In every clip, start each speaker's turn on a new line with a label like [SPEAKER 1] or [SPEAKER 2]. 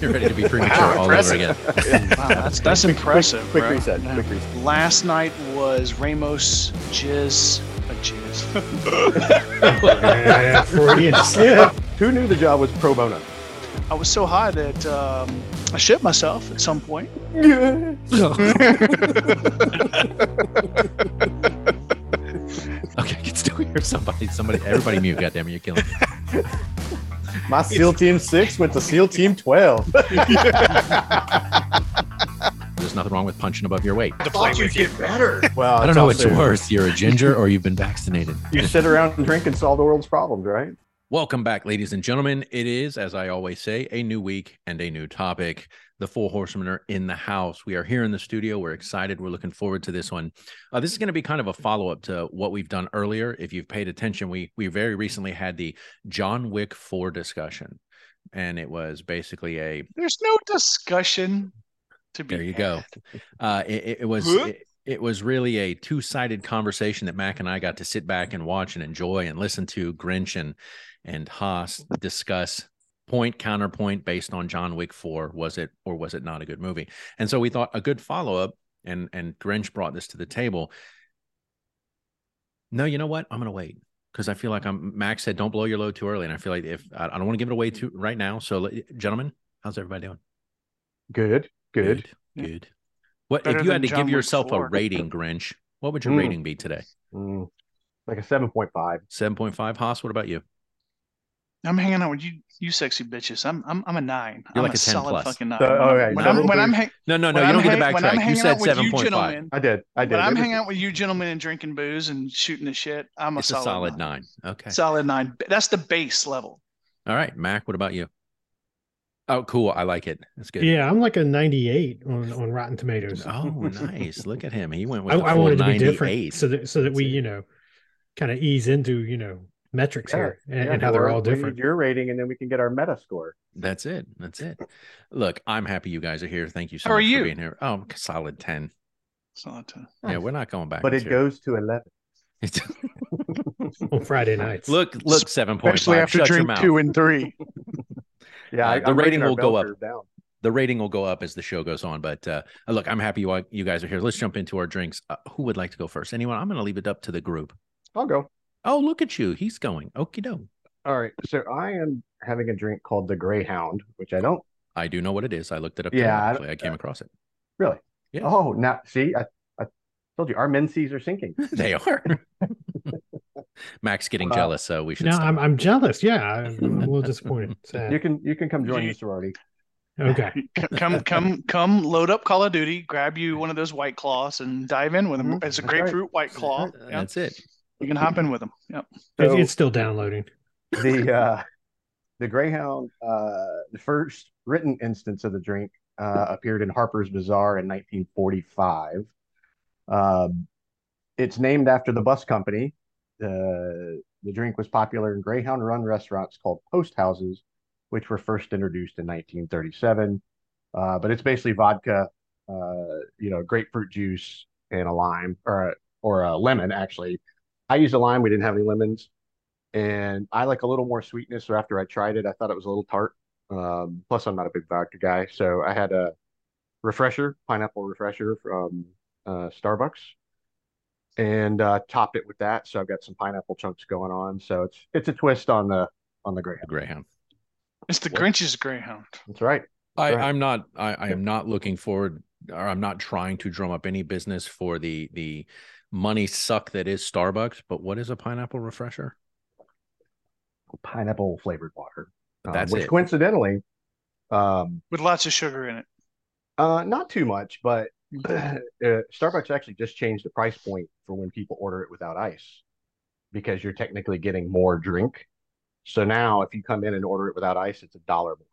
[SPEAKER 1] You're ready to be premature all over
[SPEAKER 2] impressive.
[SPEAKER 1] again.
[SPEAKER 3] Wow, that's, that's impressive.
[SPEAKER 4] Quick
[SPEAKER 3] bro.
[SPEAKER 4] reset.
[SPEAKER 3] Yeah.
[SPEAKER 4] Quick reset.
[SPEAKER 3] Last night was Ramos Jizz. A jizz.
[SPEAKER 2] Yeah, Freudian slip.
[SPEAKER 4] Who knew the job was pro bono?
[SPEAKER 3] I was so high that um, I shit myself at some point.
[SPEAKER 1] Okay, I can still hear somebody. Somebody, everybody mute. Goddamn it, you're killing me.
[SPEAKER 4] My SEAL Team Six went to SEAL Team Twelve.
[SPEAKER 1] There's nothing wrong with punching above your weight.
[SPEAKER 5] I thought you'd get better.
[SPEAKER 4] Well,
[SPEAKER 1] I don't know
[SPEAKER 4] I'll
[SPEAKER 1] what's
[SPEAKER 4] say,
[SPEAKER 1] worse. You're a ginger or you've been vaccinated.
[SPEAKER 4] You sit around and drink and solve the world's problems, right?
[SPEAKER 1] Welcome back, ladies and gentlemen. It is, as I always say, a new week and a new topic. The Four Horsemen are in the house. We are here in the studio. We're excited. We're looking forward to this one. Uh, this is going to be kind of a follow up to what we've done earlier. If you've paid attention, we we very recently had the John Wick Four discussion, and it was basically a
[SPEAKER 3] There's no discussion to be
[SPEAKER 1] There you go.
[SPEAKER 3] had.
[SPEAKER 1] Uh, it, it- it was
[SPEAKER 3] Huh?
[SPEAKER 1] it, it was really a two sided conversation that Mac and I got to sit back and watch and enjoy and listen to Grinch and and Haas discuss point counterpoint based on John Wick Four. Was it or was it not a good movie? And so we thought a good follow up. And and Grinch brought this to the table. No, you know what? I'm gonna wait because I feel like I'm. Max said, "Don't blow your load too early," and I feel like if I, I don't want to give it away too right now. So, let- gentlemen, how's everybody doing?
[SPEAKER 4] Good, good.
[SPEAKER 3] Yeah.
[SPEAKER 1] Good. What
[SPEAKER 3] Better
[SPEAKER 1] if you
[SPEAKER 3] than
[SPEAKER 1] had to
[SPEAKER 3] John
[SPEAKER 1] give
[SPEAKER 3] Wick Hmm.
[SPEAKER 1] yourself a
[SPEAKER 3] 4.
[SPEAKER 1] rating, Grinch? What would your
[SPEAKER 4] Mm.
[SPEAKER 1] rating be today?
[SPEAKER 4] Mm, like a seven point five.
[SPEAKER 1] Seven point five. Haas, what about you?
[SPEAKER 3] I'm hanging out with you, you sexy bitches. I'm I'm, I'm a 9
[SPEAKER 1] You're
[SPEAKER 3] I'm
[SPEAKER 1] like a 10
[SPEAKER 3] solid
[SPEAKER 1] plus.
[SPEAKER 3] fucking nine.
[SPEAKER 4] So, all right,
[SPEAKER 3] Uh, when
[SPEAKER 4] so
[SPEAKER 3] I'm when
[SPEAKER 4] we're-
[SPEAKER 3] I'm hang-
[SPEAKER 1] No, no, no.
[SPEAKER 3] when
[SPEAKER 1] you
[SPEAKER 3] I'm
[SPEAKER 1] don't get to
[SPEAKER 3] hang- when I'm
[SPEAKER 1] backtrack. You
[SPEAKER 3] hanging
[SPEAKER 1] said
[SPEAKER 3] out with
[SPEAKER 1] seven point five.
[SPEAKER 3] gentlemen,
[SPEAKER 4] I did. I did.
[SPEAKER 3] When I'm
[SPEAKER 4] It was-
[SPEAKER 3] hanging out with you gentlemen and drinking booze and shooting the shit, I'm a
[SPEAKER 1] It's
[SPEAKER 3] solid,
[SPEAKER 1] a solid nine. Okay.
[SPEAKER 3] Solid nine. That's the base level.
[SPEAKER 1] All right, Mac. What about you? Oh, cool. I like it. That's good.
[SPEAKER 2] Yeah, I'm like a 98 on, on Rotten Tomatoes.
[SPEAKER 1] Oh, nice. Look at him. He went with
[SPEAKER 2] I,
[SPEAKER 1] the
[SPEAKER 2] I
[SPEAKER 1] full
[SPEAKER 2] wanted to be
[SPEAKER 1] 98.
[SPEAKER 2] different so that so that we
[SPEAKER 1] That's it.
[SPEAKER 2] you know kind of ease into you know metrics
[SPEAKER 4] Yeah,
[SPEAKER 2] here and,
[SPEAKER 4] yeah,
[SPEAKER 2] and how they're
[SPEAKER 4] Dora,
[SPEAKER 2] all
[SPEAKER 4] we need
[SPEAKER 2] different.
[SPEAKER 4] Your rating, and then we can get our meta score.
[SPEAKER 1] That's it. That's it. Look, I'm happy you guys are here. Thank you so
[SPEAKER 3] How are
[SPEAKER 1] much
[SPEAKER 3] you?
[SPEAKER 1] for being here. Oh, solid ten.
[SPEAKER 3] Solid ten.
[SPEAKER 1] Yeah, we're not going back.
[SPEAKER 4] But it goes to eleven.
[SPEAKER 2] on Friday nights.
[SPEAKER 1] look, look, seven point
[SPEAKER 3] Especially
[SPEAKER 1] five.
[SPEAKER 3] after
[SPEAKER 1] Shut your
[SPEAKER 3] drink
[SPEAKER 1] mouth.
[SPEAKER 3] two and three.
[SPEAKER 4] Yeah,
[SPEAKER 1] Uh,
[SPEAKER 4] I-
[SPEAKER 1] the
[SPEAKER 4] I'm bringing
[SPEAKER 1] rating
[SPEAKER 4] our
[SPEAKER 1] will go
[SPEAKER 4] bell
[SPEAKER 1] up.
[SPEAKER 4] curve Down.
[SPEAKER 1] the rating will go up as the show goes on. But uh, look, I'm happy you, you guys are here. Let's jump into our drinks. Uh, who would like to go first? Anyone? I'm going to leave it up to the group.
[SPEAKER 4] I'll go.
[SPEAKER 1] Oh, look at you. He's going. Okie doke.
[SPEAKER 4] All right. So I am having a drink called the Greyhound, which I don't
[SPEAKER 1] I do know what it is. I looked it up.
[SPEAKER 4] Yeah, I-
[SPEAKER 1] today, actually. I, came across it.
[SPEAKER 4] really.
[SPEAKER 1] Yeah.
[SPEAKER 4] Oh, now see, I, I told you our menses are sinking.
[SPEAKER 1] They are. Max getting
[SPEAKER 4] Wow.
[SPEAKER 1] jealous, so we should.
[SPEAKER 2] now
[SPEAKER 1] stop.
[SPEAKER 2] I'm I'm jealous. Yeah, I'm, I'm a little disappointed.
[SPEAKER 4] You
[SPEAKER 2] Sad.
[SPEAKER 4] can you can come join
[SPEAKER 3] You-
[SPEAKER 4] the sorority.
[SPEAKER 2] Okay.
[SPEAKER 3] Come, come, come! Load up Call of Duty. Grab you one of those white claws and dive in with them.
[SPEAKER 4] Mhm,
[SPEAKER 3] It's a
[SPEAKER 4] that's right.
[SPEAKER 3] grapefruit white claw.
[SPEAKER 1] Uh,
[SPEAKER 3] Yeah,
[SPEAKER 1] That's it.
[SPEAKER 3] you can hop in with them. Yep.
[SPEAKER 2] It-
[SPEAKER 4] So
[SPEAKER 2] it's still downloading.
[SPEAKER 4] the uh, the Greyhound, uh, the first written instance of the drink uh, appeared in Harper's Bazaar in 1945. Um, it's named after the bus company. The the drink was popular in Greyhound run restaurants called post houses, which were first introduced in 1937. Uh, but it's basically vodka, uh, you know, grapefruit juice and a lime or a, or a lemon. Actually, I used a lime. We didn't have any lemons, and I like a little more sweetness. So after I tried it, I thought it was a little tart. Um, plus, I'm not a big vodka guy, so I had a refresher, pineapple refresher from uh, Starbucks, and uh, topped it with that. So I've got some pineapple chunks going on. So it's it's a twist on the on the
[SPEAKER 1] The
[SPEAKER 4] greyhound.
[SPEAKER 1] Greyhound.
[SPEAKER 3] It's the
[SPEAKER 4] What?
[SPEAKER 3] Grinch's Greyhound.
[SPEAKER 4] That's right.
[SPEAKER 1] I,
[SPEAKER 4] Right.
[SPEAKER 1] I'm not. I, I am not looking forward, or I'm not trying to drum up any business for the the money suck that is Starbucks. But what is a pineapple refresher?
[SPEAKER 4] pineapple flavored water.
[SPEAKER 1] But
[SPEAKER 4] um,
[SPEAKER 1] that's
[SPEAKER 4] which
[SPEAKER 1] it.
[SPEAKER 4] coincidentally, um,
[SPEAKER 3] with lots of sugar in it.
[SPEAKER 4] uh, not too much, but uh,
[SPEAKER 3] Mhm.
[SPEAKER 4] Starbucks actually just changed the price point for when people order it without ice because you're technically getting more drink. So now if you come in and order it without ice, it's a dollar more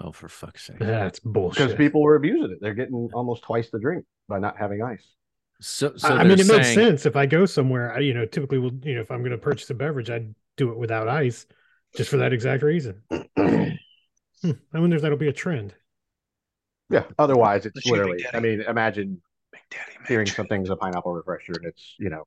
[SPEAKER 1] Oh, for fuck's sake!
[SPEAKER 4] Uh,
[SPEAKER 2] That's
[SPEAKER 4] because
[SPEAKER 2] bullshit.
[SPEAKER 4] people were abusing it. They're getting almost twice the drink by not having ice.
[SPEAKER 1] So, so
[SPEAKER 2] I I mean,
[SPEAKER 1] they're
[SPEAKER 2] it makes
[SPEAKER 1] saying-
[SPEAKER 2] sense if I go somewhere. I, you know, typically, will you know, if I'm going to purchase a beverage, I'd do it without ice, just for that exact reason. Hmm, I wonder if that'll be a trend.
[SPEAKER 4] Yeah. Otherwise, it's
[SPEAKER 3] That should be
[SPEAKER 4] literally, I
[SPEAKER 3] getting-
[SPEAKER 4] mean, imagine
[SPEAKER 3] Big Daddy.
[SPEAKER 4] hearing
[SPEAKER 3] Match.
[SPEAKER 4] something's a pineapple refresher and it's, you know,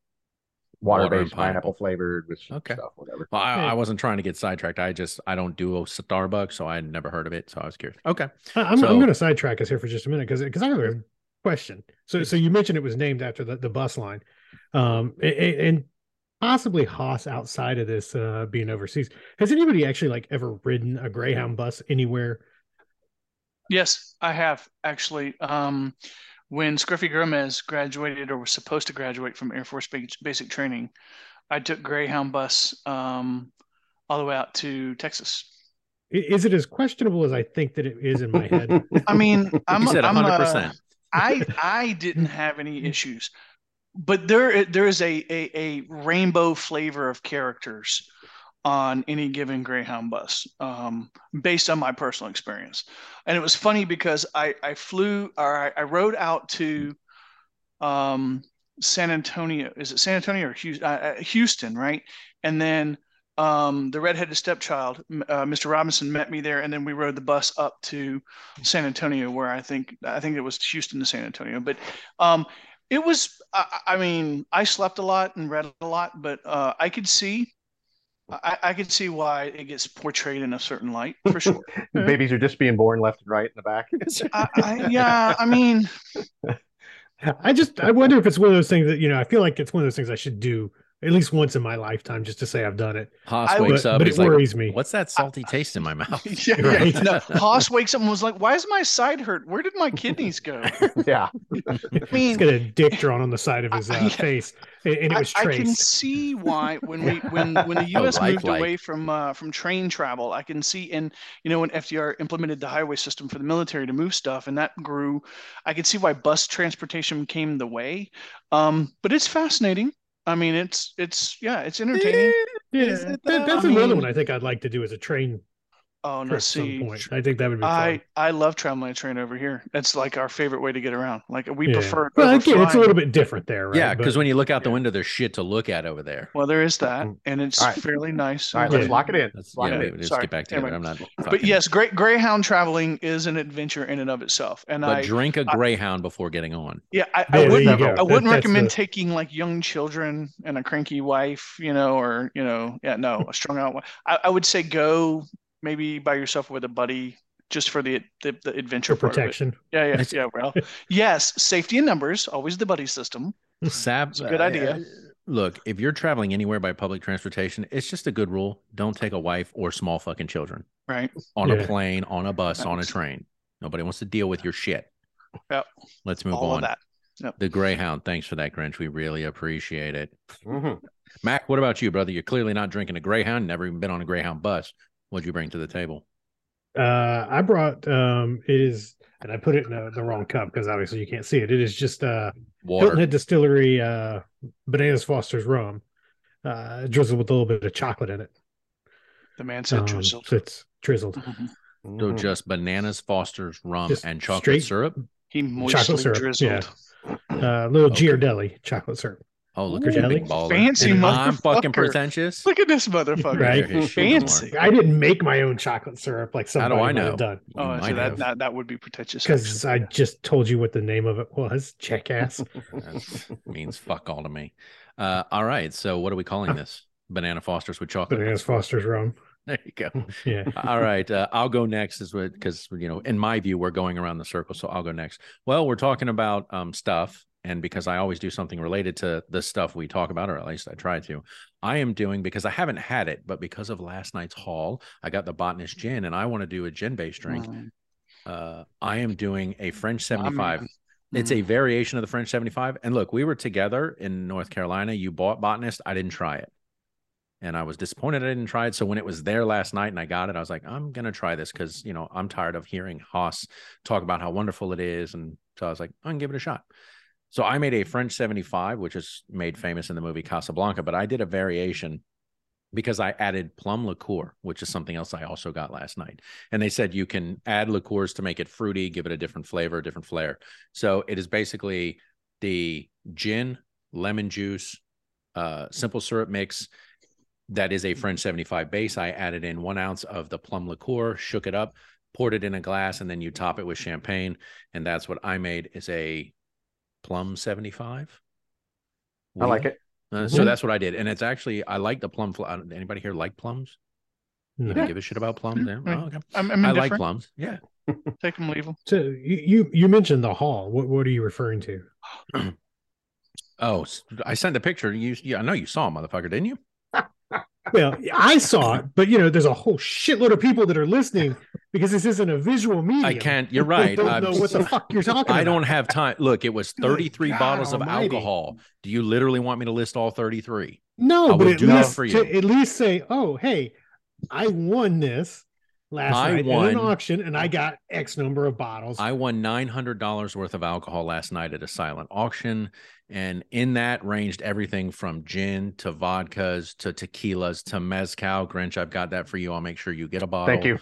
[SPEAKER 1] Water
[SPEAKER 4] water
[SPEAKER 1] and
[SPEAKER 4] based, pineapple
[SPEAKER 1] pineapple.
[SPEAKER 4] flavored with some
[SPEAKER 1] Okay.
[SPEAKER 4] stuff, whatever.
[SPEAKER 1] Well, I,
[SPEAKER 2] Hey.
[SPEAKER 1] I wasn't trying to get sidetracked. I just I don't do a Starbucks, so I had never heard of it. So I was curious. Okay.
[SPEAKER 2] I- I'm, I'm
[SPEAKER 1] So-
[SPEAKER 2] going to sidetrack us here for just a minute because because I have a question. So so you mentioned it was named after the, the bus line, um, a- a- and possibly Haas outside of this uh, being overseas. Has anybody actually like ever ridden a Greyhound bus anywhere?
[SPEAKER 3] Yes, I have actually. Um, when Scruffy Gomez graduated or was supposed to graduate from Air Force Bas- Basic Training, I took Greyhound bus um, all the way out to Texas.
[SPEAKER 2] I- Is it as questionable as I think that it is in my head?
[SPEAKER 3] I mean, I'm
[SPEAKER 1] You said
[SPEAKER 3] I'm, uh,
[SPEAKER 1] 100%.
[SPEAKER 3] I I didn't have any issues, but there there is a, a a rainbow flavor of characters on any given Greyhound bus, um, based on my personal experience. And it was funny because I I flew or I, I rode out to, um, San Antonio. Is it San Antonio or Houston? Uh, uh, Houston, right? And then. Um, the redheaded stepchild, m- uh, Mr. Robinson, met me there, and then we rode the bus up to San Antonio, where I think I think it was Houston to San Antonio, but um, it was. I, I I mean, I slept a lot and read a lot, but uh, I could see, I, I could see why it gets portrayed in a certain light for sure.
[SPEAKER 4] Babies are just being born left and right in the back.
[SPEAKER 3] I, I, yeah, I mean,
[SPEAKER 2] I just I wonder if it's one of those things that you know I feel like it's one of those things I should do at least once in my lifetime just to say I've done it.
[SPEAKER 1] Haas
[SPEAKER 3] I would-
[SPEAKER 1] wakes
[SPEAKER 2] But,
[SPEAKER 1] up.
[SPEAKER 2] but
[SPEAKER 1] and
[SPEAKER 2] it
[SPEAKER 1] he's like,
[SPEAKER 2] worries me.
[SPEAKER 1] What's that salty taste in my mouth?
[SPEAKER 3] yeah, yeah.
[SPEAKER 2] Right.
[SPEAKER 3] No, Haas wakes up and was like, "Why is my side hurt? Where did my kidneys go?" I
[SPEAKER 4] yeah.
[SPEAKER 2] He's
[SPEAKER 3] mean,
[SPEAKER 2] got a dick drawn on the side of his uh,
[SPEAKER 3] I- I-
[SPEAKER 2] face, and, and it was
[SPEAKER 3] I, I can
[SPEAKER 2] traced.
[SPEAKER 3] see why when we when when the U.S.
[SPEAKER 1] Like,
[SPEAKER 3] moved
[SPEAKER 1] like.
[SPEAKER 3] away from uh, from train travel, I can see and you know when FDR implemented the highway system for the military to move stuff, and that grew. I can see why bus transportation came the way, um, but it's fascinating. I mean, it's it's yeah, it's entertaining.
[SPEAKER 2] Yeah,
[SPEAKER 1] Is it
[SPEAKER 2] that,
[SPEAKER 1] though?
[SPEAKER 2] that's
[SPEAKER 3] I
[SPEAKER 2] another
[SPEAKER 3] mean-
[SPEAKER 2] one I think I'd like to do as a train
[SPEAKER 3] Oh
[SPEAKER 2] trip
[SPEAKER 3] no,
[SPEAKER 2] at some
[SPEAKER 3] see,
[SPEAKER 2] point. I think that would be fun.
[SPEAKER 3] I I love traveling by train over here. That's like our favorite way to get around. Like we
[SPEAKER 2] Yeah.
[SPEAKER 3] prefer. it
[SPEAKER 2] Well,
[SPEAKER 3] over
[SPEAKER 2] again, it's a
[SPEAKER 3] flying.
[SPEAKER 2] little bit different there, right?
[SPEAKER 1] Yeah,
[SPEAKER 2] But-
[SPEAKER 1] because when you look out the
[SPEAKER 3] Yeah.
[SPEAKER 1] window, there's shit to look at over there.
[SPEAKER 3] Well, there is that, and it's
[SPEAKER 4] Mm. All right.
[SPEAKER 3] fairly nice.
[SPEAKER 4] All right,
[SPEAKER 3] and
[SPEAKER 4] let's
[SPEAKER 2] Yeah.
[SPEAKER 4] lock it in.
[SPEAKER 1] That's,
[SPEAKER 4] Let's lock
[SPEAKER 1] yeah,
[SPEAKER 4] it
[SPEAKER 1] we-
[SPEAKER 4] in.
[SPEAKER 1] just
[SPEAKER 3] Sorry.
[SPEAKER 1] get back together.
[SPEAKER 3] Anyway.
[SPEAKER 1] I'm not.
[SPEAKER 3] But
[SPEAKER 1] fucking-
[SPEAKER 3] yes, grey, greyhound traveling is an adventure in and of itself, and
[SPEAKER 1] but
[SPEAKER 3] I
[SPEAKER 1] drink a
[SPEAKER 3] I-
[SPEAKER 1] greyhound before getting on.
[SPEAKER 3] yeah I,
[SPEAKER 2] Yeah,
[SPEAKER 3] I
[SPEAKER 2] there
[SPEAKER 3] wouldn't
[SPEAKER 2] you go.
[SPEAKER 3] I wouldn't
[SPEAKER 2] That- that's
[SPEAKER 3] recommend
[SPEAKER 2] the-
[SPEAKER 3] taking like young children and a cranky wife, you know, or you know, yeah, no, a strung out. one. I, I would say go maybe by yourself with a buddy just for the the, the adventure
[SPEAKER 2] for
[SPEAKER 3] part of it.
[SPEAKER 2] protection.
[SPEAKER 3] Yeah, yeah,
[SPEAKER 1] It's-
[SPEAKER 3] yeah. Well, yes, safety in numbers, always the buddy system.
[SPEAKER 1] Sab, uh,
[SPEAKER 3] a good idea.
[SPEAKER 1] Look, if you're traveling anywhere by public transportation, it's just a good rule. Don't take a wife or small fucking children
[SPEAKER 3] Right.
[SPEAKER 1] on
[SPEAKER 2] Yeah.
[SPEAKER 1] a plane, on a bus, on a
[SPEAKER 3] Thanks.
[SPEAKER 1] train. Nobody wants to deal with your shit.
[SPEAKER 3] Yep.
[SPEAKER 1] Let's move
[SPEAKER 3] All
[SPEAKER 1] on.
[SPEAKER 3] of that.
[SPEAKER 1] The Greyhound. Thanks for that, Grinch. We really appreciate it.
[SPEAKER 4] Mhm.
[SPEAKER 1] Mac, what about you, brother? You're clearly not drinking a Greyhound. Never even been on a Greyhound bus. What'd you bring to the table?
[SPEAKER 2] Uh, I brought um, it is, and I put it in the, the wrong cup because obviously you can't see it. It is just uh, Hilton
[SPEAKER 1] Water.
[SPEAKER 2] Head Distillery uh, Bananas Foster's rum, uh, drizzled with a little bit of chocolate in it.
[SPEAKER 3] The man said
[SPEAKER 2] Um,
[SPEAKER 3] drizzle.
[SPEAKER 2] so it's drizzled.
[SPEAKER 3] Mhm.
[SPEAKER 1] So
[SPEAKER 4] Mhm.
[SPEAKER 1] just bananas, Foster's, rum,
[SPEAKER 2] Mm-hmm. Just
[SPEAKER 1] and chocolate
[SPEAKER 2] straight-
[SPEAKER 1] syrup.
[SPEAKER 3] He moistly
[SPEAKER 2] syrup,
[SPEAKER 3] drizzled.
[SPEAKER 2] Uh, little
[SPEAKER 1] Okay.
[SPEAKER 2] Giardelli chocolate syrup.
[SPEAKER 1] Oh, look at you,
[SPEAKER 2] Really?
[SPEAKER 1] big baller.
[SPEAKER 3] Fancy
[SPEAKER 1] And I'm fucking
[SPEAKER 3] motherfucker.
[SPEAKER 1] pretentious.
[SPEAKER 3] Look at this motherfucker.
[SPEAKER 2] Right.
[SPEAKER 1] There's his shit no more.
[SPEAKER 3] Fancy.
[SPEAKER 2] I didn't make my own chocolate syrup like
[SPEAKER 1] How do
[SPEAKER 2] somebody
[SPEAKER 1] I
[SPEAKER 2] might have
[SPEAKER 1] know?
[SPEAKER 2] done
[SPEAKER 1] You
[SPEAKER 3] Oh,
[SPEAKER 1] might
[SPEAKER 3] so that,
[SPEAKER 1] have.
[SPEAKER 3] that that would be pretentious.
[SPEAKER 2] because I
[SPEAKER 3] actually.
[SPEAKER 2] just told you what the name of it was. Check ass.
[SPEAKER 4] Mm-hmm.
[SPEAKER 1] That's- means fuck all to me. Uh, all right. So what are we calling this? Banana Foster's with chocolate.
[SPEAKER 2] Bananas Foster's rum.
[SPEAKER 1] There you go.
[SPEAKER 2] Yeah.
[SPEAKER 1] All right, uh, I'll go next, is what because you know, in my view, we're going around the circle, so I'll go next. Well, we're talking about um, stuff, and because I always do something related to the stuff we talk about, or at least I try to. I am doing because I haven't had it, but because of last night's haul, I got the botanist gin, and I want to do a gin-based drink.
[SPEAKER 3] Mm.
[SPEAKER 1] Uh, I am doing a French
[SPEAKER 3] My
[SPEAKER 1] seventy-five.
[SPEAKER 3] man.
[SPEAKER 1] It's a variation of the French seventy-five. And look, we were together in North Carolina. You bought botanist. I didn't try it and I was disappointed I didn't try it. So when it was there last night and I got it, I was like, I'm gonna try this because you know I'm tired of hearing Haas talk about how wonderful it is, and so I was like, I'm gonna give it a shot. So I made a French 75, which is made famous in the movie Casablanca, but I did a variation because I added plum liqueur, which is something else I also got last night. And they said you can add liqueurs to make it fruity, give it a different flavor, different flair. So it is basically the gin, lemon juice, uh, simple syrup mix. That is a French 75 base. I added in one ounce of the plum liqueur, shook it up, poured it in a glass, and then you top it with champagne. And that's what I made is a plum 75.
[SPEAKER 4] I like it.
[SPEAKER 1] Uh, so that's what I did, and it's actually I like the plum. Fl- I don't- anybody here like plums? You don't give a shit about plums? Yeah.
[SPEAKER 3] Right.
[SPEAKER 1] Oh, okay.
[SPEAKER 3] I'm, I'm
[SPEAKER 1] I like
[SPEAKER 3] indifferent.
[SPEAKER 1] plums. Yeah.
[SPEAKER 3] Take them, leave them.
[SPEAKER 2] So you, you you mentioned the hall. What what are you referring to?
[SPEAKER 1] Oh, s- I sent the picture. You, yeah, I know you saw, motherfucker, didn't you?
[SPEAKER 2] Well, I saw it, but you know, there's a whole shitload of people that are listening because this isn't a visual medium.
[SPEAKER 1] I can't. You're
[SPEAKER 2] They
[SPEAKER 1] right.
[SPEAKER 2] don't
[SPEAKER 1] I'm
[SPEAKER 2] know what the
[SPEAKER 1] so-
[SPEAKER 2] fuck you're talking.
[SPEAKER 1] I
[SPEAKER 2] about.
[SPEAKER 1] don't have time. Look, it was 33
[SPEAKER 2] God
[SPEAKER 1] bottles of
[SPEAKER 2] almighty.
[SPEAKER 1] alcohol. Do you literally want me to list all 33?
[SPEAKER 2] No,
[SPEAKER 1] I
[SPEAKER 2] but
[SPEAKER 1] will
[SPEAKER 2] at
[SPEAKER 1] do that
[SPEAKER 2] least
[SPEAKER 1] for
[SPEAKER 2] to
[SPEAKER 1] you.
[SPEAKER 2] at least say, oh hey, I won this last
[SPEAKER 1] I
[SPEAKER 2] night in
[SPEAKER 1] won.
[SPEAKER 2] an auction, and I got X number of bottles.
[SPEAKER 1] I won $900 worth of alcohol last night at a silent auction. And in that ranged everything from gin to vodkas to tequilas to mezcal. Grinch, I've got that for you. I'll make sure you get a bottle.
[SPEAKER 4] Thank you.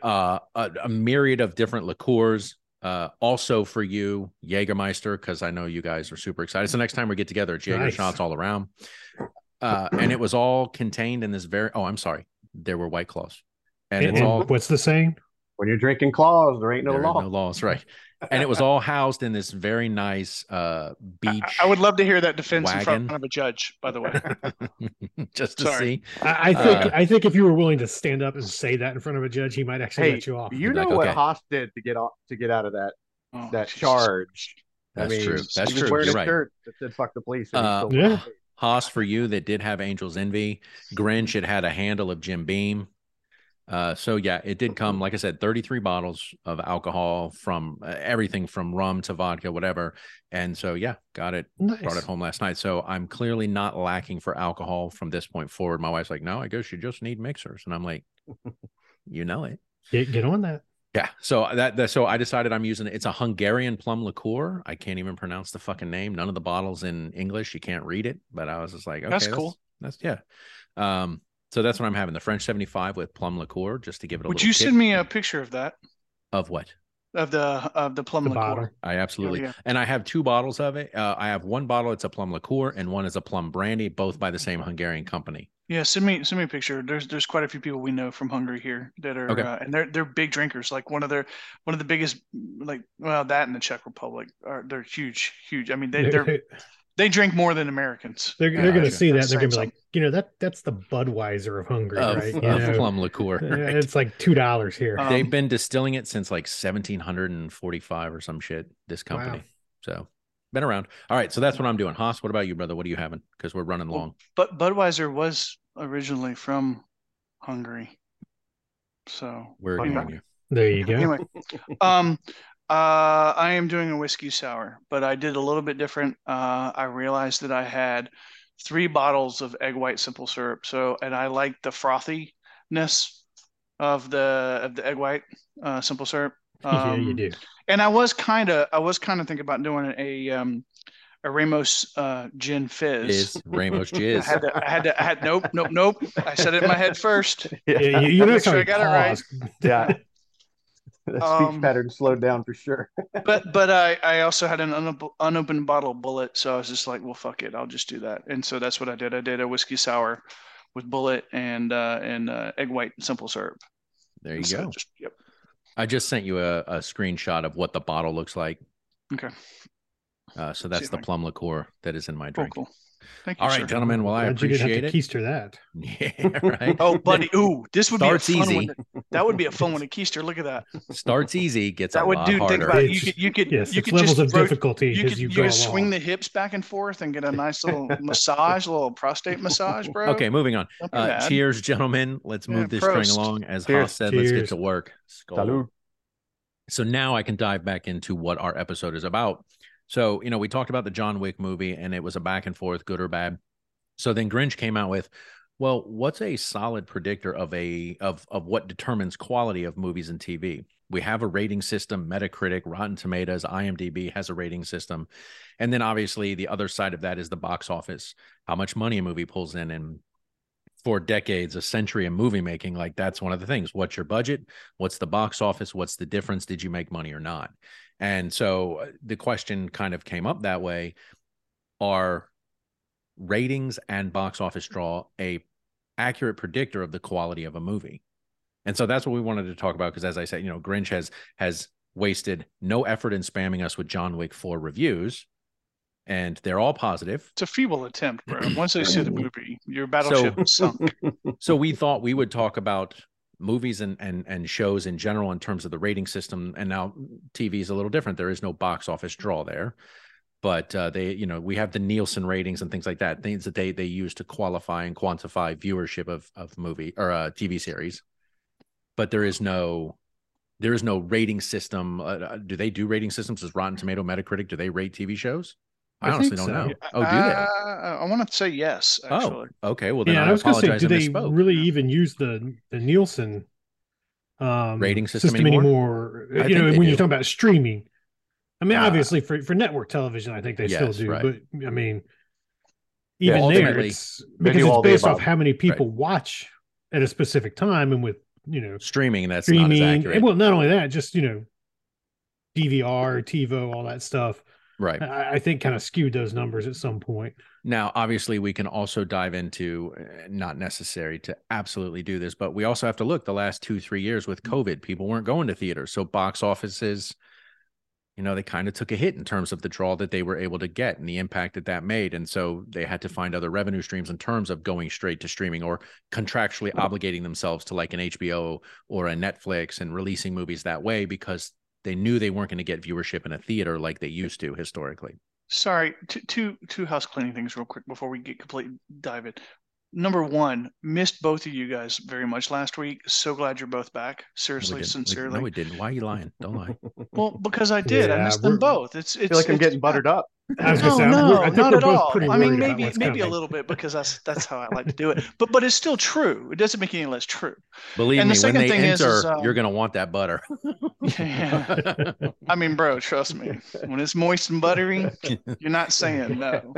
[SPEAKER 1] uh, a, a myriad of different liqueurs. Uh, also for you, Jägermeister, because I know you guys are super excited. So next time we get together, it's Jaeger
[SPEAKER 2] Nice.
[SPEAKER 1] shots all around. Uh, and it was all contained in this very. Oh, I'm sorry, there were White Claws, and,
[SPEAKER 2] and,
[SPEAKER 1] it's
[SPEAKER 2] and
[SPEAKER 1] all
[SPEAKER 2] what's the saying?
[SPEAKER 4] When you're drinking claws, there ain't no
[SPEAKER 1] there are
[SPEAKER 4] law.
[SPEAKER 1] no laws, right? And it was all housed in this very nice uh,
[SPEAKER 3] I,
[SPEAKER 1] beach.
[SPEAKER 3] I would love to hear that defense in front
[SPEAKER 1] Wagon.
[SPEAKER 3] of a judge. By the way,
[SPEAKER 1] just to
[SPEAKER 3] Sorry.
[SPEAKER 1] see.
[SPEAKER 2] I, I think
[SPEAKER 1] Uh,
[SPEAKER 2] I think if you were willing to stand up and say that in front of a judge, he might actually
[SPEAKER 4] Hey,
[SPEAKER 2] let you off.
[SPEAKER 4] You
[SPEAKER 1] Be
[SPEAKER 4] know
[SPEAKER 1] like,
[SPEAKER 4] what
[SPEAKER 1] okay.
[SPEAKER 4] Haas did to get off to get out of that
[SPEAKER 3] Oh,
[SPEAKER 4] that
[SPEAKER 3] Jesus.
[SPEAKER 4] charge.
[SPEAKER 1] That's
[SPEAKER 4] I mean,
[SPEAKER 1] true. That's
[SPEAKER 4] he was
[SPEAKER 1] true.
[SPEAKER 4] Wearing
[SPEAKER 1] You're
[SPEAKER 4] a
[SPEAKER 1] right.
[SPEAKER 4] shirt that said "fuck the police." and he
[SPEAKER 1] Uh,
[SPEAKER 4] still
[SPEAKER 2] Yeah.
[SPEAKER 1] Haas for you that did have Angel's Envy. Grinch, it had a handle of Jim Beam. Uh, so yeah, it did come. Like I said, 33 bottles of alcohol from uh, everything from rum to vodka, whatever. And so yeah, got it. Brought it
[SPEAKER 2] Nice.
[SPEAKER 1] home last night. So I'm clearly not lacking for alcohol from this point forward. My wife's like, no, I guess you just need mixers, and I'm like, you know it.
[SPEAKER 2] Get, get on that.
[SPEAKER 1] Yeah. So that, that so I decided I'm using it's a Hungarian plum liqueur. I can't even pronounce the fucking name. None of the bottles in English. You can't read it. But I was just like, okay,
[SPEAKER 3] That's cool.
[SPEAKER 1] That's, yeah. Um. So that's what I'm having the French 75 with plum liqueur, just to give it a.
[SPEAKER 3] Would
[SPEAKER 1] little
[SPEAKER 3] you
[SPEAKER 1] kick.
[SPEAKER 3] send me a picture of that
[SPEAKER 1] of what?
[SPEAKER 3] of the of the plum
[SPEAKER 2] The
[SPEAKER 3] liqueur?
[SPEAKER 2] bottle.
[SPEAKER 1] I absolutely
[SPEAKER 3] yeah.
[SPEAKER 1] and I have two bottles of it. Uh, I have one bottle. It's a plum liqueur, and one is a plum brandy, both by the same Hungarian company.
[SPEAKER 3] Yeah, send me send me a picture. There's there's quite a few people we know from Hungary here that are
[SPEAKER 1] Okay.
[SPEAKER 3] uh, and they're they're big drinkers. Like one of their one of the biggest like well that and the Czech Republic are they're huge huge. I mean they
[SPEAKER 2] They're,
[SPEAKER 3] they're
[SPEAKER 2] they're,
[SPEAKER 3] they drink more than Americans.
[SPEAKER 2] they're going to
[SPEAKER 1] Gotcha.
[SPEAKER 2] see that.
[SPEAKER 3] That's
[SPEAKER 2] They're going to be
[SPEAKER 3] saying
[SPEAKER 2] like, you know, that that's the Budweiser of Hungary,
[SPEAKER 1] Of,
[SPEAKER 2] right? You
[SPEAKER 1] of
[SPEAKER 2] know,
[SPEAKER 1] plum liqueur.
[SPEAKER 2] uh,
[SPEAKER 1] right?
[SPEAKER 2] It's like two dollars here.
[SPEAKER 3] Uh,
[SPEAKER 1] They've
[SPEAKER 3] Um,
[SPEAKER 1] been distilling it since like 1745 or some shit. This
[SPEAKER 2] Wow.
[SPEAKER 1] company, so been around. All right, so that's what I'm doing. Haas, what about you, brother? What are you having? Because we're running long.
[SPEAKER 3] But Budweiser was originally from Hungary, so
[SPEAKER 1] We're
[SPEAKER 4] Okay.
[SPEAKER 1] ignoring you.
[SPEAKER 2] there you go.
[SPEAKER 3] anyway, um, uh, I am doing a whiskey sour, but I did a little bit different. Uh, I realized that I had three bottles of egg white simple syrup, so and I like the frothiness of the of the egg white uh, simple syrup.
[SPEAKER 2] yeah, you
[SPEAKER 3] Um,
[SPEAKER 2] do.
[SPEAKER 3] and I was kind of I was kind of thinking about doing a um, a Ramos uh, gin fizz.
[SPEAKER 1] Is Ramos
[SPEAKER 3] I had
[SPEAKER 1] jizz?
[SPEAKER 3] to, I had to, I had nope, nope, nope. I said it in my head first.
[SPEAKER 2] Yeah, you,
[SPEAKER 3] Make
[SPEAKER 2] you notice
[SPEAKER 3] sure
[SPEAKER 2] how
[SPEAKER 3] I
[SPEAKER 2] he
[SPEAKER 3] got it right.
[SPEAKER 2] paused.
[SPEAKER 4] Yeah. The
[SPEAKER 3] Um,
[SPEAKER 4] speech pattern slowed down for sure.
[SPEAKER 3] but but I I also had an unop- unopened bottle of Bullet, so I was just like, well, fuck it, I'll just do that. And so that's what I did. I did a whiskey sour with Bullet and uh, and uh, egg white simple syrup.
[SPEAKER 1] There you
[SPEAKER 3] So
[SPEAKER 1] go.
[SPEAKER 3] Just, yep.
[SPEAKER 1] I just sent you a, a screenshot of what the bottle looks like.
[SPEAKER 3] Okay.
[SPEAKER 1] Uh, so that's
[SPEAKER 3] if
[SPEAKER 1] the
[SPEAKER 3] I can-
[SPEAKER 1] plum liqueur that is in my
[SPEAKER 3] Cool.
[SPEAKER 1] drink.
[SPEAKER 3] Cool. Thank you.
[SPEAKER 1] All right,
[SPEAKER 3] sir.
[SPEAKER 1] gentlemen. Well, I
[SPEAKER 2] Glad you didn't
[SPEAKER 1] appreciate
[SPEAKER 2] have
[SPEAKER 1] it.
[SPEAKER 2] to keister that.
[SPEAKER 1] Yeah, right.
[SPEAKER 3] Oh, buddy. Ooh, this would be a
[SPEAKER 1] Starts
[SPEAKER 3] fun
[SPEAKER 1] easy.
[SPEAKER 3] one. to- That would be a fun one to keister. Look at that.
[SPEAKER 1] Starts easy, gets
[SPEAKER 3] That
[SPEAKER 1] a
[SPEAKER 3] would,
[SPEAKER 1] lot
[SPEAKER 3] dude.
[SPEAKER 1] harder.
[SPEAKER 3] Think about it. You
[SPEAKER 2] It's-
[SPEAKER 3] could, you could,
[SPEAKER 2] Yes,
[SPEAKER 3] you
[SPEAKER 2] it's
[SPEAKER 3] could just
[SPEAKER 2] levels of
[SPEAKER 3] rotate-
[SPEAKER 2] difficulty
[SPEAKER 3] You
[SPEAKER 2] as
[SPEAKER 3] could,
[SPEAKER 2] you,
[SPEAKER 3] you
[SPEAKER 2] go
[SPEAKER 3] could swing
[SPEAKER 2] along.
[SPEAKER 3] the hips back and forth and get a nice little massage, little prostate massage, bro.
[SPEAKER 1] okay, moving on.
[SPEAKER 3] Don't be
[SPEAKER 1] Uh,
[SPEAKER 3] mad.
[SPEAKER 1] cheers, gentlemen. Let's
[SPEAKER 3] Yeah,
[SPEAKER 1] move this string
[SPEAKER 3] prost.
[SPEAKER 1] along. As
[SPEAKER 4] Cheers.
[SPEAKER 1] Haas said, let's get
[SPEAKER 2] Cheers.
[SPEAKER 1] to work. Skull.
[SPEAKER 4] Salud.
[SPEAKER 1] So now I can dive back into what our episode is about. So, you know, we talked about the John Wick movie and it was a back and forth, good or bad. So then Grinch came out with, well, what's a solid predictor of a of of what determines quality of movies and TV? We have a rating system, Metacritic, Rotten Tomatoes, IMDb has a rating system. And then obviously the other side of that is the box office, how much money a movie pulls in and for decades, a century of movie making, like that's one of the things. What's your budget? What's the box office? What's the difference? Did you make money or not? And so uh, the question kind of came up that way are ratings and box office draw a accurate predictor of the quality of a movie? And so that's what we wanted to talk about because as I said, you know, Grinch has has wasted no effort in spamming us with John Wick 4 reviews. and they're all positive.
[SPEAKER 3] It's a feeble attempt, bro. Once they see the movie, your battleship
[SPEAKER 1] So-
[SPEAKER 3] is sunk.
[SPEAKER 1] so we thought we would talk about movies and and and shows in general in terms of the rating system and now tv is a little different there is no box office draw there but uh, they you know we have the nielsen ratings and things like that things that they they use to qualify and quantify viewership of of movie or uh, tv series but there is no there is no rating system uh, uh, do they do rating systems as rotten tomato metacritic do they rate tv shows i,
[SPEAKER 2] I think
[SPEAKER 1] honestly don't
[SPEAKER 2] so.
[SPEAKER 1] know oh do
[SPEAKER 3] Uh,
[SPEAKER 1] they
[SPEAKER 3] I want to say yes, actually.
[SPEAKER 1] oh okay well then
[SPEAKER 2] Yeah,
[SPEAKER 1] i,
[SPEAKER 2] I was going to say,
[SPEAKER 1] apologize
[SPEAKER 2] do
[SPEAKER 1] I
[SPEAKER 2] they
[SPEAKER 1] misspoke.
[SPEAKER 2] really even use the the Nielsen um,
[SPEAKER 1] Rating system anymore?
[SPEAKER 2] anymore?
[SPEAKER 1] I
[SPEAKER 2] You
[SPEAKER 1] think
[SPEAKER 2] know,
[SPEAKER 1] they
[SPEAKER 2] when you're
[SPEAKER 1] do.
[SPEAKER 2] talking about streaming, I mean,
[SPEAKER 1] Uh,
[SPEAKER 2] obviously for for network television, I think they still
[SPEAKER 1] yes,
[SPEAKER 2] do.
[SPEAKER 1] right.
[SPEAKER 2] But I mean,
[SPEAKER 4] Yeah,
[SPEAKER 2] even there,
[SPEAKER 1] ultimately,
[SPEAKER 2] it's
[SPEAKER 4] they
[SPEAKER 2] because
[SPEAKER 4] do all
[SPEAKER 2] it's
[SPEAKER 4] the
[SPEAKER 2] based off
[SPEAKER 4] above.
[SPEAKER 2] how many people watch at a specific time, and with you know
[SPEAKER 1] streaming that's not as
[SPEAKER 2] streaming.
[SPEAKER 1] accurate
[SPEAKER 2] And, well, not only that, just you know, DVR, TiVo, all that stuff.
[SPEAKER 1] right
[SPEAKER 2] I, I think kind of skewed those numbers at some point.
[SPEAKER 1] now obviously we can also dive into uh, not necessary to absolutely do this but we also have to look the last two three years with covid people weren't going to theaters so box offices you know they kind of took a hit in terms of the draw that they were able to get and the impact that that made and so they had to find other revenue streams in terms of going straight to streaming or contractually obligating themselves to like an hbo or a netflix and releasing movies that way because they knew they weren't going to get viewership in a theater like they used to historically
[SPEAKER 3] Sorry, two, two, two house cleaning things real quick before we get complete dive in. Number one, missed both of you guys very much last week. So glad you're both back.
[SPEAKER 1] No, we
[SPEAKER 3] Seriously,
[SPEAKER 1] didn't. We-
[SPEAKER 3] sincerely.
[SPEAKER 1] no, we didn't. Why are you lying? Don't lie.
[SPEAKER 3] well, because I did. I
[SPEAKER 2] Yeah,
[SPEAKER 3] missed them
[SPEAKER 2] we're-
[SPEAKER 3] both. It's, it's
[SPEAKER 4] I feel like I'm
[SPEAKER 3] it's
[SPEAKER 4] getting buttered up.
[SPEAKER 2] I was
[SPEAKER 3] No,
[SPEAKER 2] gonna say, I'm
[SPEAKER 3] no,
[SPEAKER 2] wor- I think
[SPEAKER 3] not
[SPEAKER 2] we're
[SPEAKER 3] at
[SPEAKER 2] both
[SPEAKER 3] all.
[SPEAKER 2] pretty
[SPEAKER 3] I mean,
[SPEAKER 2] worried about
[SPEAKER 3] maybe
[SPEAKER 2] what's
[SPEAKER 3] maybe a
[SPEAKER 2] coming.
[SPEAKER 3] little bit because that's that's how I like to do it. But but it's still true. It doesn't make any less true.
[SPEAKER 1] Believe
[SPEAKER 3] And the
[SPEAKER 1] me, when
[SPEAKER 3] second
[SPEAKER 1] they
[SPEAKER 3] thing
[SPEAKER 1] enter,
[SPEAKER 3] is- is, um,
[SPEAKER 1] you're gonna want that butter.
[SPEAKER 3] Yeah. I mean, bro, trust me. When it's moist and buttery, you're not saying no.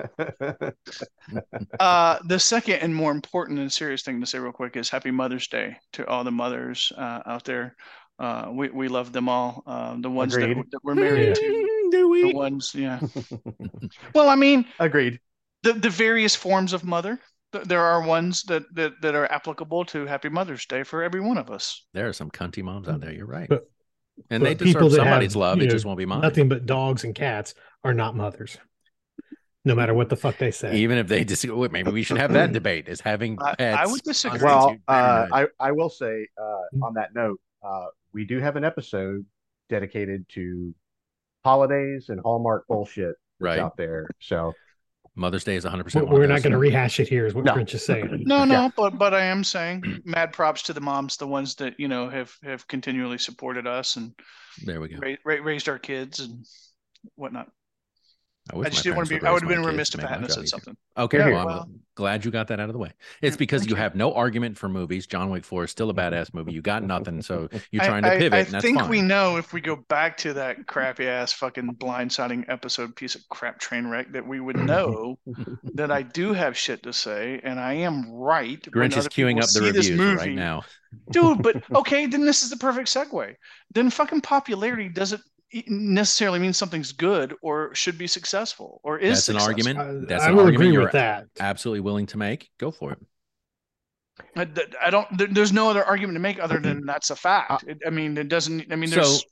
[SPEAKER 3] Uh, the second and more important and serious thing to say real quick is Happy Mother's Day to all the mothers uh, out there. Uh, we we love them all. Uh, the ones that,
[SPEAKER 4] Agreed.
[SPEAKER 3] that we're married to,
[SPEAKER 1] Do
[SPEAKER 3] the
[SPEAKER 1] we?
[SPEAKER 3] ones, yeah. Well, I mean,
[SPEAKER 4] Agreed.
[SPEAKER 3] the the various forms of mother. Th- There are ones that that that are applicable to Happy Mother's Day for every one of us.
[SPEAKER 1] There are some cunty moms out there. You're right,
[SPEAKER 2] But-
[SPEAKER 1] and they
[SPEAKER 2] but people
[SPEAKER 1] deserve
[SPEAKER 2] that
[SPEAKER 1] somebody's
[SPEAKER 2] have,
[SPEAKER 1] love.
[SPEAKER 2] you
[SPEAKER 1] It
[SPEAKER 2] know,
[SPEAKER 1] just won't be mine.
[SPEAKER 2] Nothing but dogs and cats are not mothers, no matter what the fuck they say.
[SPEAKER 1] Even if they disagree, wait, maybe we should have that debate. Is having
[SPEAKER 3] I- I
[SPEAKER 1] pets?
[SPEAKER 3] would disagree.
[SPEAKER 1] constitute
[SPEAKER 4] Well, uh,
[SPEAKER 1] parenthood?
[SPEAKER 4] I, I will say uh, on that note, uh, we do have an episode dedicated to holidays and Hallmark bullshit
[SPEAKER 1] right.
[SPEAKER 4] out there. So
[SPEAKER 1] Mother's Day is 100.
[SPEAKER 2] We're,
[SPEAKER 1] percent
[SPEAKER 2] we're not going to rehash it here, is what
[SPEAKER 4] No.
[SPEAKER 2] Grinch is saying.
[SPEAKER 3] No,
[SPEAKER 4] Yeah.
[SPEAKER 3] no, but but I am saying mad props to the moms, the ones that you know have have continually supported us and
[SPEAKER 1] There we go.
[SPEAKER 3] ra- ra- raised our kids and whatnot.
[SPEAKER 1] wish
[SPEAKER 3] I just
[SPEAKER 1] my
[SPEAKER 3] didn't want to
[SPEAKER 1] parents
[SPEAKER 3] be. I
[SPEAKER 1] raise
[SPEAKER 3] would
[SPEAKER 1] my
[SPEAKER 3] have been
[SPEAKER 1] kids
[SPEAKER 3] remiss
[SPEAKER 1] to
[SPEAKER 3] if I
[SPEAKER 1] make my
[SPEAKER 3] hadn't have
[SPEAKER 1] job
[SPEAKER 3] said
[SPEAKER 1] easier.
[SPEAKER 3] something.
[SPEAKER 1] Okay,
[SPEAKER 3] Yeah,
[SPEAKER 1] well, I'm
[SPEAKER 3] well-
[SPEAKER 1] glad you got that out of the way. It's
[SPEAKER 3] Yeah,
[SPEAKER 1] because
[SPEAKER 3] thank
[SPEAKER 1] you
[SPEAKER 3] you.
[SPEAKER 1] have no argument for movies. John Wick 4 is still a badass movie. You got nothing, so you're
[SPEAKER 3] Mm-hmm. I-
[SPEAKER 1] trying to
[SPEAKER 3] I-
[SPEAKER 1] pivot,
[SPEAKER 3] I,
[SPEAKER 1] and that's
[SPEAKER 3] think
[SPEAKER 1] fine.
[SPEAKER 3] we know if we go back to that crappy ass fucking blindsiding episode piece of crap train wreck that we would know that I do have shit to say and I am right. when
[SPEAKER 1] Grinch is
[SPEAKER 3] other people
[SPEAKER 1] queuing up the
[SPEAKER 3] see this
[SPEAKER 1] reviews
[SPEAKER 3] movie.
[SPEAKER 1] right now.
[SPEAKER 3] dude. But okay, then this is the perfect segue. Then fucking popularity doesn't e- necessarily mean something's good or should be successful or is
[SPEAKER 1] That's an
[SPEAKER 3] successful.
[SPEAKER 1] argument.
[SPEAKER 2] I-
[SPEAKER 1] That's
[SPEAKER 2] Uh, I
[SPEAKER 1] an
[SPEAKER 2] will
[SPEAKER 1] argument
[SPEAKER 2] agree
[SPEAKER 1] you're
[SPEAKER 2] with that.
[SPEAKER 1] Absolutely willing to make. Go for it.
[SPEAKER 3] I, th- I don't. There, there's no other argument to make other than that's a
[SPEAKER 1] Uh,
[SPEAKER 3] fact. It, I mean, it doesn't. I mean, there's.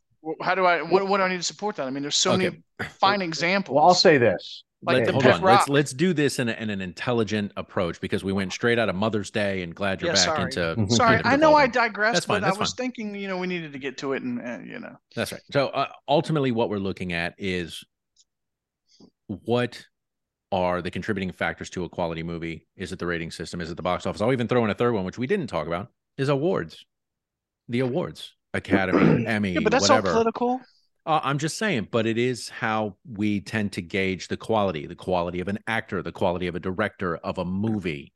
[SPEAKER 3] how do I? What, what do I need to support that? I mean, there's so
[SPEAKER 1] Okay.
[SPEAKER 3] many fine examples.
[SPEAKER 4] well, I'll say this.
[SPEAKER 3] Like
[SPEAKER 1] Let-
[SPEAKER 3] the
[SPEAKER 1] hold
[SPEAKER 3] pet
[SPEAKER 1] on.
[SPEAKER 3] rock.
[SPEAKER 1] Let's let's do this in, a, in an intelligent approach because we went straight out of Mother's Day and glad you're
[SPEAKER 3] Yeah,
[SPEAKER 1] back
[SPEAKER 3] sorry.
[SPEAKER 1] into.
[SPEAKER 3] Sorry,
[SPEAKER 1] kind of
[SPEAKER 3] I know I
[SPEAKER 1] revolving.
[SPEAKER 3] digressed,
[SPEAKER 1] That's fine,
[SPEAKER 3] but I
[SPEAKER 1] that's
[SPEAKER 3] was thinking, you know, we needed to get to it, and, and you know,
[SPEAKER 1] That's right. So uh, ultimately, what we're looking at is what are the contributing factors to a quality movie? Is it the rating system? Is it the box office? I'll even throw in a third one, which we didn't talk about, is awards. The awards, Academy, Emmy,
[SPEAKER 3] yeah, but that's
[SPEAKER 1] whatever.
[SPEAKER 3] all political.
[SPEAKER 1] Uh, I'm just saying, but it is how we tend to gauge the quality, the quality of an actor, the quality of a director, of a movie,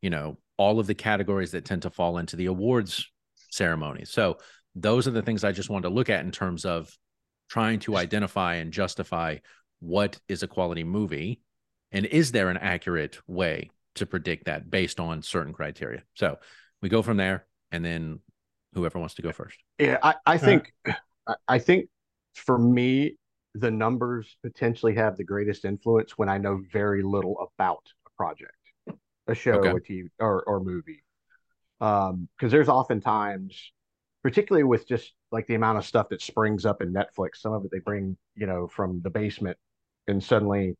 [SPEAKER 1] you know, all of the categories that tend to fall into the awards ceremony. So those are the things I just wanted to look at in terms of trying to identify and justify what is a quality movie and is there an accurate way to predict that based on certain criteria. So we go from there and then whoever wants to go first.
[SPEAKER 4] Yeah, I, I
[SPEAKER 2] right.
[SPEAKER 4] think I- I think for me, the numbers potentially have the greatest influence when I know very little about a project, a show,
[SPEAKER 1] Okay.
[SPEAKER 4] a TV or or movie. Um, because there's oftentimes, particularly with just like the amount of stuff that springs up in Netflix, some of it they bring, you know, from the basement and suddenly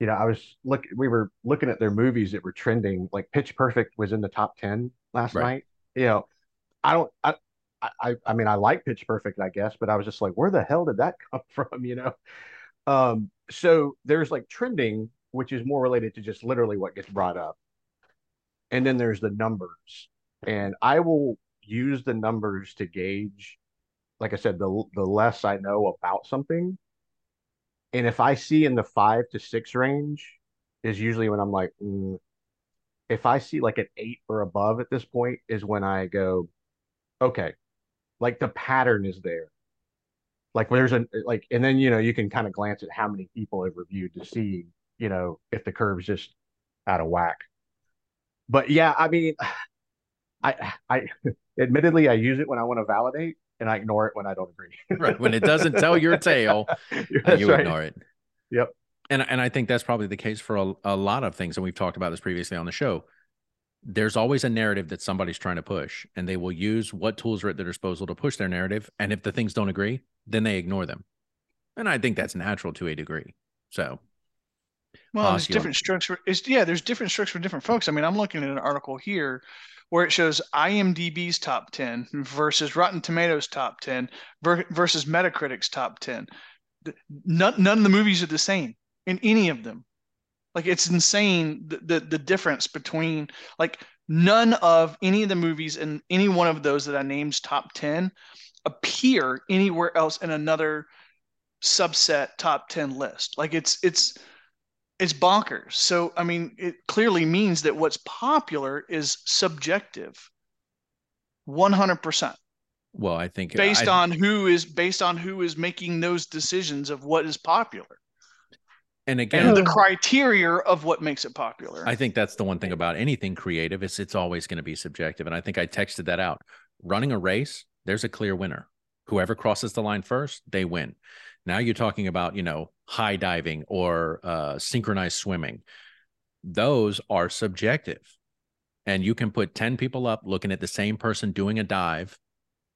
[SPEAKER 4] you know, I was look we were looking at their movies that were trending. Like Pitch Perfect was in the top ten last
[SPEAKER 1] Right.
[SPEAKER 4] night. You know, I don't I I I mean I like Pitch Perfect, I guess, but I was just like, where the hell did that come from? You know? Um, so there's like trending, which is more related to just literally what gets brought up. And then there's the numbers. And I will use the numbers to gauge, like I said, the the less I know about something. And if I see in the five to six range, is usually when I'm like, mm. if I see like an eight or above at this point, is when I go, okay, like the pattern is there. Like there's a like, and then you know you can kind of glance at how many people have reviewed to see you know if the curve's just out of whack. But yeah, I mean, I I admittedly I use it when I want to validate, and I ignore it when I don't agree.
[SPEAKER 1] right when it doesn't tell your tale
[SPEAKER 4] That's
[SPEAKER 1] you
[SPEAKER 4] right.
[SPEAKER 1] ignore it
[SPEAKER 4] Yep.
[SPEAKER 1] and and i think that's probably the case for a, a lot of things and we've talked about this previously on the show there's always a narrative that somebody's trying to push and they will use what tools are at their disposal to push their narrative and if the things don't agree then they ignore them and i think that's natural to a degree so
[SPEAKER 3] Well,
[SPEAKER 1] Uh,
[SPEAKER 3] there's
[SPEAKER 1] do you want-
[SPEAKER 3] different structure. It's yeah, there's different structure for different folks. I mean, I'm looking at an article here where it shows IMDb's top 10 versus Rotten Tomatoes top 10 ver- versus Metacritic's top 10. Th- None, none of the movies are the same in any of them. Like it's insane the, the the difference between like none of any of the movies in any one of those that I named top 10 appear anywhere else in another subset top 10 list. Like it's it's it's bonkers. So I mean, it clearly means that what's popular is subjective, one hundred percent,
[SPEAKER 1] well i think
[SPEAKER 3] based
[SPEAKER 1] I-
[SPEAKER 3] on who is based on who is making those decisions of what is popular
[SPEAKER 1] and again
[SPEAKER 3] and the
[SPEAKER 2] Yeah.
[SPEAKER 3] criteria of what makes it popular.
[SPEAKER 1] I think that's the one thing about anything creative is it's always going to be subjective. And I think I texted that out. Running a race, there's a clear winner. Whoever crosses the line first, they win. Now you're talking about, you know, high diving or uh, synchronized swimming. Those are subjective. And you can put 10 people up looking at the same person doing a dive,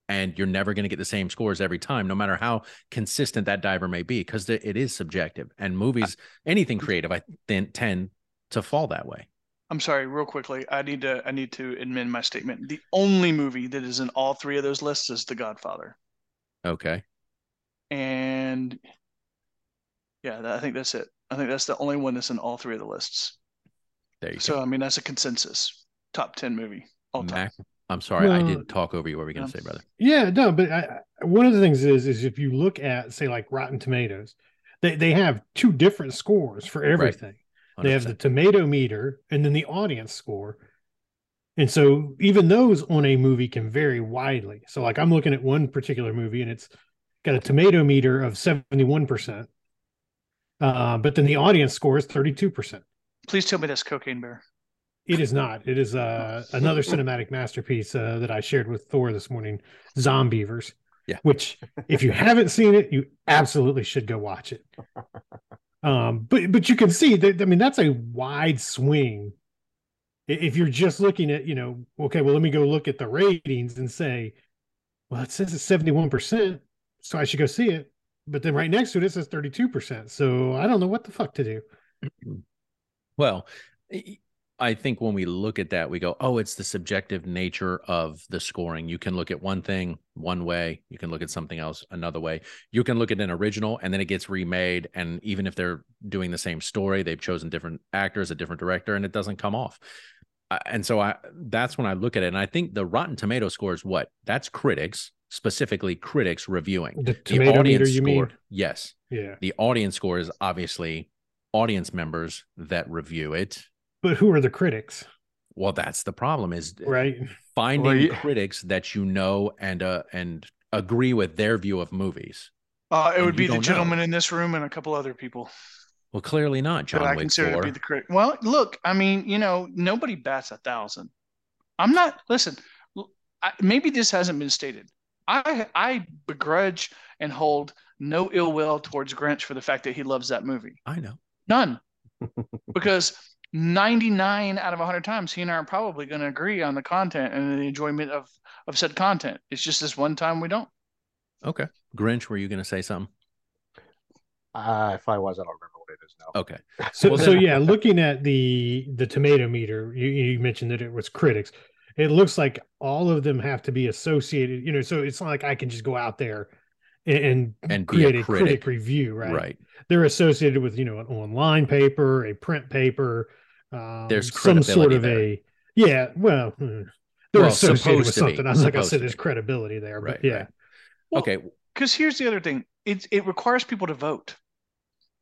[SPEAKER 1] and you're never going to get the same scores every time, no matter how consistent that diver may be, because it is subjective. And movies, anything creative, I th- tend to fall that way.
[SPEAKER 3] I'm sorry, real quickly, I need to I need to amend my statement. The only movie that is in all three of those lists is The Godfather,
[SPEAKER 1] Okay.
[SPEAKER 3] and yeah, that, I think that's it. I think that's the only one that's in all three of the lists.
[SPEAKER 1] There you
[SPEAKER 3] So
[SPEAKER 1] go.
[SPEAKER 3] I mean, that's a consensus top ten movie all time.
[SPEAKER 1] Mac, I'm sorry, I
[SPEAKER 2] Well-
[SPEAKER 1] did talk over you. What were we going to
[SPEAKER 3] No.
[SPEAKER 1] say, brother?
[SPEAKER 2] Yeah, no, but I, I- one of the things is is if you look at say like Rotten Tomatoes, they they have two different scores for everything. They have the
[SPEAKER 1] 100%.
[SPEAKER 2] tomato meter and then the audience score. And so even those on a movie can vary widely. So like I'm looking at one particular movie and it's got a tomato meter of 71%. Uh, but then the audience score is 32%.
[SPEAKER 3] Please tell me that's Cocaine Bear.
[SPEAKER 2] It is not. It is uh, another cinematic masterpiece uh, that I shared with Thor this morning, Zombievers.
[SPEAKER 1] Yeah.
[SPEAKER 2] Which, if you haven't seen it, you absolutely should go watch it. Um, but but you can see that. I mean, that's a wide swing. I- If you're just looking at, you know, okay, well, let me go look at the ratings and say, well, it says it's seventy-one percent, so I should go see it. But then right next to it, it says thirty-two percent. So I don't know what the fuck to do.
[SPEAKER 1] Well, I- I think when we look at that, we go, oh, it's the subjective nature of the scoring. You can look at one thing one way, you can look at something else another way. You can look at an original and then it gets remade. And even if they're doing the same story, they've chosen different actors, a different director, and it doesn't come off. I- And so I that's when I look at it. And I think the Rotten Tomato score is what? That's critics, specifically critics reviewing.
[SPEAKER 2] The
[SPEAKER 1] The
[SPEAKER 2] tomato
[SPEAKER 1] audience
[SPEAKER 2] meter, you
[SPEAKER 1] score,
[SPEAKER 2] mean?
[SPEAKER 1] Yes
[SPEAKER 2] Yeah.
[SPEAKER 1] the audience score is obviously audience members that review it
[SPEAKER 2] But who are the critics,
[SPEAKER 1] well that's the problem is
[SPEAKER 2] right?
[SPEAKER 1] finding
[SPEAKER 4] Well, you-
[SPEAKER 1] critics that you know and uh and agree with their view of movies
[SPEAKER 3] Uh, it
[SPEAKER 1] And
[SPEAKER 3] would
[SPEAKER 1] you
[SPEAKER 3] be the
[SPEAKER 1] don't know.
[SPEAKER 3] gentleman in this room and a couple other people
[SPEAKER 1] well clearly not john
[SPEAKER 3] that I
[SPEAKER 1] wick
[SPEAKER 3] consider
[SPEAKER 1] 4
[SPEAKER 3] to be the critic. Well, look, I mean, you know, nobody bats a thousand. I'm not. Listen, l- I, maybe this hasn't been stated. I I begrudge and hold no ill will towards Grinch for the fact that he loves that movie.
[SPEAKER 1] i know
[SPEAKER 3] None, because. 99 out of 100 times he and I are probably going to agree on the content and the enjoyment of of said content. It's just this one time we don't.
[SPEAKER 1] okay grinch were you going to say something
[SPEAKER 4] Uh, if I was, I don't remember what it it is
[SPEAKER 3] Oh,
[SPEAKER 4] now.
[SPEAKER 1] Okay.
[SPEAKER 2] So,
[SPEAKER 1] Well,
[SPEAKER 2] so
[SPEAKER 1] then-
[SPEAKER 2] yeah, looking at the the tomato meter, you, you mentioned that it was critics. It looks like all of them have to be associated, you know. So it's not like I can just go out there and and,
[SPEAKER 1] And be a
[SPEAKER 2] create a,
[SPEAKER 1] critic.
[SPEAKER 2] critic. review, right?
[SPEAKER 1] Right.
[SPEAKER 2] They're associated with you know an online paper, a print paper. Um,
[SPEAKER 1] There's
[SPEAKER 2] some sort
[SPEAKER 1] credibility
[SPEAKER 2] of
[SPEAKER 1] there.
[SPEAKER 2] a yeah. Well, hmm. they're
[SPEAKER 1] Well,
[SPEAKER 2] associated
[SPEAKER 1] supposed
[SPEAKER 2] with
[SPEAKER 1] to be,
[SPEAKER 2] something. I was like, I
[SPEAKER 1] supposed to
[SPEAKER 2] said, there's
[SPEAKER 1] be.
[SPEAKER 2] credibility there, but
[SPEAKER 1] Right,
[SPEAKER 2] yeah,
[SPEAKER 1] right.
[SPEAKER 3] Well,
[SPEAKER 1] okay.
[SPEAKER 3] Because here's the other thing it, it requires people to vote,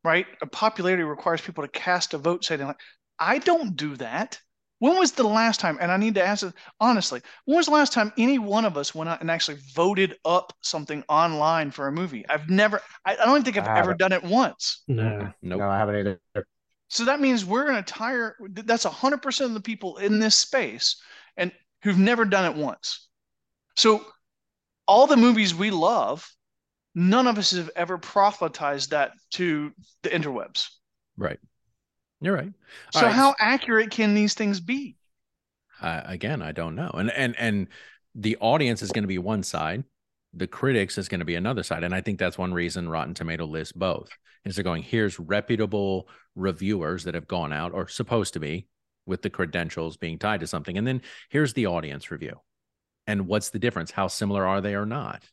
[SPEAKER 3] right? A popularity requires people to cast a vote saying, like, I don't do that. When was the last time, and I need to ask this honestly, when was the last time any one of us went out and actually voted up something online for a movie? I've never, I, I don't think I've
[SPEAKER 4] I
[SPEAKER 3] ever done it once.
[SPEAKER 2] no,
[SPEAKER 1] Nope.
[SPEAKER 4] No, I haven't either.
[SPEAKER 3] So that means we're an entire, that's 100% of the people in this space and who've never done it once. So all the movies we love, none of us have ever proselytized that to the interwebs.
[SPEAKER 1] You're right. All
[SPEAKER 3] so
[SPEAKER 1] right.
[SPEAKER 3] how accurate can these things be?
[SPEAKER 1] I again, I don't know. And and and the audience is going to be one side, the critics is going to be another side, and I think that's one reason Rotten Tomato lists both is they're going here's reputable reviewers that have gone out or supposed to be with the credentials being tied to something, and then here's the audience review, and what's the difference? How similar are they or not?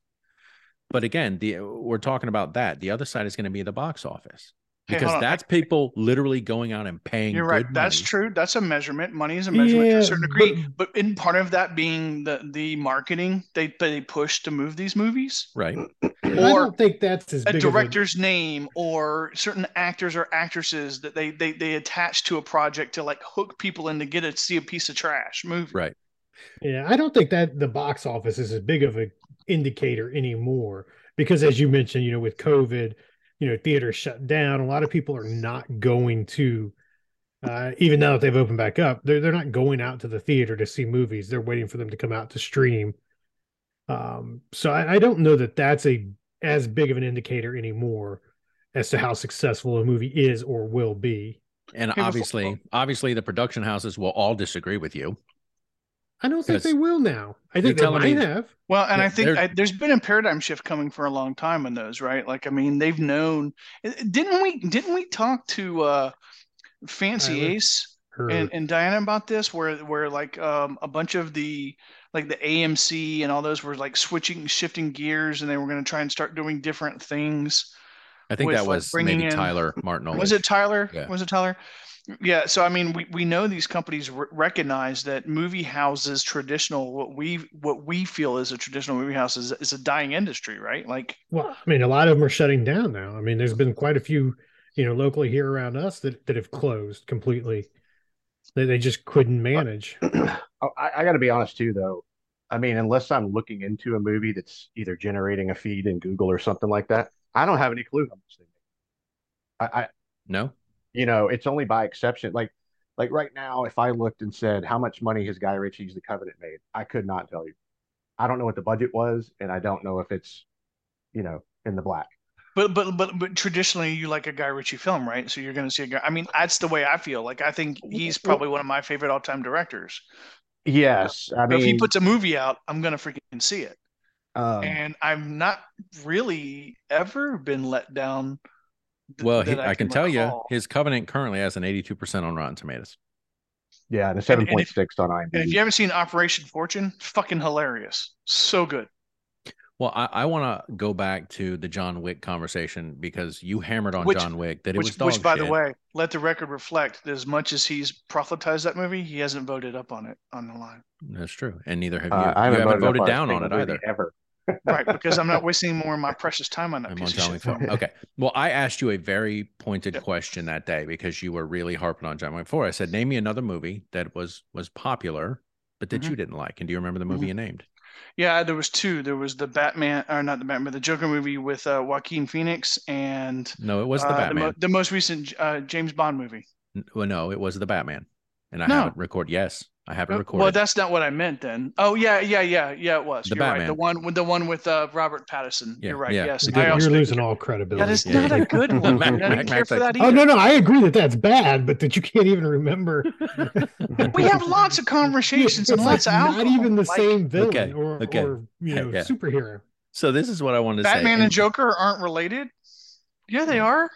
[SPEAKER 1] But again, the we're talking about that. The other side is going to be the box office
[SPEAKER 3] Hey,
[SPEAKER 1] because
[SPEAKER 3] hold on.
[SPEAKER 1] that's people literally going out and paying.
[SPEAKER 3] You're right.
[SPEAKER 1] good
[SPEAKER 3] That's
[SPEAKER 1] money.
[SPEAKER 3] true. That's a measurement. Money is a measurement to
[SPEAKER 2] Yeah,
[SPEAKER 3] a certain degree. But, in part of that being the the marketing they they push to move these movies.
[SPEAKER 1] Right.
[SPEAKER 2] I
[SPEAKER 3] Or-
[SPEAKER 2] don't think that's as
[SPEAKER 3] a
[SPEAKER 2] big of
[SPEAKER 3] director's name or certain actors or actresses that they, they they attach to a project to like hook people in to get it see a piece of trash movie.
[SPEAKER 1] Right.
[SPEAKER 2] Yeah, I don't think that the box office is as big of an indicator anymore because, as you mentioned, you know, with COVID, you know, theaters shut down. A lot of people are not going to, uh, even now that they've opened back up, they're they're not going out to the theater to see movies. They're waiting for them to come out to stream. Um, so I, I don't know that that's a as big of an indicator anymore as to how successful a movie is or will be.
[SPEAKER 1] And
[SPEAKER 3] Hey, before-
[SPEAKER 1] obviously, obviously, the production houses will all disagree with you.
[SPEAKER 2] I don't think they
[SPEAKER 1] Yes.
[SPEAKER 2] will now. I
[SPEAKER 1] You're
[SPEAKER 2] think they
[SPEAKER 1] telling
[SPEAKER 2] might
[SPEAKER 1] me-
[SPEAKER 2] have.
[SPEAKER 3] Well, and
[SPEAKER 1] Yeah,
[SPEAKER 3] I think
[SPEAKER 1] they're-
[SPEAKER 3] I, there's been a paradigm shift coming for a long time in those, right? Like, I mean, they've known. eh, Didn't we? Didn't we talk to uh, Fancy
[SPEAKER 2] Tyler.
[SPEAKER 3] Ace
[SPEAKER 2] Or,
[SPEAKER 3] and, and Diana about this? Where where like um, a bunch of the like the AMC and all those were like switching, shifting gears, and they were going to try and start doing different things.
[SPEAKER 1] I think
[SPEAKER 3] With,
[SPEAKER 1] that
[SPEAKER 3] like,
[SPEAKER 1] was
[SPEAKER 3] bringing
[SPEAKER 1] maybe
[SPEAKER 3] in-
[SPEAKER 1] Tyler Martin.
[SPEAKER 3] Was it Tyler?
[SPEAKER 1] Yeah.
[SPEAKER 3] Was it Tyler? Yeah. So I mean, we, we know these companies r- recognize that movie houses, traditional what we what we feel is a traditional movie house is, is a dying industry, right? Like
[SPEAKER 2] Well, I mean, a lot of them are shutting down now. I mean, there's been quite a few, you know, locally here around us that, that have closed completely. They, they just couldn't manage.
[SPEAKER 4] Oh, I, I got to be honest too, though. I mean, unless I'm looking into a movie that's either generating a feed in Google or something like that, I don't have any clue how much they make. I, I,
[SPEAKER 1] No.
[SPEAKER 4] you know, it's only by exception. Like, like right now, if I looked and said how much money has Guy Ritchie's The Covenant made, I could not tell you. I don't know what the budget was, and I don't know if it's, you know, in the black.
[SPEAKER 3] But but but but traditionally, you like a Guy Ritchie film, right? So you're going to see a guy. I mean, that's the way I feel. Like I think he's probably one of my favorite all-time directors.
[SPEAKER 4] Yes, I
[SPEAKER 3] But if he
[SPEAKER 4] mean,
[SPEAKER 3] puts a movie out, I'm going to freaking see it.
[SPEAKER 4] um,
[SPEAKER 3] And I've not really ever been let down. th-
[SPEAKER 1] Well, he,
[SPEAKER 3] that
[SPEAKER 1] I, can tell
[SPEAKER 3] recall.
[SPEAKER 1] you his covenant currently has an 82% on Rotten Tomatoes.
[SPEAKER 4] yeah, and a
[SPEAKER 3] and
[SPEAKER 4] seven
[SPEAKER 3] if-
[SPEAKER 4] point six on IMDb.
[SPEAKER 3] And if you haven't seen Operation Fortune, fucking hilarious, so good.
[SPEAKER 1] Well, I, I want to go back to the John Wick conversation because you hammered on
[SPEAKER 3] Which-
[SPEAKER 1] John Wick that it was
[SPEAKER 3] Which,
[SPEAKER 1] dog
[SPEAKER 3] which, by the
[SPEAKER 1] shit.
[SPEAKER 3] way, let the record reflect that as much as he's proselytized that movie, he hasn't voted up on it on the line,
[SPEAKER 1] that's true, and neither have you.
[SPEAKER 4] Uh, I
[SPEAKER 1] you
[SPEAKER 4] haven't
[SPEAKER 1] haven't
[SPEAKER 4] voted, up
[SPEAKER 1] voted
[SPEAKER 4] on a
[SPEAKER 1] down on it
[SPEAKER 4] single movie
[SPEAKER 1] either.
[SPEAKER 4] ever.
[SPEAKER 3] right? Because I'm not wasting more of my precious time on that
[SPEAKER 1] I'm on
[SPEAKER 3] piece
[SPEAKER 1] John
[SPEAKER 3] of
[SPEAKER 1] Wick
[SPEAKER 3] shit.
[SPEAKER 1] film. Okay. Well, I asked you a very pointed
[SPEAKER 3] Yep.
[SPEAKER 1] question that day because you were really harping on John Wick 4. I said, name me another movie that was was popular, but that
[SPEAKER 3] Mhm.
[SPEAKER 1] you didn't like. And do you remember the movie
[SPEAKER 3] Mhm.
[SPEAKER 1] you named?
[SPEAKER 3] Yeah, there was two. There was the Batman, or not the Batman, the Joker movie with uh, Joaquin Phoenix, and
[SPEAKER 1] No, it was the
[SPEAKER 3] uh,
[SPEAKER 1] Batman.
[SPEAKER 3] mo- the most recent uh, James Bond movie.
[SPEAKER 1] N- Well, no, it was the Batman, and I
[SPEAKER 3] No. Uh,
[SPEAKER 1] haven't recorded. Yes, I haven't recorded.
[SPEAKER 3] Well, that's not what I meant then. Oh yeah, yeah, yeah, yeah. It was.
[SPEAKER 1] The
[SPEAKER 3] You're right. The
[SPEAKER 1] Batman.
[SPEAKER 3] one with the one with uh, Robert Pattinson.
[SPEAKER 1] Yeah,
[SPEAKER 3] You're right.
[SPEAKER 1] yeah.
[SPEAKER 3] Yes,
[SPEAKER 2] Again,
[SPEAKER 3] I also
[SPEAKER 2] You're
[SPEAKER 3] think-
[SPEAKER 2] losing all credibility.
[SPEAKER 3] That is
[SPEAKER 1] Yeah.
[SPEAKER 3] not a good one.
[SPEAKER 4] Mac-
[SPEAKER 3] I didn't
[SPEAKER 1] Mac-
[SPEAKER 3] care
[SPEAKER 1] Mac's
[SPEAKER 3] for
[SPEAKER 1] like,
[SPEAKER 3] that
[SPEAKER 2] Oh,
[SPEAKER 3] either.
[SPEAKER 2] no, no. I agree that that's bad, but that you can't even remember.
[SPEAKER 3] We have lots of conversations and
[SPEAKER 2] It's
[SPEAKER 3] lots
[SPEAKER 2] like
[SPEAKER 3] of
[SPEAKER 2] not
[SPEAKER 3] alcohol.
[SPEAKER 2] even the
[SPEAKER 3] Like,
[SPEAKER 2] same villain
[SPEAKER 1] Okay,
[SPEAKER 2] or,
[SPEAKER 1] okay.
[SPEAKER 2] or you know,
[SPEAKER 1] Yeah.
[SPEAKER 2] superhero.
[SPEAKER 1] so this is what I wanted to say.
[SPEAKER 3] Batman and Joker aren't related. Yeah, they are.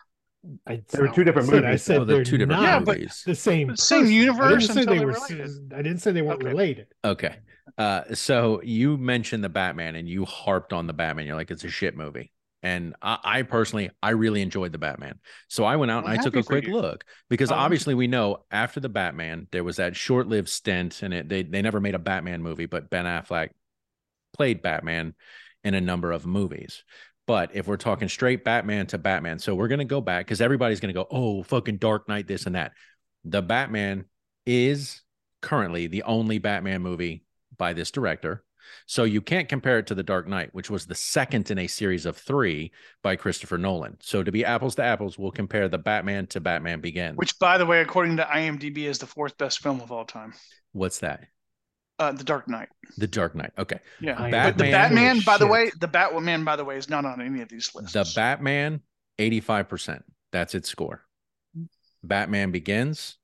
[SPEAKER 2] I,
[SPEAKER 4] There were two different
[SPEAKER 2] said- I
[SPEAKER 4] movies,
[SPEAKER 2] said
[SPEAKER 1] Oh,
[SPEAKER 2] they're
[SPEAKER 1] the two different
[SPEAKER 2] not
[SPEAKER 3] Yeah, but-
[SPEAKER 1] movies.
[SPEAKER 2] the same.
[SPEAKER 3] Same
[SPEAKER 2] person. I
[SPEAKER 3] universe
[SPEAKER 2] didn't say
[SPEAKER 3] until
[SPEAKER 2] they
[SPEAKER 3] they're
[SPEAKER 2] were.
[SPEAKER 3] related.
[SPEAKER 2] s- I didn't say they weren't
[SPEAKER 3] Okay.
[SPEAKER 2] related.
[SPEAKER 1] Okay. Uh, so you mentioned the Batman and you harped on the Batman. You're like, it's a shit movie. And I, I personally, I really enjoyed the Batman. So I went out
[SPEAKER 3] I'm
[SPEAKER 1] and I took
[SPEAKER 3] happy
[SPEAKER 1] a
[SPEAKER 3] for
[SPEAKER 1] quick
[SPEAKER 3] you. Uh-huh.
[SPEAKER 1] look because
[SPEAKER 3] I'm-
[SPEAKER 1] obviously we know after the Batman, there was that short lived stint and it, they, they never made a Batman movie, but Ben Affleck played Batman in a number of movies. But if we're talking straight Batman to Batman, so we're going to go back because everybody's going to go, oh, fucking Dark Knight, this and that. The Batman is currently the only Batman movie by this director. So you can't compare it to The Dark Knight, which was the second in a series of three by Christopher Nolan. So to be apples to apples, we'll compare the Batman to Batman Begins.
[SPEAKER 3] Which, by the way, according to IMDb, is the fourth best film of all time.
[SPEAKER 1] What's that?
[SPEAKER 3] Uh, the Dark Knight.
[SPEAKER 1] The Dark Knight. Okay.
[SPEAKER 3] Yeah,
[SPEAKER 2] I
[SPEAKER 3] but the
[SPEAKER 1] am-
[SPEAKER 3] Batman, by the
[SPEAKER 2] Shit.
[SPEAKER 3] way, the Batman, by the way, is not on any of these lists.
[SPEAKER 1] The Batman, 85%. That's its score. Batman Begins.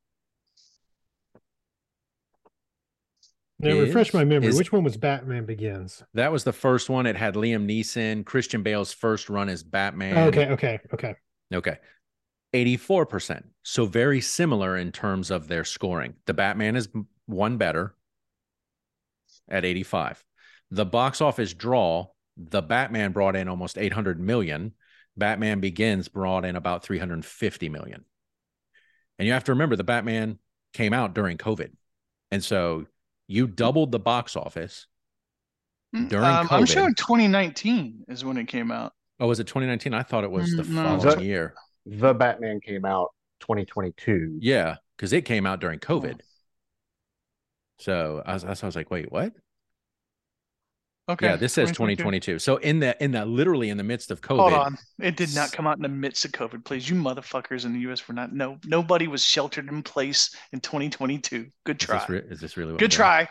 [SPEAKER 2] Now refresh
[SPEAKER 1] Is-
[SPEAKER 2] my memory.
[SPEAKER 1] is-
[SPEAKER 2] Which one was Batman Begins?
[SPEAKER 1] That was the first one. It had Liam Neeson, Christian Bale's first run as Batman.
[SPEAKER 2] okay, okay, okay.
[SPEAKER 1] Okay. 84%. So very similar in terms of their scoring. The Batman is m- one better at 85. The box office draw, the Batman brought in almost 800 million. Batman Begins brought in about 350 million. And you have to remember the Batman came out during COVID. And so you doubled the box office.
[SPEAKER 3] Mm,
[SPEAKER 1] during
[SPEAKER 3] I'm
[SPEAKER 1] COVID-
[SPEAKER 3] showing 2019 is when it came out.
[SPEAKER 1] Oh, was it 2019? I thought it was the
[SPEAKER 3] Mm, no.
[SPEAKER 1] following
[SPEAKER 4] That-
[SPEAKER 1] year.
[SPEAKER 4] The Batman came out 2022.
[SPEAKER 1] Yeah, because it came out during COVID. So I was, I was like, wait, what?
[SPEAKER 3] Okay.
[SPEAKER 1] Yeah, this says 2022. So in the in the literally in the midst of COVID,
[SPEAKER 3] Hold on, it did
[SPEAKER 1] S-
[SPEAKER 3] not come out in the midst of COVID. Please, you motherfuckers in the U.S. were not. No, nobody was sheltered in place in 2022. Good
[SPEAKER 1] is
[SPEAKER 3] try.
[SPEAKER 1] this, re- is this really what
[SPEAKER 3] Good
[SPEAKER 1] we're doing?
[SPEAKER 3] try.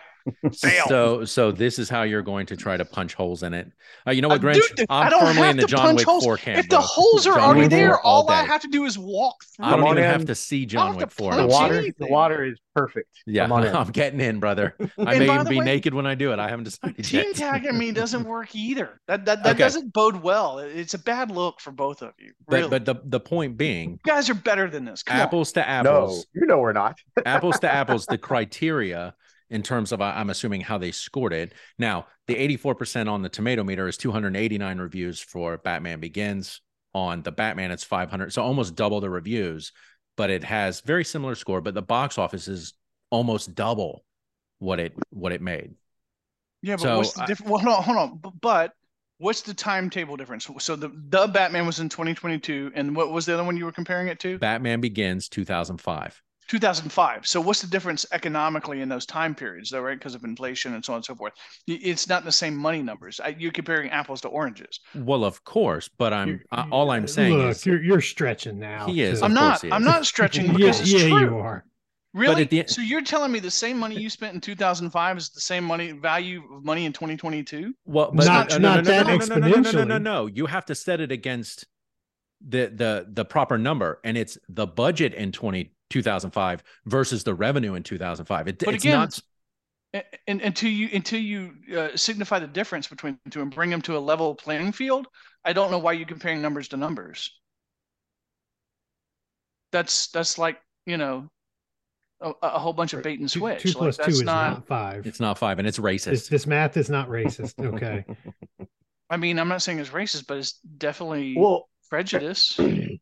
[SPEAKER 3] Fail.
[SPEAKER 1] So so this is how you're going to try to punch holes in it. Uh, you know what,
[SPEAKER 3] Uh,
[SPEAKER 1] Grinch?
[SPEAKER 3] dude, th- I
[SPEAKER 1] I'm
[SPEAKER 3] don't
[SPEAKER 1] firmly
[SPEAKER 3] have
[SPEAKER 1] in the
[SPEAKER 3] to
[SPEAKER 1] John
[SPEAKER 3] punch
[SPEAKER 1] Wick
[SPEAKER 3] holes.
[SPEAKER 1] 4 camp.
[SPEAKER 3] If the
[SPEAKER 1] bro.
[SPEAKER 3] holes are
[SPEAKER 1] John
[SPEAKER 3] already
[SPEAKER 4] Wick
[SPEAKER 3] there,
[SPEAKER 1] four
[SPEAKER 3] all,
[SPEAKER 1] all
[SPEAKER 3] I
[SPEAKER 1] day.
[SPEAKER 3] have to do is walk through.
[SPEAKER 1] I don't
[SPEAKER 4] Come
[SPEAKER 1] even
[SPEAKER 4] on
[SPEAKER 1] have
[SPEAKER 4] in.
[SPEAKER 1] to see
[SPEAKER 3] I'll
[SPEAKER 1] John
[SPEAKER 3] have
[SPEAKER 1] Wick
[SPEAKER 3] to
[SPEAKER 1] 4.
[SPEAKER 4] The
[SPEAKER 3] punch
[SPEAKER 1] I'm
[SPEAKER 4] water,
[SPEAKER 1] serious.
[SPEAKER 3] anything.
[SPEAKER 4] the water is perfect.
[SPEAKER 1] Yeah,
[SPEAKER 4] Come on in.
[SPEAKER 1] I'm getting in, brother. I
[SPEAKER 3] And
[SPEAKER 1] may
[SPEAKER 3] by
[SPEAKER 1] even
[SPEAKER 3] the
[SPEAKER 1] be
[SPEAKER 3] way-
[SPEAKER 1] naked when I do it. I haven't decided
[SPEAKER 3] Team
[SPEAKER 1] yet.
[SPEAKER 3] tagging me doesn't work either. That that, that
[SPEAKER 1] Okay.
[SPEAKER 3] doesn't bode well. It's a bad look for both of you.
[SPEAKER 1] but
[SPEAKER 3] Really,
[SPEAKER 1] but the the point being,
[SPEAKER 3] you guys are better than this. Come on.
[SPEAKER 1] apples to apples.
[SPEAKER 4] No, you know we're not.
[SPEAKER 1] apples to apples, the criteria in terms of I- I'm assuming how they scored it. Now, the 84% on the tomato meter is 289 reviews for Batman Begins. On the Batman, it's 500. So almost double the reviews, but it has very similar score, but the box office is almost double what it what it made.
[SPEAKER 3] Yeah, but
[SPEAKER 1] So
[SPEAKER 3] what's the
[SPEAKER 1] I-
[SPEAKER 3] difference? Well, hold on, hold on. B- But what's the timetable difference? So the the Batman was in 2022, and what was the other one you were comparing it to?
[SPEAKER 1] Batman Begins 2005.
[SPEAKER 3] 2005. So what's the difference economically in those time periods, though, right? Because of inflation and so on and so forth. Y- It's not the same money numbers. I- You're comparing apples to oranges.
[SPEAKER 1] Well, of course, but I'm
[SPEAKER 2] You're-
[SPEAKER 1] I- all I'm saying
[SPEAKER 2] look,
[SPEAKER 1] is
[SPEAKER 2] you're you're stretching now.
[SPEAKER 1] He is.
[SPEAKER 2] to-
[SPEAKER 1] Of
[SPEAKER 3] I'm not.
[SPEAKER 1] course he
[SPEAKER 3] I'm
[SPEAKER 1] is.
[SPEAKER 3] not stretching
[SPEAKER 2] yeah,
[SPEAKER 3] because it's
[SPEAKER 2] yeah,
[SPEAKER 3] true.
[SPEAKER 2] you are.
[SPEAKER 3] Really?
[SPEAKER 1] at the end-
[SPEAKER 3] so you're telling me the same money you spent in 2005 is the same money value of money in 2022?
[SPEAKER 1] Well,
[SPEAKER 2] It's
[SPEAKER 3] not-
[SPEAKER 1] no, no,
[SPEAKER 2] not
[SPEAKER 1] no, no,
[SPEAKER 2] that
[SPEAKER 1] no, no, no, No, no, no, no,
[SPEAKER 2] exponentially.
[SPEAKER 1] no. You have to set it against the the the proper number, and it's the budget in 20, 2005 versus the revenue in two thousand five. It,
[SPEAKER 3] But
[SPEAKER 1] it's
[SPEAKER 3] again,
[SPEAKER 1] not
[SPEAKER 3] A- And until you until you uh, signify the difference between the two and bring them to a level playing field, I don't know why you're comparing numbers to numbers. That's that's like you know a, a whole bunch of bait and
[SPEAKER 2] Two,
[SPEAKER 3] switch.
[SPEAKER 2] two
[SPEAKER 3] like
[SPEAKER 2] plus two
[SPEAKER 3] that's
[SPEAKER 2] is
[SPEAKER 3] not,
[SPEAKER 2] not, five.
[SPEAKER 1] it's not five, and it's
[SPEAKER 2] this,
[SPEAKER 1] racist.
[SPEAKER 2] this math is not racist. Okay.
[SPEAKER 3] I mean, I'm not saying it's racist, but it's definitely
[SPEAKER 4] well,
[SPEAKER 3] prejudice.
[SPEAKER 4] I-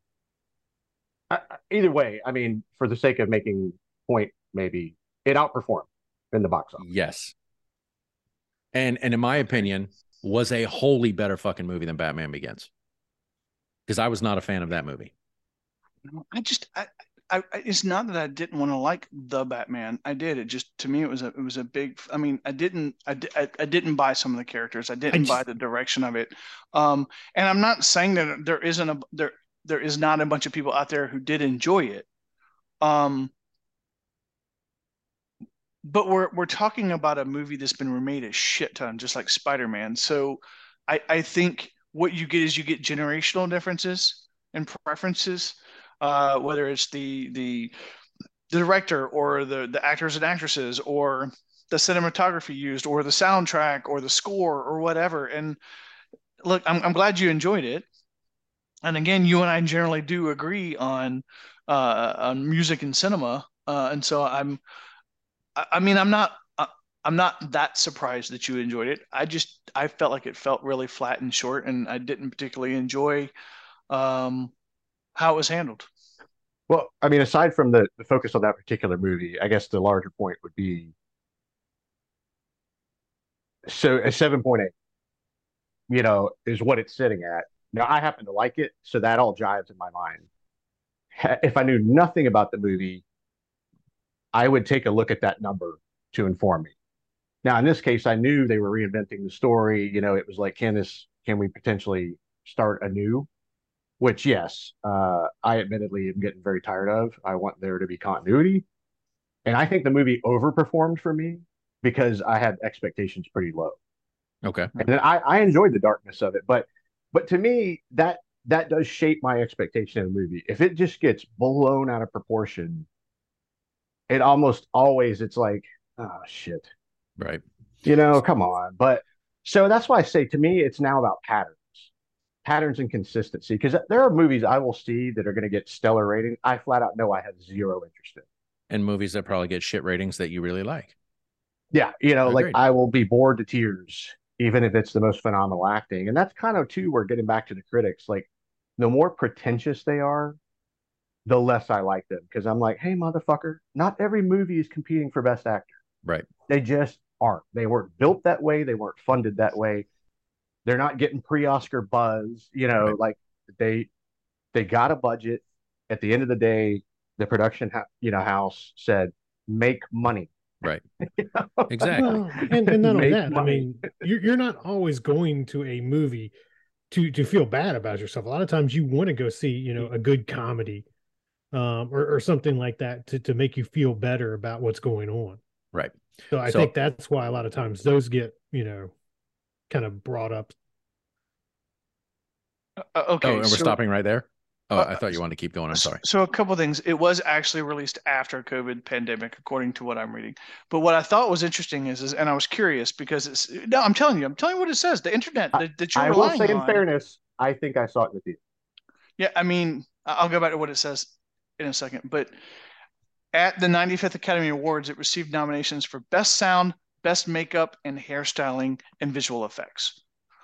[SPEAKER 4] I- either way, I mean, for the sake of making point, maybe it outperformed in the box office.
[SPEAKER 1] yes, and and in my opinion, was a wholly better fucking movie than Batman Begins, because I was not a fan of that movie.
[SPEAKER 3] I just I, I I- it's not that I didn't want to like the Batman. I did. It just to me it was a it was a big. I mean, I didn't I, di- I, I didn't buy some of the characters. I didn't buy
[SPEAKER 1] just-
[SPEAKER 3] the direction of it. Um, and I'm not saying that there isn't a there there is not a bunch of people out there who did enjoy it. Um, but we're we're talking about a movie that's been remade a shit ton, just like Spider Man. So I I think what you get is you get generational differences and preferences, uh, whether it's the the director or the the actors and actresses or the cinematography used or the soundtrack or the score or whatever. And look, I'm I'm glad you enjoyed it. and again, you and I generally do agree on uh, on music and cinema, uh, and so I'm. I, I mean, I'm not. I- I'm not that surprised that you enjoyed it. I just I felt like it felt really flat and short, and I didn't particularly enjoy um, how it was handled.
[SPEAKER 4] Well, I mean, aside from the, the focus on that particular movie, I guess the larger point would be so a 7.8, you know, is what it's sitting at. Now, I happen to like it, so that all jives in my mind. Ha- If I knew nothing about the movie, I would take a look at that number to inform me. Now, in this case, I knew they were reinventing the story. You know, it was like, can this, can we potentially start anew? which yes, uh, I admittedly am getting very tired of. I want there to be continuity, and I think the movie overperformed for me because I had expectations pretty low,
[SPEAKER 1] Okay.
[SPEAKER 4] and then I, I enjoyed the darkness of it. But but to me, that that does shape my expectation of the movie. If it just gets blown out of proportion, it almost always it's like, oh shit,
[SPEAKER 1] Right.
[SPEAKER 4] you know, come on. But so that's why I say to me, it's now about patterns, patterns and consistency. Because there are movies I will see that are going to get stellar rating. I flat out know I have zero interest in.
[SPEAKER 1] And movies that probably get shit ratings that you really like.
[SPEAKER 4] Yeah, you know, like
[SPEAKER 1] Agreed.
[SPEAKER 4] I will be bored to tears, even if it's the most phenomenal acting. And that's kind of too. We're getting back to the critics. Like, the more pretentious they are, the less I like them because I'm like, hey, motherfucker, not every movie is competing for best actor.
[SPEAKER 1] Right.
[SPEAKER 4] They just aren't. They weren't built that way. They weren't funded that way. They're not getting pre-Oscar buzz. You know,
[SPEAKER 1] Right.
[SPEAKER 4] like they they got a budget. At the end of the day, the production ha- you know house said make money.
[SPEAKER 1] Right.
[SPEAKER 4] You know?
[SPEAKER 1] Exactly.
[SPEAKER 2] Well, and, and not only
[SPEAKER 4] Make
[SPEAKER 2] that, I
[SPEAKER 4] money.
[SPEAKER 2] mean, you're, you're not always going to a movie to to feel bad about yourself. A lot of times you want to go see, you know, a good comedy um, or, or something like that to, to make you feel better about what's going on.
[SPEAKER 1] Right.
[SPEAKER 2] So I
[SPEAKER 1] So-
[SPEAKER 2] think that's why a lot of times those get, you know, kind of brought up.
[SPEAKER 3] Uh, okay,
[SPEAKER 1] oh, and we're
[SPEAKER 3] so-
[SPEAKER 1] stopping right there. Oh,
[SPEAKER 3] Uh,
[SPEAKER 1] I thought you wanted to keep going. I'm
[SPEAKER 3] S-
[SPEAKER 1] sorry.
[SPEAKER 3] So a couple things. It was actually released after COVID pandemic, according to what I'm reading. But what I thought was interesting is, is and I was curious because it's no, I'm telling you, I'm telling you what it says. The internet
[SPEAKER 4] I-
[SPEAKER 3] that, that you're
[SPEAKER 4] I will
[SPEAKER 3] relying
[SPEAKER 4] say, in
[SPEAKER 3] on.
[SPEAKER 4] fairness, I think I saw it with you.
[SPEAKER 3] Yeah, I mean, I- I'll go back to what it says in a second, but at the 95th Academy Awards, it received nominations for Best Sound, Best Makeup, and Hairstyling and Visual Effects.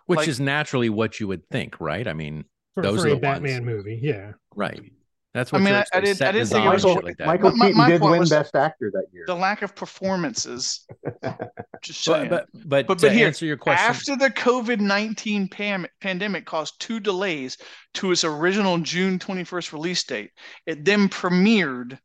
[SPEAKER 1] Which
[SPEAKER 3] like-
[SPEAKER 1] is naturally what you would think, right? I mean,
[SPEAKER 2] For,
[SPEAKER 1] Those
[SPEAKER 2] for
[SPEAKER 1] are
[SPEAKER 2] a
[SPEAKER 1] the
[SPEAKER 2] Batman movie. Yeah.
[SPEAKER 1] right. That's
[SPEAKER 3] I
[SPEAKER 1] what
[SPEAKER 3] mean,
[SPEAKER 1] you're
[SPEAKER 3] I- I
[SPEAKER 1] expecting.
[SPEAKER 3] didn't- I
[SPEAKER 1] Set
[SPEAKER 3] didn't think
[SPEAKER 1] design,
[SPEAKER 3] it was-
[SPEAKER 1] shit
[SPEAKER 4] Michael,
[SPEAKER 1] like that.
[SPEAKER 4] Michael
[SPEAKER 3] My- my-
[SPEAKER 4] Keaton
[SPEAKER 3] my
[SPEAKER 4] did
[SPEAKER 3] point
[SPEAKER 4] win
[SPEAKER 3] was-
[SPEAKER 4] Best Actor that year.
[SPEAKER 3] The lack of performances. Just saying.
[SPEAKER 1] but, but, but,
[SPEAKER 3] But-
[SPEAKER 1] to
[SPEAKER 3] but here,
[SPEAKER 1] answer your question,
[SPEAKER 3] After the COVID 19 pam- pandemic caused two delays to its original June 21st release date, it then premiered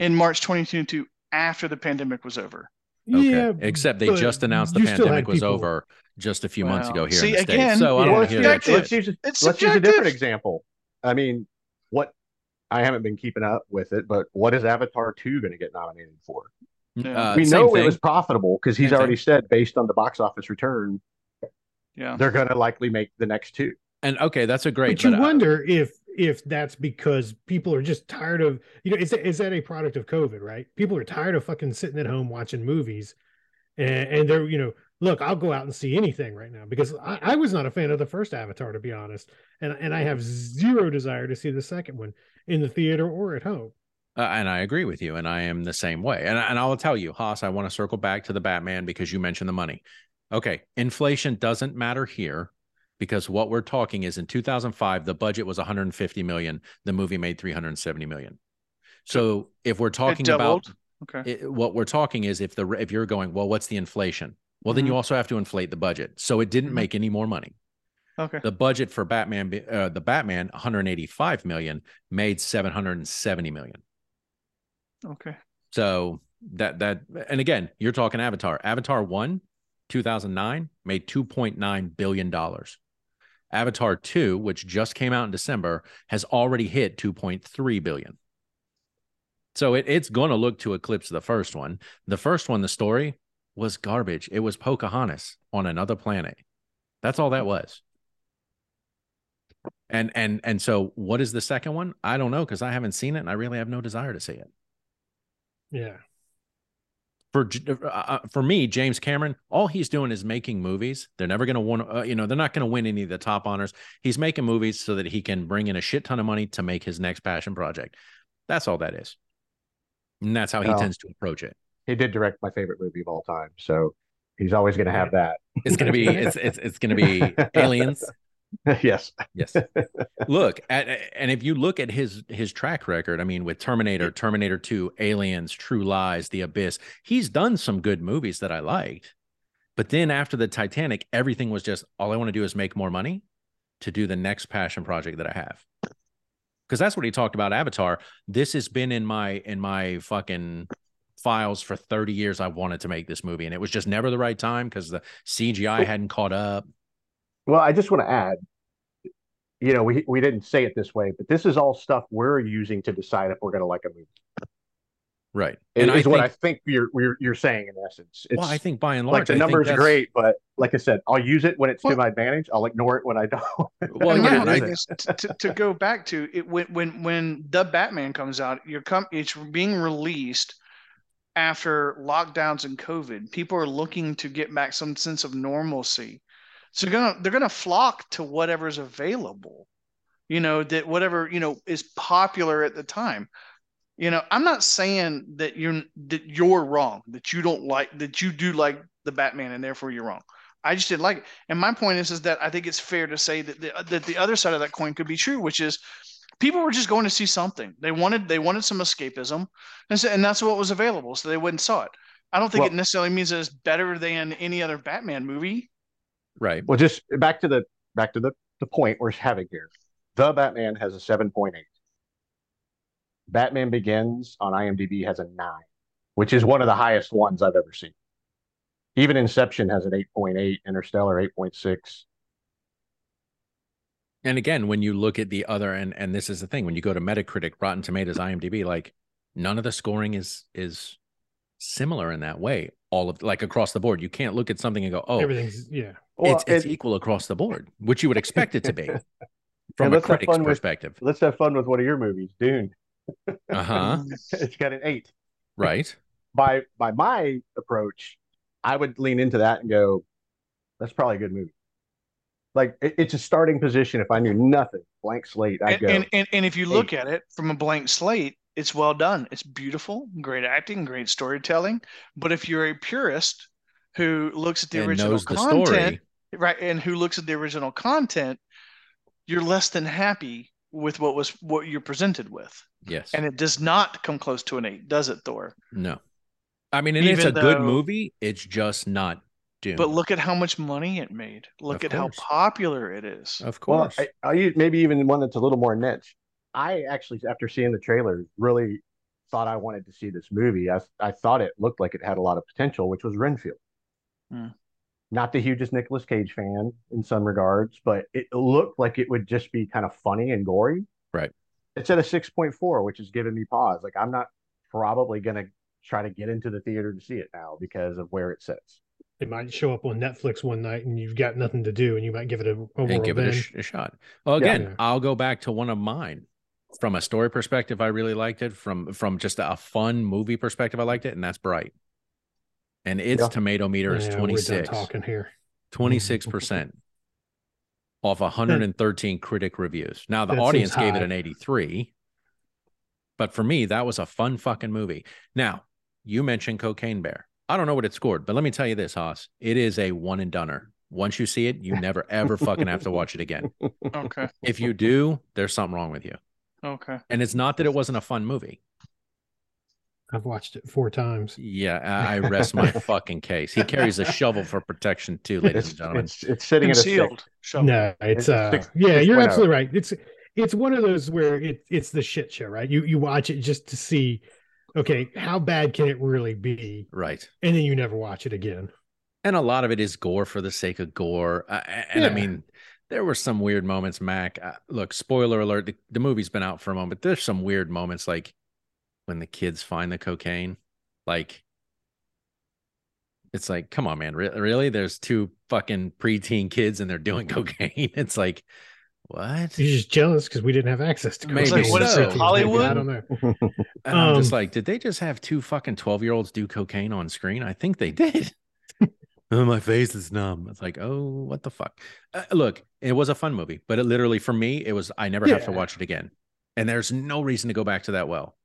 [SPEAKER 3] in March 2022 after the pandemic was over.
[SPEAKER 1] okay.
[SPEAKER 2] Yeah.
[SPEAKER 1] except they
[SPEAKER 2] but
[SPEAKER 1] just announced the
[SPEAKER 2] you still
[SPEAKER 1] pandemic
[SPEAKER 2] had
[SPEAKER 1] was
[SPEAKER 2] people-
[SPEAKER 1] over just a few months ago
[SPEAKER 3] Well,
[SPEAKER 1] here
[SPEAKER 3] see,
[SPEAKER 1] in the
[SPEAKER 3] again,
[SPEAKER 1] States. So I don't
[SPEAKER 2] yeah,
[SPEAKER 1] want to hear that
[SPEAKER 3] subjective.
[SPEAKER 1] shit.
[SPEAKER 4] let's use, a-
[SPEAKER 3] It's
[SPEAKER 4] let's use a different
[SPEAKER 3] subjective.
[SPEAKER 4] example. I mean, what I haven't been keeping up with it, but what is Avatar 2 going to get nominated for?
[SPEAKER 3] Yeah.
[SPEAKER 1] Uh,
[SPEAKER 4] we
[SPEAKER 1] same
[SPEAKER 4] know
[SPEAKER 1] thing.
[SPEAKER 4] it was profitable because he's
[SPEAKER 1] Same
[SPEAKER 4] already said, based on the box office return,
[SPEAKER 3] Yeah.
[SPEAKER 4] they're going to likely make the next two.
[SPEAKER 1] and okay, that's a great. uh,
[SPEAKER 2] But you
[SPEAKER 1] I-
[SPEAKER 2] wonder if if that's because people are just tired of you know is that, is that a product of COVID right? People are tired of fucking sitting at home watching movies, and, and they're you know look I'll go out and see anything right now because I, I was not a fan of the first Avatar to be honest, and and I have zero desire to see the second one in the theater or at home.
[SPEAKER 1] Uh, and I agree with you, and I am the same way. And and I'll tell you, Haas, I want to circle back to the Batman because you mentioned the money. Okay, inflation doesn't matter here because what we're talking is in 2005 the budget was 150 million, the movie made 370 million. So if we're talking about
[SPEAKER 3] doubled. Okay.
[SPEAKER 1] it, what we're talking is if the if you're going, well, what's the inflation? Well, then you also have to inflate the budget. So it didn't
[SPEAKER 3] Mhm.
[SPEAKER 1] make any more money.
[SPEAKER 3] Okay.
[SPEAKER 1] The budget for Batman, be- uh, the Batman, 185 million made 770 million.
[SPEAKER 3] Okay.
[SPEAKER 1] So that that and again, you're talking Avatar. Avatar 1, 2009 made 2.9 billion dollars. Avatar 2, which just came out in December, has already hit 2.3 billion. So it, it's going to look to eclipse the first one. The first one, the story was garbage. It was Pocahontas on another planet. That's all that was. And and and so what is the second one? I don't know because I haven't seen it and I really have no desire to see it
[SPEAKER 2] Yeah,
[SPEAKER 1] for J- uh, uh, for me, James Cameron, all he's doing is making movies. They're never going to win. Uh, you know, they're not going to win any of the top honors. He's making movies so that he can bring in a shit ton of money to make his next passion project. That's all that is, and that's how he
[SPEAKER 4] Well,
[SPEAKER 1] tends to approach it.
[SPEAKER 4] He did direct my favorite movie of all time, so he's always going to have that.
[SPEAKER 1] It's gonna be it's it's, it's gonna be aliens.
[SPEAKER 4] yes,
[SPEAKER 1] Yes. Look at and if you look at his his track record, I mean, with Terminator, Terminator Two, Aliens, True Lies, The Abyss, he's done some good movies that I liked. But then after the Titanic, everything was just all I want to do is make more money to do the next passion project that I have. Because that's what he talked about Avatar. This has been in my in my fucking files for 30 years. I wanted to make this movie, and it was just never the right time because the CGI hadn't caught up.
[SPEAKER 4] Well, I just want to add, you know, we we didn't say it this way, but this is all stuff we're using to decide if we're going to like a movie.
[SPEAKER 1] Right.
[SPEAKER 4] It
[SPEAKER 1] And I
[SPEAKER 4] is what I
[SPEAKER 1] think-
[SPEAKER 4] think you're you're, you're saying in essence. It's
[SPEAKER 1] well, I think by and large,
[SPEAKER 4] like the
[SPEAKER 1] I think
[SPEAKER 4] numbers
[SPEAKER 1] that's-
[SPEAKER 4] great, but like I said, I'll use it when it's to
[SPEAKER 3] Well-
[SPEAKER 4] my advantage. I'll ignore it when I don't.
[SPEAKER 1] Well, yeah, and
[SPEAKER 3] And my whole
[SPEAKER 1] I-
[SPEAKER 3] thing is t- to, to go back to it when when when the Batman comes out, you're com- it's being released after lockdowns and COVID. People are looking to get back some sense of normalcy, so gonna they're gonna flock to whatever's available. You know that whatever you know is popular at the time. You know, I'm not saying that you're that you're wrong, that you don't like that you do like the Batman and therefore you're wrong. I just didn't like it. And my point is, is that I think it's fair to say that the, that the other side of that coin could be true, which is people were just going to see something. They wanted they wanted some escapism, and so, and that's what was available. So they went and saw it. I don't think
[SPEAKER 4] Well-
[SPEAKER 3] it necessarily means that it's better than any other Batman movie.
[SPEAKER 1] Right.
[SPEAKER 4] Well, just back to the back to the the point we're having here. The Batman has a seven point eight. Batman Begins on IMDb has a nine, which is one of the highest ones I've ever seen. Even Inception has an eight point eight, Interstellar eight point six.
[SPEAKER 1] And again, when you look at the other and and this is the thing, when you go to Metacritic, Rotten Tomatoes, IMDb, like none of the scoring is is similar in that way. All of like across the board. You can't look at something and go, "Oh,
[SPEAKER 2] Everything's yeah.
[SPEAKER 1] it's it's equal across the board," which you would expect it to be from
[SPEAKER 4] And
[SPEAKER 1] a
[SPEAKER 4] let's have
[SPEAKER 1] critic's
[SPEAKER 4] fun with-
[SPEAKER 1] perspective.
[SPEAKER 4] let's have fun with one of your movies, Dune.
[SPEAKER 1] Uh-huh.
[SPEAKER 4] it's got an eight.
[SPEAKER 1] Right?
[SPEAKER 4] By by my approach, I would lean into that and go, that's probably a good movie. Like it- it's a starting position. If I knew nothing, blank slate, I'd
[SPEAKER 3] And,
[SPEAKER 4] go.
[SPEAKER 3] and, and, and if you look at it from a blank slate, it's well done. It's beautiful, great acting, great storytelling. But if you're a purist who looks at the
[SPEAKER 1] and
[SPEAKER 3] original
[SPEAKER 1] knows the
[SPEAKER 3] content,
[SPEAKER 1] story.
[SPEAKER 3] right and who looks at the original content you're less than happy with what was what you're presented with
[SPEAKER 1] Yes.
[SPEAKER 3] and it does not come close to an eight does it thor
[SPEAKER 1] no. I mean, and it's a
[SPEAKER 3] Even
[SPEAKER 1] good
[SPEAKER 3] though-
[SPEAKER 1] movie. It's just not Dune.
[SPEAKER 3] but look at how much money it made look
[SPEAKER 1] Of
[SPEAKER 3] at
[SPEAKER 1] course.
[SPEAKER 3] how popular it is
[SPEAKER 1] of
[SPEAKER 4] Well,
[SPEAKER 1] course.
[SPEAKER 4] I, I use maybe even one that's a little more niche. I actually, after seeing the trailer, really thought I wanted to see this movie. I I thought it looked like it had a lot of potential, which was Renfield.
[SPEAKER 3] Hmm.
[SPEAKER 4] Not the hugest Nicolas Cage fan in some regards, but it looked like it would just be kind of funny and gory.
[SPEAKER 1] Right.
[SPEAKER 4] It's at a six point four, which is giving me pause. Like I'm not probably gonna try to get into the theater to see it now because of where it sits.
[SPEAKER 2] It might show up on Netflix one night and you've got nothing to do and you might give it a, a whirl
[SPEAKER 1] and give it a,
[SPEAKER 2] then.
[SPEAKER 1] sh- a shot. Well,
[SPEAKER 4] Yeah.
[SPEAKER 1] again,
[SPEAKER 2] Yeah.
[SPEAKER 1] I'll go back to one of mine. From a story perspective, I really liked it. From from just a fun movie perspective, I liked it, and that's Bright. And its
[SPEAKER 4] Yeah.
[SPEAKER 1] tomato meter is
[SPEAKER 2] Yeah, we're done
[SPEAKER 1] 26,
[SPEAKER 2] talking here.
[SPEAKER 1] 26% off 113 critic reviews. Now, the
[SPEAKER 2] that seems
[SPEAKER 1] audience gave it
[SPEAKER 2] high.
[SPEAKER 1] an 83, but for me, that was a fun fucking movie. Now, you mentioned Cocaine Bear. I don't know what it scored, but let me tell you this, Haas. It is a one and dunner. Once you see it, you never ever fucking have to watch it again
[SPEAKER 3] okay
[SPEAKER 1] if you do, there's something wrong with you.
[SPEAKER 3] okay
[SPEAKER 1] And it's not that it wasn't a fun movie.
[SPEAKER 2] I've watched it four times.
[SPEAKER 1] Yeah, I I rest my fucking case. He carries a shovel for protection too, ladies
[SPEAKER 4] It's,
[SPEAKER 1] and gentlemen.
[SPEAKER 4] it's it's sitting at a six.
[SPEAKER 3] concealed shovel.
[SPEAKER 2] No, it's
[SPEAKER 4] It's
[SPEAKER 2] uh
[SPEAKER 4] six-
[SPEAKER 2] yeah,
[SPEAKER 4] six
[SPEAKER 2] you're
[SPEAKER 4] point oh.
[SPEAKER 2] absolutely right. It's it's one of those where it it's the shit show, right? You you watch it just to see okay, how bad can it really be?
[SPEAKER 1] Right.
[SPEAKER 2] And then you never watch it again.
[SPEAKER 1] And a lot of it is gore for the sake of gore. Uh, and I
[SPEAKER 2] Yeah.
[SPEAKER 1] mean, there were some weird moments, Mac. Uh, look, spoiler alert, the, the movie's been out for a moment. but There's some weird moments like when the kids find the cocaine. Like, it's like, come on, man. Re- really? There's two fucking preteen kids and they're doing cocaine. It's like, What?
[SPEAKER 2] He's just jealous because we didn't have access to
[SPEAKER 1] Maybe
[SPEAKER 2] Coca-Cola.
[SPEAKER 1] Like, what is it,
[SPEAKER 2] Maybe, I
[SPEAKER 3] Hollywood?
[SPEAKER 2] don't know.
[SPEAKER 1] And I'm just
[SPEAKER 2] Um,
[SPEAKER 1] like, did they just have two fucking 12 year olds do cocaine on screen? I think they did. Oh, my face is numb. It's like, oh, what the fuck? Uh, look, it was a fun movie, but it literally, for me, it was, I never have to
[SPEAKER 2] Yeah.
[SPEAKER 1] watch it again. And there's no reason to go back to that well.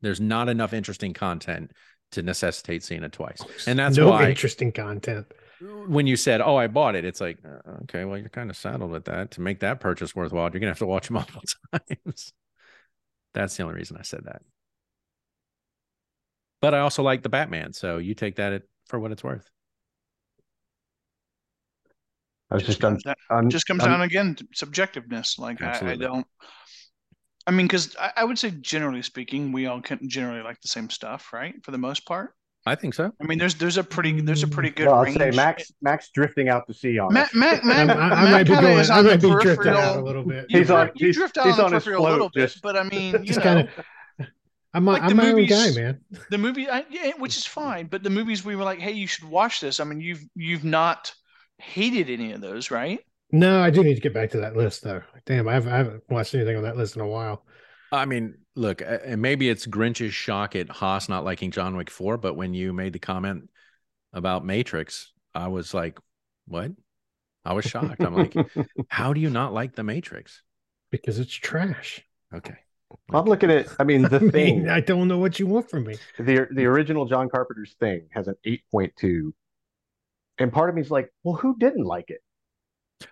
[SPEAKER 1] There's not enough interesting content to necessitate seeing it twice. And that's
[SPEAKER 2] no
[SPEAKER 1] why
[SPEAKER 2] interesting content.
[SPEAKER 1] when you said, oh, I bought it, it's like, uh, okay, well, you're kind of saddled with that. To make that purchase worthwhile, you're going to have to watch them multiple times. That's the only reason I said that. But I also like the Batman. So you take that at, for what it's worth.
[SPEAKER 4] I was
[SPEAKER 3] just
[SPEAKER 4] just un-
[SPEAKER 3] comes, down,
[SPEAKER 4] un-
[SPEAKER 3] just comes
[SPEAKER 4] un-
[SPEAKER 3] down again to subjectiveness. Like I, I
[SPEAKER 1] Absolutely.
[SPEAKER 3] don't. I mean, because I, I would say, generally speaking, we all can generally like the same stuff, right? For the most part.
[SPEAKER 1] I think so.
[SPEAKER 3] I mean, there's there's a pretty there's a pretty good
[SPEAKER 4] Well, I'll
[SPEAKER 3] range.
[SPEAKER 4] say Max. Max drifting out to sea on
[SPEAKER 3] Matt,
[SPEAKER 4] us.
[SPEAKER 3] Matt,
[SPEAKER 2] I'm-
[SPEAKER 3] Matt,
[SPEAKER 2] I, I might be
[SPEAKER 3] Matt
[SPEAKER 2] going.
[SPEAKER 3] is
[SPEAKER 2] I
[SPEAKER 3] on
[SPEAKER 2] might
[SPEAKER 3] the
[SPEAKER 2] be drifting
[SPEAKER 3] peripheral-
[SPEAKER 2] out a little bit.
[SPEAKER 3] You
[SPEAKER 4] He's
[SPEAKER 3] dri-
[SPEAKER 4] on-
[SPEAKER 3] You
[SPEAKER 4] he's-
[SPEAKER 3] drift out
[SPEAKER 4] he's
[SPEAKER 3] on
[SPEAKER 4] on
[SPEAKER 3] the
[SPEAKER 4] his
[SPEAKER 3] peripheral a little
[SPEAKER 4] float,
[SPEAKER 3] bit,
[SPEAKER 4] just-
[SPEAKER 3] but I mean, you
[SPEAKER 2] Just
[SPEAKER 3] know,
[SPEAKER 2] kind of. I'm,
[SPEAKER 3] like the
[SPEAKER 2] I'm my own
[SPEAKER 3] movies-
[SPEAKER 2] guy, man.
[SPEAKER 3] the movie I, yeah, which is fine but the movies we were like hey you should watch this i mean you've you've not hated any of those right
[SPEAKER 2] No, I do need to get back to that list though. Damn, I haven't, I haven't watched anything on that list in a while.
[SPEAKER 1] I mean, look, uh, and maybe it's Grinch's shock at Haas not liking John Wick 4, but when you made the comment about Matrix, I was like, what? I was shocked. I'm like, how do you not like the Matrix?
[SPEAKER 2] because it's trash.
[SPEAKER 1] Okay.
[SPEAKER 4] I'm looking at. I mean, the
[SPEAKER 2] I mean,
[SPEAKER 4] thing.
[SPEAKER 2] I don't know what you want from me.
[SPEAKER 4] the the original John Carpenter's thing has an 8.2. And part of me is like, well, who didn't like it?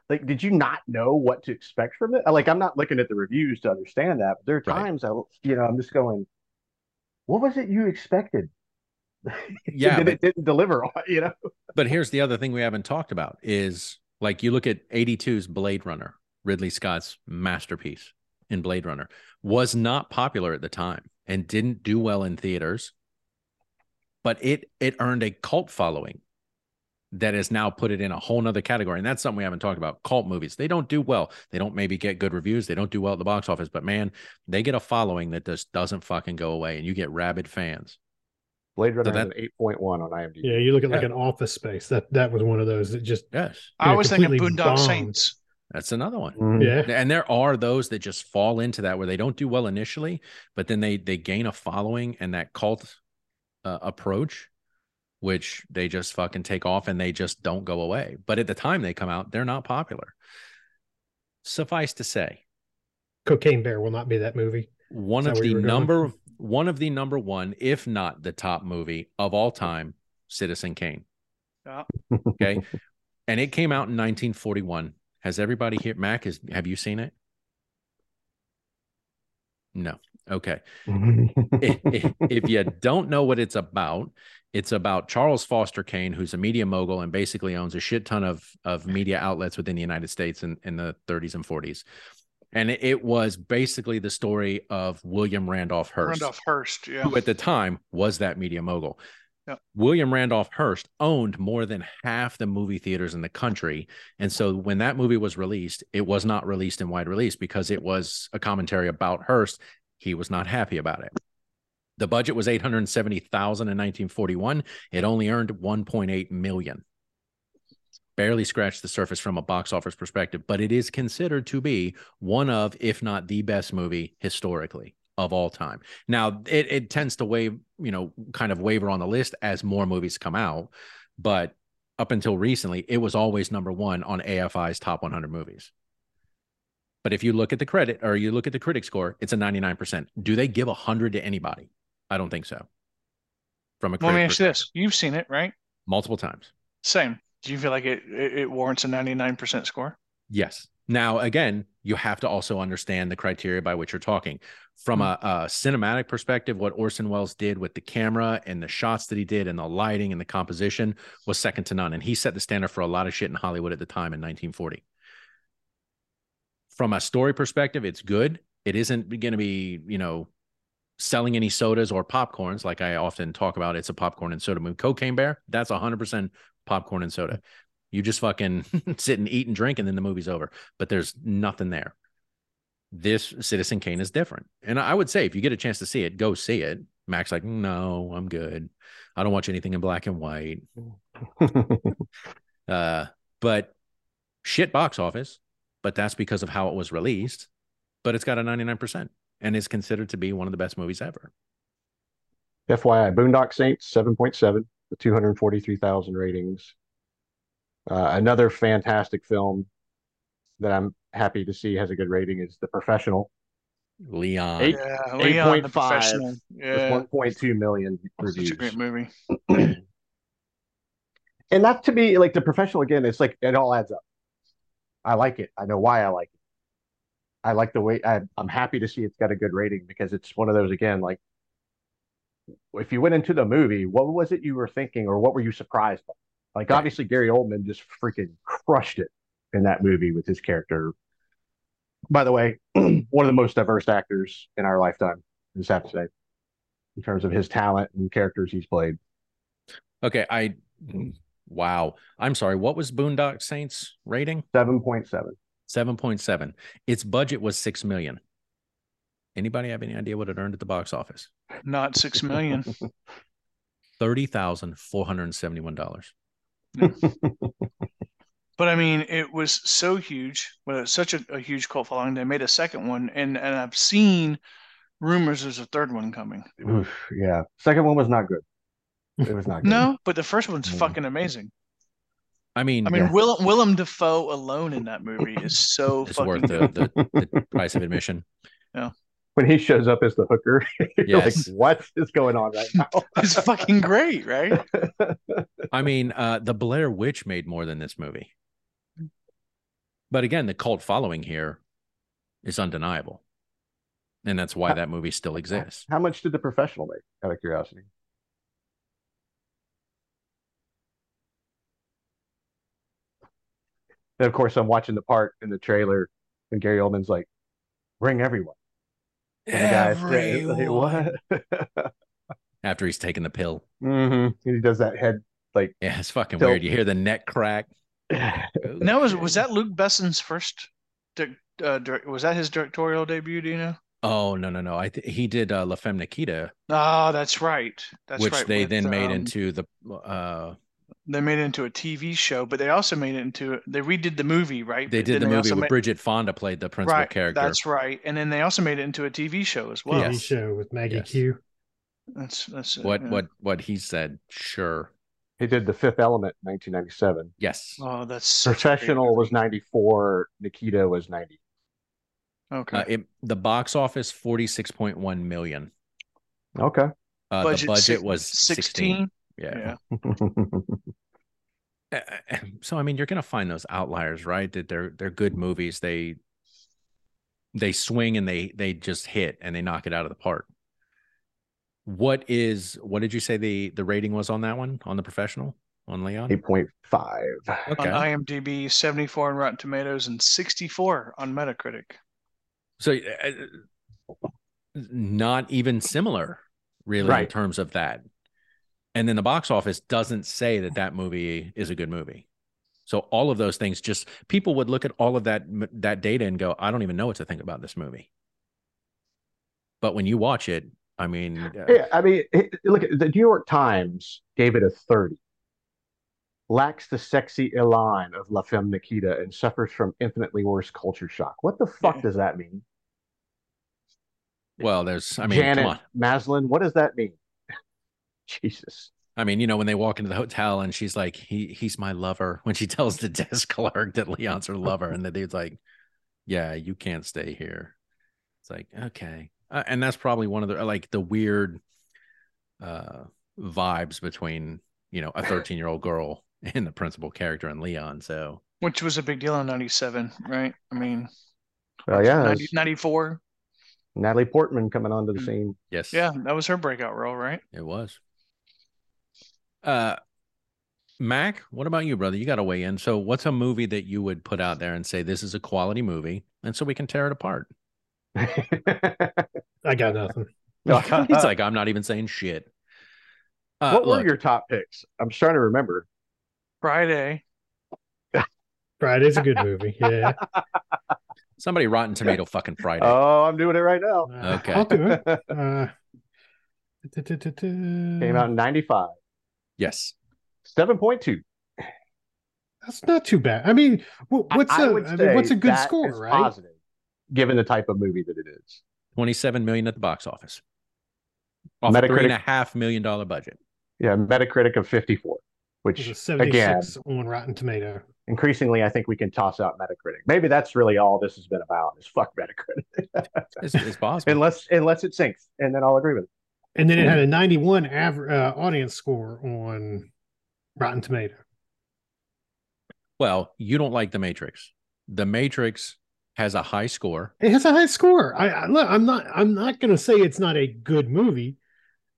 [SPEAKER 4] Like, did you not know what to expect from it? Like, I'm not looking at the reviews to understand that, but there are
[SPEAKER 1] Right.
[SPEAKER 4] times I, you know, I'm just going, what was it you expected?
[SPEAKER 1] Yeah.
[SPEAKER 4] that
[SPEAKER 1] but-
[SPEAKER 4] it didn't deliver on, you know?
[SPEAKER 1] But here's the other thing we haven't talked about is like you look at 82's Blade Runner, Ridley Scott's masterpiece in Blade Runner, was not popular at the time and didn't do well in theaters, but it it earned a cult following that has now put it in a whole nother category. And that's something we haven't talked about. Cult movies. They don't do well. They don't maybe get good reviews. They don't do well at the box office, but man, they get a following that just doesn't fucking go away. And you get rabid fans.
[SPEAKER 4] Blade Runner
[SPEAKER 1] that-
[SPEAKER 4] has an 8.1 on IMDb.
[SPEAKER 2] Yeah, you look at like an office space. That that was one of those that just
[SPEAKER 1] Yes.
[SPEAKER 3] i
[SPEAKER 2] Yeah,
[SPEAKER 3] was thinking
[SPEAKER 2] completely
[SPEAKER 3] boondock
[SPEAKER 2] bombed.
[SPEAKER 3] saints
[SPEAKER 1] That's another one.
[SPEAKER 4] Mhm.
[SPEAKER 2] yeah.
[SPEAKER 1] and there are those that just fall into that where they don't do well initially but then they they gain a following and that cult uh, approach which they just fucking take off and they just don't go away but at the time they come out they're not popular suffice to say
[SPEAKER 2] Cocaine Bear will not be that movie.
[SPEAKER 1] one
[SPEAKER 2] Is that
[SPEAKER 1] of
[SPEAKER 2] where you
[SPEAKER 1] the
[SPEAKER 2] were going?
[SPEAKER 1] number one of the number one if not the top movie of all time citizen kane
[SPEAKER 3] Yeah.
[SPEAKER 1] okay and it came out in 1941 has everybody here mac is have you seen it no okay if, if- if you don't know what it's about, it's about Charles Foster Kane, who's a media mogul and basically owns a shit ton of of media outlets within the United States in, in the 30s and 40s. And it, it was basically the story of William Randolph Hearst
[SPEAKER 3] randolph hearst yeah
[SPEAKER 1] who at the time was that media mogul.
[SPEAKER 3] Yep.
[SPEAKER 1] William Randolph Hearst owned more than half the movie theaters in the country. And so when that movie was released, it was not released in wide release because it was a commentary about Hearst. He was not happy about it. The budget was 870,000 in 1941. It only earned 1.8 million. Barely scratched the surface from a box office perspective, but it is considered to be one of, if not the best movie historically of all time. Now it, it tends to wave, you know, kind of waver on the list as more movies come out, but up until recently, it was always number one on AFI's top 100 movies. But if you look at the credit or you look at the critic score, it's a 99%. Do they give 100 to anybody? I don't think so. From a
[SPEAKER 3] let
[SPEAKER 1] critic
[SPEAKER 3] me ask you
[SPEAKER 1] perspective.
[SPEAKER 3] this you've seen it right
[SPEAKER 1] multiple times.
[SPEAKER 3] same do you feel like it it, it warrants a 99% score
[SPEAKER 1] Yes. Now, again, you have to also understand the criteria by which you're talking. From a, a cinematic perspective, what Orson Welles did with the camera and the shots that he did and the lighting and the composition was second to none. And he set the standard for a lot of shit in Hollywood at the time in 1940. From a story perspective, it's good. It isn't going to be, you know, selling any sodas or popcorns like I often talk about. It's a popcorn and soda movie. Cocaine Bear, that's 100% popcorn and soda. You just fucking sit and eat and drink, and then the movie's over. But there's nothing there. This Citizen Kane is different. And I would say if you get a chance to see it, go see it. Mac's like, no, I'm good. I don't watch anything in black and white. Uh, but shit box office, but that's because of how it was released. But it's got a 99% and is considered to be one of the best movies ever.
[SPEAKER 4] FYI, Boondock Saints, 7.7, the 243,000 ratings. Uh, another fantastic film that I'm happy to see has a good rating is The Professional
[SPEAKER 1] Leon.
[SPEAKER 4] Eight-
[SPEAKER 3] yeah,
[SPEAKER 4] 8.5
[SPEAKER 3] the professional. Yeah,
[SPEAKER 4] with 1.2 million
[SPEAKER 3] such a
[SPEAKER 4] reviews.
[SPEAKER 3] great movie.
[SPEAKER 4] And that to me, like The Professional again, it's like it all adds up. I like it. I know why I like it. I like the way I, I'm happy to see it's got a good rating because it's one of those again, like if you went into the movie, what was it you were thinking or what were you surprised by? Like
[SPEAKER 1] Right.
[SPEAKER 4] obviously Gary Oldman just freaking crushed it in that movie with his character. By the way, one of the most diverse actors in our lifetime, I just have to say, in terms of his talent and characters he's played.
[SPEAKER 1] Okay. I, wow. I'm sorry. What was Boondock Saints rating?
[SPEAKER 4] Seven point seven.
[SPEAKER 1] 7.7. Its budget was 6 million. Anybody have any idea what it earned at the box office?
[SPEAKER 3] Not six million.
[SPEAKER 1] $30,471.
[SPEAKER 3] But I mean, it was so huge, well, it's such a, a huge cult following. They made a second one, and and I've seen rumors there's a third one coming.
[SPEAKER 1] Mm-hmm.
[SPEAKER 4] Oof, yeah. Second one was not good. It was not good.
[SPEAKER 3] No, but the first one's
[SPEAKER 1] Mm-hmm.
[SPEAKER 4] Mm.
[SPEAKER 3] fucking amazing.
[SPEAKER 1] I mean,
[SPEAKER 3] I mean,
[SPEAKER 4] Yeah.
[SPEAKER 3] Willem Willem Dafoe alone in that movie is so
[SPEAKER 1] it's
[SPEAKER 3] fucking.
[SPEAKER 1] worth the, the, the price of admission.
[SPEAKER 4] When he shows up as the hooker, you're
[SPEAKER 1] Yes.
[SPEAKER 4] like, what is going on right now?
[SPEAKER 3] It's fucking great, right?
[SPEAKER 1] I mean, uh, the Blair Witch made more than this movie. But again, the cult following here is undeniable. And that's
[SPEAKER 3] Uh,
[SPEAKER 1] why that movie still exists.
[SPEAKER 4] How much did the professional make? Out of curiosity. And of course, I'm watching the part in the trailer, and Gary Oldman's like, "Bring everyone." And the guy's standing there,
[SPEAKER 1] Everyone.
[SPEAKER 4] like, what?
[SPEAKER 1] After he's taken the pill.
[SPEAKER 4] hmm And he does that head like.
[SPEAKER 1] Yeah, it's fucking
[SPEAKER 4] So-
[SPEAKER 1] weird. You hear the neck crack.
[SPEAKER 3] Now was was that Luke Besson's first? di- Uh, direct, was that his directorial debut? Do you know?
[SPEAKER 1] Oh no no no! I th- he did uh, La Femme Nikita,
[SPEAKER 3] Ah, that's right. That's
[SPEAKER 1] which
[SPEAKER 3] right,
[SPEAKER 1] they
[SPEAKER 3] with,
[SPEAKER 1] then made
[SPEAKER 3] um,
[SPEAKER 1] into the uh,
[SPEAKER 3] they made it into a TV show, but they also made it into they redid the movie, right?
[SPEAKER 1] they
[SPEAKER 3] But
[SPEAKER 1] did the
[SPEAKER 3] then
[SPEAKER 1] movie
[SPEAKER 3] also
[SPEAKER 1] where
[SPEAKER 3] made-
[SPEAKER 1] Bridget Fonda played the principal
[SPEAKER 3] right,
[SPEAKER 1] character.
[SPEAKER 3] That's right, and then they also made it into a TV show as
[SPEAKER 2] TV
[SPEAKER 3] well.
[SPEAKER 1] Yes.
[SPEAKER 2] show with Maggie
[SPEAKER 1] Yes.
[SPEAKER 2] Q.
[SPEAKER 3] That's that's uh,
[SPEAKER 1] what
[SPEAKER 3] yeah.
[SPEAKER 1] what what he said. Sure.
[SPEAKER 4] He did the Fifth Element, in 1997.
[SPEAKER 1] Yes.
[SPEAKER 3] Oh, that's such a great
[SPEAKER 4] Professional was
[SPEAKER 3] movie.
[SPEAKER 4] 94, Nikita was 90.
[SPEAKER 3] okay.
[SPEAKER 1] Uh, it, the box office forty six point one million.
[SPEAKER 4] Okay.
[SPEAKER 1] Uh, the
[SPEAKER 3] Budget
[SPEAKER 1] budget
[SPEAKER 3] six-
[SPEAKER 1] was sixteen.
[SPEAKER 3] Sixteen.
[SPEAKER 1] Yeah.
[SPEAKER 3] Yeah.
[SPEAKER 1] Uh, So I mean, you're gonna find those outliers, right? That they're they're good movies. They they swing and they they just hit and they knock it out of the park. What is what did you say the the rating was on that one on the professional on Leon?
[SPEAKER 4] 8.5.
[SPEAKER 1] Okay.
[SPEAKER 3] On IMDb, seventy-four on Rotten Tomatoes and sixty-four on Metacritic.
[SPEAKER 1] So uh, not even similar really in
[SPEAKER 4] Right.
[SPEAKER 1] terms of that. And then the box office doesn't say that that movie is a good movie. So all of those things just people would look at all of that m- that data and go, I don't even know what to think about this movie. But when you watch it, I mean, uh,
[SPEAKER 4] Yeah, I mean, it, look, the New York Times gave it a 30. Lacks the sexy elan of La Femme Nikita and suffers from infinitely worse culture shock. What the fuck
[SPEAKER 3] Yeah.
[SPEAKER 4] does that mean?
[SPEAKER 1] well, there's I mean,
[SPEAKER 4] Janet
[SPEAKER 1] come on.
[SPEAKER 4] Maslin, what does that mean? Jesus.
[SPEAKER 1] I mean, you know, when they walk into the hotel and she's like, "He he's my lover," when she tells the desk clerk that Leon's her lover, and the dude's like, "Yeah, you can't stay here." It's like, okay, uh, and that's probably one of the like the weird uh vibes between you know a thirteen year old girl and the principal character and Leon. So
[SPEAKER 3] Which was a big deal in '97, right? I mean,
[SPEAKER 4] Well, Oh, yeah,
[SPEAKER 3] 90
[SPEAKER 4] it's
[SPEAKER 3] 94.
[SPEAKER 4] Natalie Portman coming onto the
[SPEAKER 3] Mm.
[SPEAKER 4] scene.
[SPEAKER 1] yes,
[SPEAKER 3] Yeah, that was her breakout role, right?
[SPEAKER 1] it was. Uh, Mac, what about you, brother? You got to weigh in. So, what's a movie that you would put out there and say this is a quality movie, and so we can tear it apart?
[SPEAKER 2] I got nothing.
[SPEAKER 1] He's like, I'm not even saying shit. Uh,
[SPEAKER 4] what were
[SPEAKER 1] look,
[SPEAKER 4] your top picks? I'm trying to remember.
[SPEAKER 3] Friday.
[SPEAKER 2] Friday's a good movie. Yeah.
[SPEAKER 1] somebody Rotten Tomato fucking Friday.
[SPEAKER 4] Oh, I'm doing it right now.
[SPEAKER 2] Uh,
[SPEAKER 1] Okay.
[SPEAKER 2] I'll do it.
[SPEAKER 4] Came
[SPEAKER 2] Uh, Came
[SPEAKER 4] out in 95.
[SPEAKER 1] yes.
[SPEAKER 4] 7.2.
[SPEAKER 2] That's not too bad. I mean, wh-
[SPEAKER 4] I-
[SPEAKER 2] what's
[SPEAKER 4] I
[SPEAKER 2] a
[SPEAKER 4] would
[SPEAKER 2] I mean, what's a
[SPEAKER 4] say
[SPEAKER 2] good
[SPEAKER 4] that
[SPEAKER 2] score,
[SPEAKER 4] is
[SPEAKER 2] right?
[SPEAKER 4] Positive, given the type of movie that it is.
[SPEAKER 1] 27 million at the box office. Off a
[SPEAKER 4] Metacritic-
[SPEAKER 1] three and a half million dollar budget.
[SPEAKER 4] Yeah, Metacritic of 54,
[SPEAKER 2] It's a
[SPEAKER 4] which again,
[SPEAKER 2] 76 on Rotten Tomato.
[SPEAKER 4] increasingly I think we can toss out Metacritic. Maybe that's really all this has been about is fuck Metacritic.
[SPEAKER 1] It's, it's possible.
[SPEAKER 4] unless unless it sinks, and then I'll agree with it.
[SPEAKER 2] And then it
[SPEAKER 4] Mm.
[SPEAKER 2] had a 91 aver- uh, audience score on Rotten Tomato.
[SPEAKER 1] well, you don't like The Matrix. The Matrix has a high score.
[SPEAKER 2] It has a high score. I, I look, I'm not I'm not going to say it's not a good movie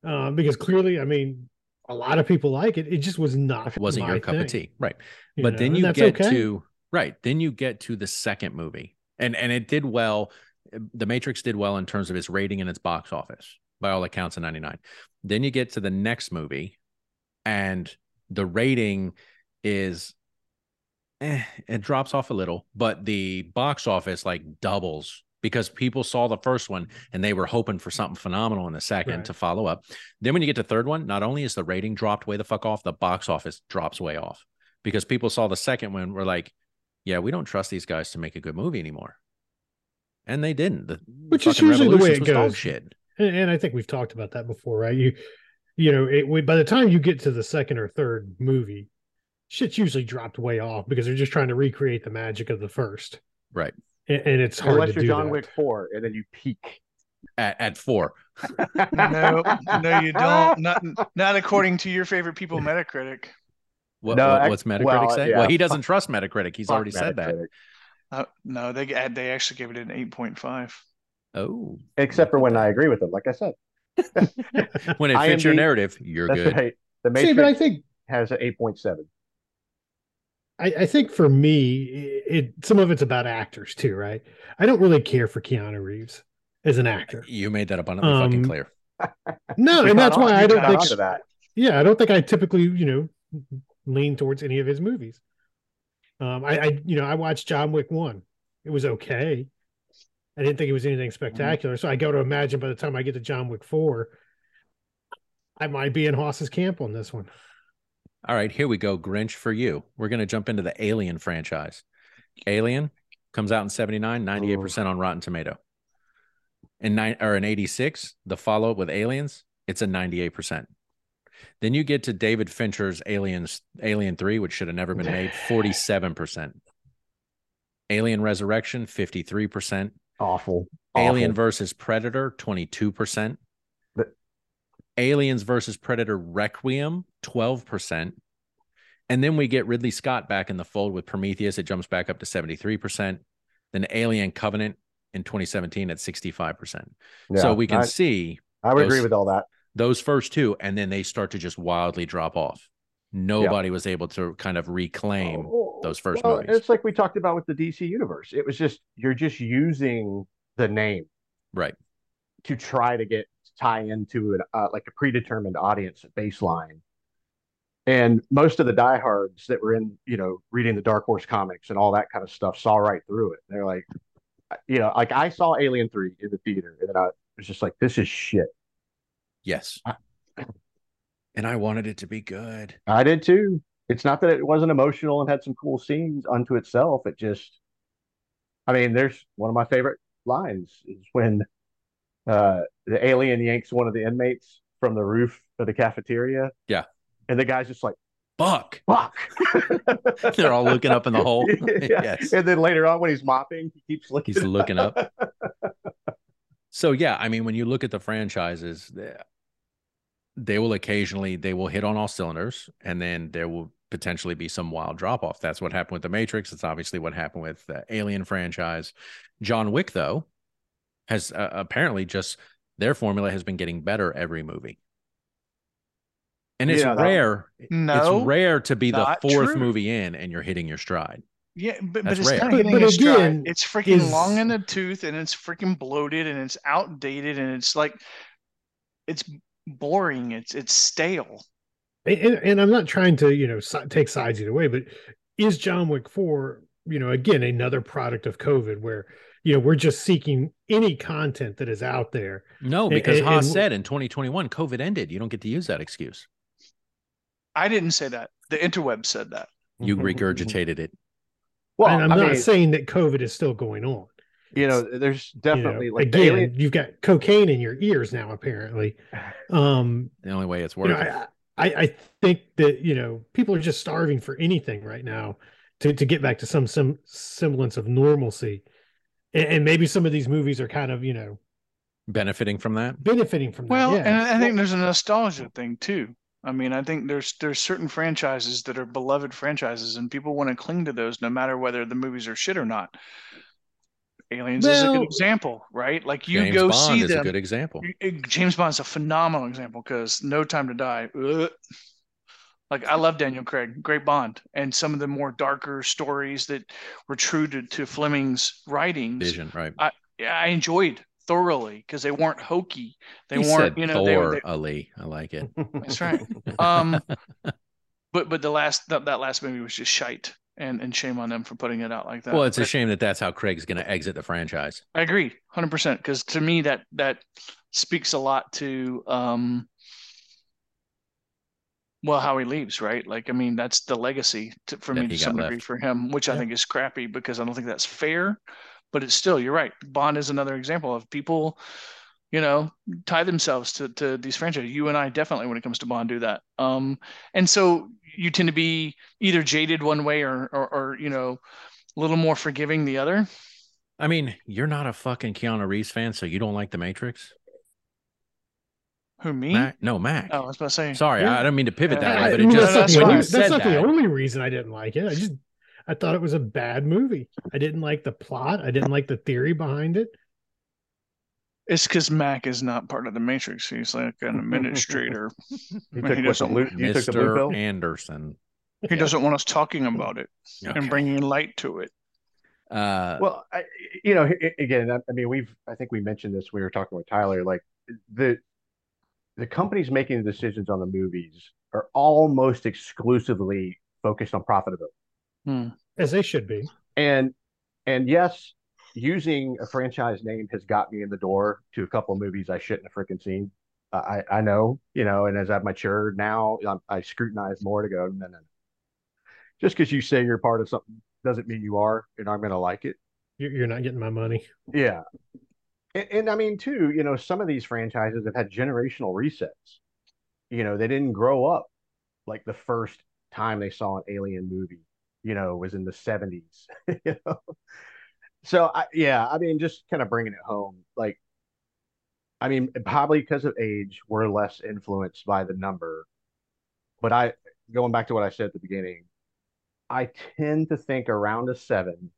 [SPEAKER 2] uh, because clearly, I mean, a lot of people like it. It just was not
[SPEAKER 1] It wasn't
[SPEAKER 2] my
[SPEAKER 1] your cup of
[SPEAKER 2] thing,
[SPEAKER 1] tea. Right.
[SPEAKER 2] you
[SPEAKER 1] but
[SPEAKER 2] know,
[SPEAKER 1] then
[SPEAKER 2] and
[SPEAKER 1] you
[SPEAKER 2] that's
[SPEAKER 1] get
[SPEAKER 2] okay.
[SPEAKER 1] to right then you get to the second movie and and it did well the matrix did well in terms of its rating and its box office by all accounts in 99 then you get to the next movie and the rating is eh, it drops off a little but the box office like doubles because people saw the first one and they were hoping for something phenomenal in the second
[SPEAKER 2] Right.
[SPEAKER 1] to follow up then when you get to third one not only is the rating dropped way the fuck off the box office drops way off because people saw the second one were like, yeah, we don't trust these guys to make a good movie anymore. And they didn't. The
[SPEAKER 2] Which is
[SPEAKER 1] fucking
[SPEAKER 2] usually the way
[SPEAKER 1] Revolutions
[SPEAKER 2] it
[SPEAKER 1] was dog
[SPEAKER 2] goes.
[SPEAKER 1] Shit.
[SPEAKER 2] And, and I think we've talked about that before, right? You, you know, it, we, by the time you get to the second or third movie, shit's usually dropped way off because they're just trying to recreate the magic of the first,
[SPEAKER 1] Right.
[SPEAKER 2] And, and it's hard
[SPEAKER 4] Unless
[SPEAKER 2] to
[SPEAKER 4] you're
[SPEAKER 2] do
[SPEAKER 4] John
[SPEAKER 2] that.
[SPEAKER 4] Wick four, and then you peak.
[SPEAKER 1] At, at four.
[SPEAKER 3] No, no, you don't. Not not according to your favorite people, Metacritic.
[SPEAKER 1] What,
[SPEAKER 4] No,
[SPEAKER 1] what-
[SPEAKER 4] ac-
[SPEAKER 1] what's Metacritic
[SPEAKER 4] well,
[SPEAKER 1] say?
[SPEAKER 4] yeah,
[SPEAKER 1] Well, he doesn't trust Metacritic. He's
[SPEAKER 4] Fuck
[SPEAKER 1] already said that.
[SPEAKER 4] Metacritic.
[SPEAKER 3] Uh, no, they g- they actually gave it an eight point five.
[SPEAKER 1] Oh,
[SPEAKER 4] Except for when I agree with them, like I said.
[SPEAKER 1] when it fits your
[SPEAKER 4] IMDb
[SPEAKER 1] narrative, you're
[SPEAKER 4] That's
[SPEAKER 1] good.
[SPEAKER 4] right. The
[SPEAKER 2] See,
[SPEAKER 4] Matrix
[SPEAKER 2] but I think
[SPEAKER 4] has an eight point seven.
[SPEAKER 2] I, I think for me, it, it some of it's about actors too, right? I don't really care for Keanu Reeves as an actor.
[SPEAKER 1] You made that abundantly fucking
[SPEAKER 2] Um,
[SPEAKER 1] clear.
[SPEAKER 2] No, and that's why I don't think.
[SPEAKER 4] to that.
[SPEAKER 2] Yeah, I don't think I typically, you know, lean towards any of his movies. Um, I, I, you know, I watched John Wick one. It was okay. I didn't think it was anything spectacular. So I go to imagine by the time I get to John Wick four, I might be in Haas's camp on this one.
[SPEAKER 1] All right, here we go. Grinch for you. We're going to jump into the Alien franchise. Alien comes out in 79, 98% on Rotten Tomato. In nine or in 86, the follow up with Aliens, it's a 98%. Then you get to David Fincher's Aliens Alien 3, which should have never been made, 47%. Alien Resurrection, 53%.
[SPEAKER 4] Awful.
[SPEAKER 1] Alien
[SPEAKER 4] Awful.
[SPEAKER 1] versus Predator, 22%.
[SPEAKER 4] But-
[SPEAKER 1] Aliens versus Predator Requiem, 12%. And then we get Ridley Scott back in the fold with Prometheus. It jumps back up to 73%. Then Alien Covenant in 2017 at 65%.
[SPEAKER 4] Yeah,
[SPEAKER 1] so we can
[SPEAKER 4] I,
[SPEAKER 1] see
[SPEAKER 4] I would
[SPEAKER 1] those-
[SPEAKER 4] agree with all that.
[SPEAKER 1] those first two, and then they start to just wildly drop off. Nobody was able to kind of reclaim.
[SPEAKER 4] Oh.
[SPEAKER 1] those first
[SPEAKER 4] well,
[SPEAKER 1] movies.
[SPEAKER 4] It's like we talked about with the DC universe. It was just you're just using the name
[SPEAKER 1] Right.
[SPEAKER 4] to try to get tie into an uh, like a predetermined audience baseline. And most of the diehards that were in, you know, reading the Dark Horse comics and all that kind of stuff saw right through it. They're like, you know, like I saw Alien Three in the theater, and then I was just like, this is shit.
[SPEAKER 1] Yes.
[SPEAKER 4] I-
[SPEAKER 1] And I wanted it to be good.
[SPEAKER 4] I did too. It's not that it wasn't emotional and had some cool scenes unto itself. It just, I mean, there's one of my favorite lines is when uh, the alien yanks one of the inmates from the roof of the cafeteria.
[SPEAKER 1] Yeah.
[SPEAKER 4] And the guy's just like,
[SPEAKER 1] Fuck.
[SPEAKER 4] fuck.
[SPEAKER 1] They're all looking up in the hole.
[SPEAKER 4] Yeah.
[SPEAKER 1] yes.
[SPEAKER 4] And then later on, when he's mopping, he keeps looking.
[SPEAKER 1] He's looking up. So yeah, I mean, when you look at the franchises, th- they will occasionally they will hit on all cylinders, and then there will potentially be some wild drop off. That's what happened with the Matrix. It's obviously what happened with the Alien franchise. John Wick though has uh, apparently just their formula has been getting better every movie, and it's
[SPEAKER 4] Yeah, that-
[SPEAKER 1] rare.
[SPEAKER 3] No,
[SPEAKER 1] it's rare to be the
[SPEAKER 3] not
[SPEAKER 1] fourth
[SPEAKER 3] true.
[SPEAKER 1] movie in and you're hitting your stride.
[SPEAKER 3] Yeah, but, but
[SPEAKER 1] That's
[SPEAKER 3] it's
[SPEAKER 1] rare.
[SPEAKER 3] not
[SPEAKER 2] But-
[SPEAKER 3] hitting
[SPEAKER 2] but
[SPEAKER 3] a stride.
[SPEAKER 2] again,
[SPEAKER 3] It's freaking
[SPEAKER 2] is-
[SPEAKER 3] long in the tooth and it's freaking bloated and it's outdated and it's like it's boring. It's it's stale.
[SPEAKER 2] And, and, and I'm not trying to, you know, si- take sides either way, but is John Wick 4, you know, again, another product of COVID where, you know, we're just seeking any content that is out there.
[SPEAKER 1] No,
[SPEAKER 2] And-
[SPEAKER 1] because
[SPEAKER 2] and-
[SPEAKER 1] Haas
[SPEAKER 2] and-
[SPEAKER 1] said in 2021, COVID ended. You don't get to use that excuse.
[SPEAKER 3] I didn't say that. The interweb said that.
[SPEAKER 1] You regurgitated it.
[SPEAKER 4] Well,
[SPEAKER 2] and I'm
[SPEAKER 4] I
[SPEAKER 2] not
[SPEAKER 4] mean,
[SPEAKER 2] saying that COVID is still going on.
[SPEAKER 4] you know, there's
[SPEAKER 2] you know.
[SPEAKER 4] definitely like the
[SPEAKER 2] again,
[SPEAKER 4] alien-
[SPEAKER 2] you've got cocaine in your ears now, apparently. Um,
[SPEAKER 1] The only way it's
[SPEAKER 2] you know,
[SPEAKER 1] working.
[SPEAKER 2] I, I I think that you know people are just starving for anything right now to to get back to some some semblance of normalcy, and, and maybe some of these movies are kind of you know
[SPEAKER 1] Benefiting from that.
[SPEAKER 2] benefiting from
[SPEAKER 3] Well,
[SPEAKER 2] that.
[SPEAKER 3] and
[SPEAKER 2] Yeah.
[SPEAKER 3] I- I think there's a nostalgia thing too. I mean, I think there's there's certain franchises that are beloved franchises, and people want to cling to those no matter whether the movies are shit or not. Aliens is a
[SPEAKER 2] Well-
[SPEAKER 3] good example, right? Like you
[SPEAKER 1] James
[SPEAKER 3] go
[SPEAKER 1] Bond
[SPEAKER 3] see
[SPEAKER 1] is a
[SPEAKER 3] them.
[SPEAKER 1] good example.
[SPEAKER 3] y- y- James Bond's a phenomenal example because No Time to Die. ugh. Like I love Daniel Craig, great Bond, and some of the more darker stories that were true to, to Fleming's writings.
[SPEAKER 1] Vision, right?
[SPEAKER 3] Yeah, I enjoyed thoroughly because they weren't hokey. They
[SPEAKER 1] He
[SPEAKER 3] weren't,
[SPEAKER 1] said
[SPEAKER 3] you know, they
[SPEAKER 1] Thor,
[SPEAKER 3] were. they-
[SPEAKER 1] Ali. I like it.
[SPEAKER 3] that's right. Um, but but the last that, that last movie was just shite, and and shame on them for putting it out like that.
[SPEAKER 1] well, it's a
[SPEAKER 3] But
[SPEAKER 1] shame that that's how Craig's going to exit the franchise.
[SPEAKER 3] I agree, hundred percent. Because to me, that that speaks a lot to um, well, how he leaves, right? Like, I mean, that's the legacy to, for
[SPEAKER 1] That
[SPEAKER 3] me
[SPEAKER 1] he
[SPEAKER 3] to
[SPEAKER 1] got
[SPEAKER 3] some degree
[SPEAKER 1] left.
[SPEAKER 3] for him, which I
[SPEAKER 2] Yeah.
[SPEAKER 3] think is crappy because I don't think that's fair. But it's still, you're right. Bond is another example of people, you know, tie themselves to to these franchises. You and I definitely, when it comes to Bond, do that. Um, and so you tend to be either jaded one way or or, or you know, a little more forgiving the other.
[SPEAKER 1] I mean, you're not a fucking Keanu Reeves fan, so you don't like The Matrix?
[SPEAKER 3] Who me?
[SPEAKER 1] Mac? No, Mac.
[SPEAKER 3] Oh, I was about to say.
[SPEAKER 1] Sorry,
[SPEAKER 2] Yeah.
[SPEAKER 1] I, I don't mean to pivot that
[SPEAKER 3] Yeah,
[SPEAKER 1] way,
[SPEAKER 2] I-
[SPEAKER 1] but
[SPEAKER 2] I
[SPEAKER 1] it
[SPEAKER 2] mean,
[SPEAKER 1] just
[SPEAKER 2] that's not,
[SPEAKER 3] that's
[SPEAKER 2] the
[SPEAKER 1] when
[SPEAKER 3] why-
[SPEAKER 1] you
[SPEAKER 2] only,
[SPEAKER 1] said
[SPEAKER 2] that's not the
[SPEAKER 1] that-
[SPEAKER 2] only reason I didn't like it. I just I thought it was a bad movie. I didn't like the plot. I didn't like the theory behind it.
[SPEAKER 3] It's because Mac is not part of the Matrix. He's like an administrator.
[SPEAKER 4] you
[SPEAKER 3] He
[SPEAKER 4] took, what, the
[SPEAKER 3] doesn't-
[SPEAKER 4] blue, you took the blue pill?
[SPEAKER 1] Mr. Anderson.
[SPEAKER 3] He doesn't want us talking about it and bringing light to it.
[SPEAKER 1] Uh,
[SPEAKER 4] well I, you know a- again I, I mean we've i think we mentioned this when we were talking with tyler like the the companies making the decisions on the movies are almost exclusively focused on profitability
[SPEAKER 2] As they should be.
[SPEAKER 4] and and yes using a franchise name has got me in the door to a couple of movies i shouldn't have freaking seen I, I I know, you know, and as I've matured now, I'm, I scrutinize more to go, no, no, no. Just because you say you're part of something doesn't mean you are, and I'm going to like it.
[SPEAKER 2] You're, you're not getting my money.
[SPEAKER 4] Yeah. And, and I mean, too, you know, some of these franchises have had generational resets. You know, they didn't grow up like the first time they saw an alien movie, you know, was in the 70s, you know. So I, yeah, I mean, just kind of bringing it home, like, I mean, probably because of age, we're less influenced by the number. But I, going back to what I said at the beginning, I tend to think around a seven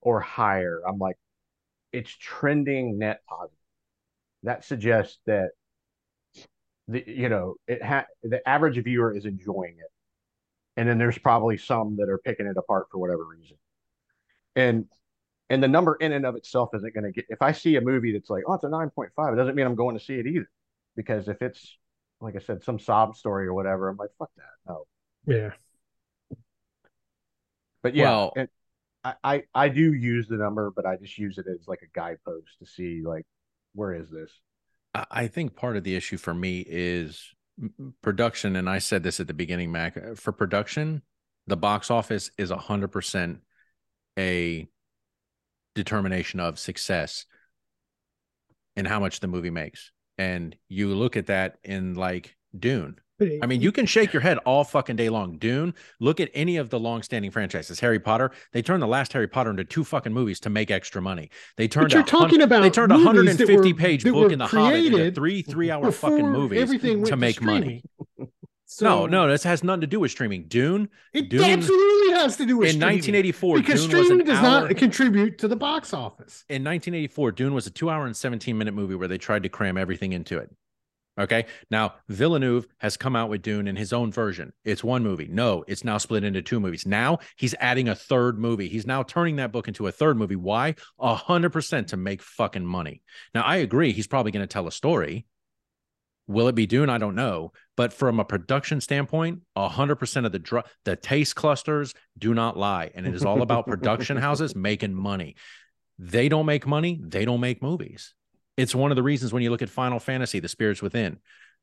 [SPEAKER 4] or higher. I'm like, it's trending net positive. That suggests that the you know it ha- the average viewer is enjoying it, and then there's probably some that are picking it apart for whatever reason. And and the number in and of itself isn't going to get. If I see a movie that's like, oh, it's a nine point five, it doesn't mean I'm going to see it either, because if it's like I said, some sob story or whatever, I'm like, fuck that, no.
[SPEAKER 2] Yeah.
[SPEAKER 4] But yeah,
[SPEAKER 1] Well-
[SPEAKER 4] and I, I I do use the number, but I just use it as like a guidepost to see like where is this?
[SPEAKER 1] I I think part of the issue for me is m- m- production, and I said this at the beginning, Mac. uh, For production, the box office is hundred percent a determination of success and how much the movie makes. And you look at that in like Dune.
[SPEAKER 2] But
[SPEAKER 1] I mean, you can shake your head all fucking day long. Dune, look at any of the long-standing franchises. Harry Potter, they turned the last Harry Potter into two fucking movies to make extra money. They turned
[SPEAKER 2] But you're
[SPEAKER 1] a hun-
[SPEAKER 2] talking about
[SPEAKER 1] they turned a
[SPEAKER 2] movies
[SPEAKER 1] hundred and
[SPEAKER 2] that
[SPEAKER 1] fifty
[SPEAKER 2] were-
[SPEAKER 1] page
[SPEAKER 2] that
[SPEAKER 1] book
[SPEAKER 2] were
[SPEAKER 1] in the Hobbit into
[SPEAKER 2] created
[SPEAKER 1] three three hour fucking
[SPEAKER 2] before
[SPEAKER 1] movies
[SPEAKER 2] everything went
[SPEAKER 1] to make money.
[SPEAKER 2] streaming. So
[SPEAKER 1] no, no, this has nothing to do with streaming. Dune
[SPEAKER 2] It
[SPEAKER 1] Dune-
[SPEAKER 2] absolutely has to do with
[SPEAKER 1] in
[SPEAKER 2] streaming.
[SPEAKER 1] 1984,
[SPEAKER 2] because
[SPEAKER 1] Dune was
[SPEAKER 2] streaming
[SPEAKER 1] an
[SPEAKER 2] does
[SPEAKER 1] hour-
[SPEAKER 2] not contribute to the box office.
[SPEAKER 1] in 1984, Dune was a two hour and 17 minute movie where they tried to cram everything into it. Okay. Now, Villeneuve has come out with Dune in his own version. It's one movie. No, it's now split into two movies. Now he's adding a third movie. He's now turning that book into a third movie. Why? 100% to make fucking money. Now, I agree. He's probably going to tell a story. Will it be Dune? I don't know. But from a production standpoint, 100% of the dr- the taste clusters do not lie. And it is all about production houses making money. They don't make money, they don't make movies. It's one of the reasons when you look at Final Fantasy, The Spirits Within,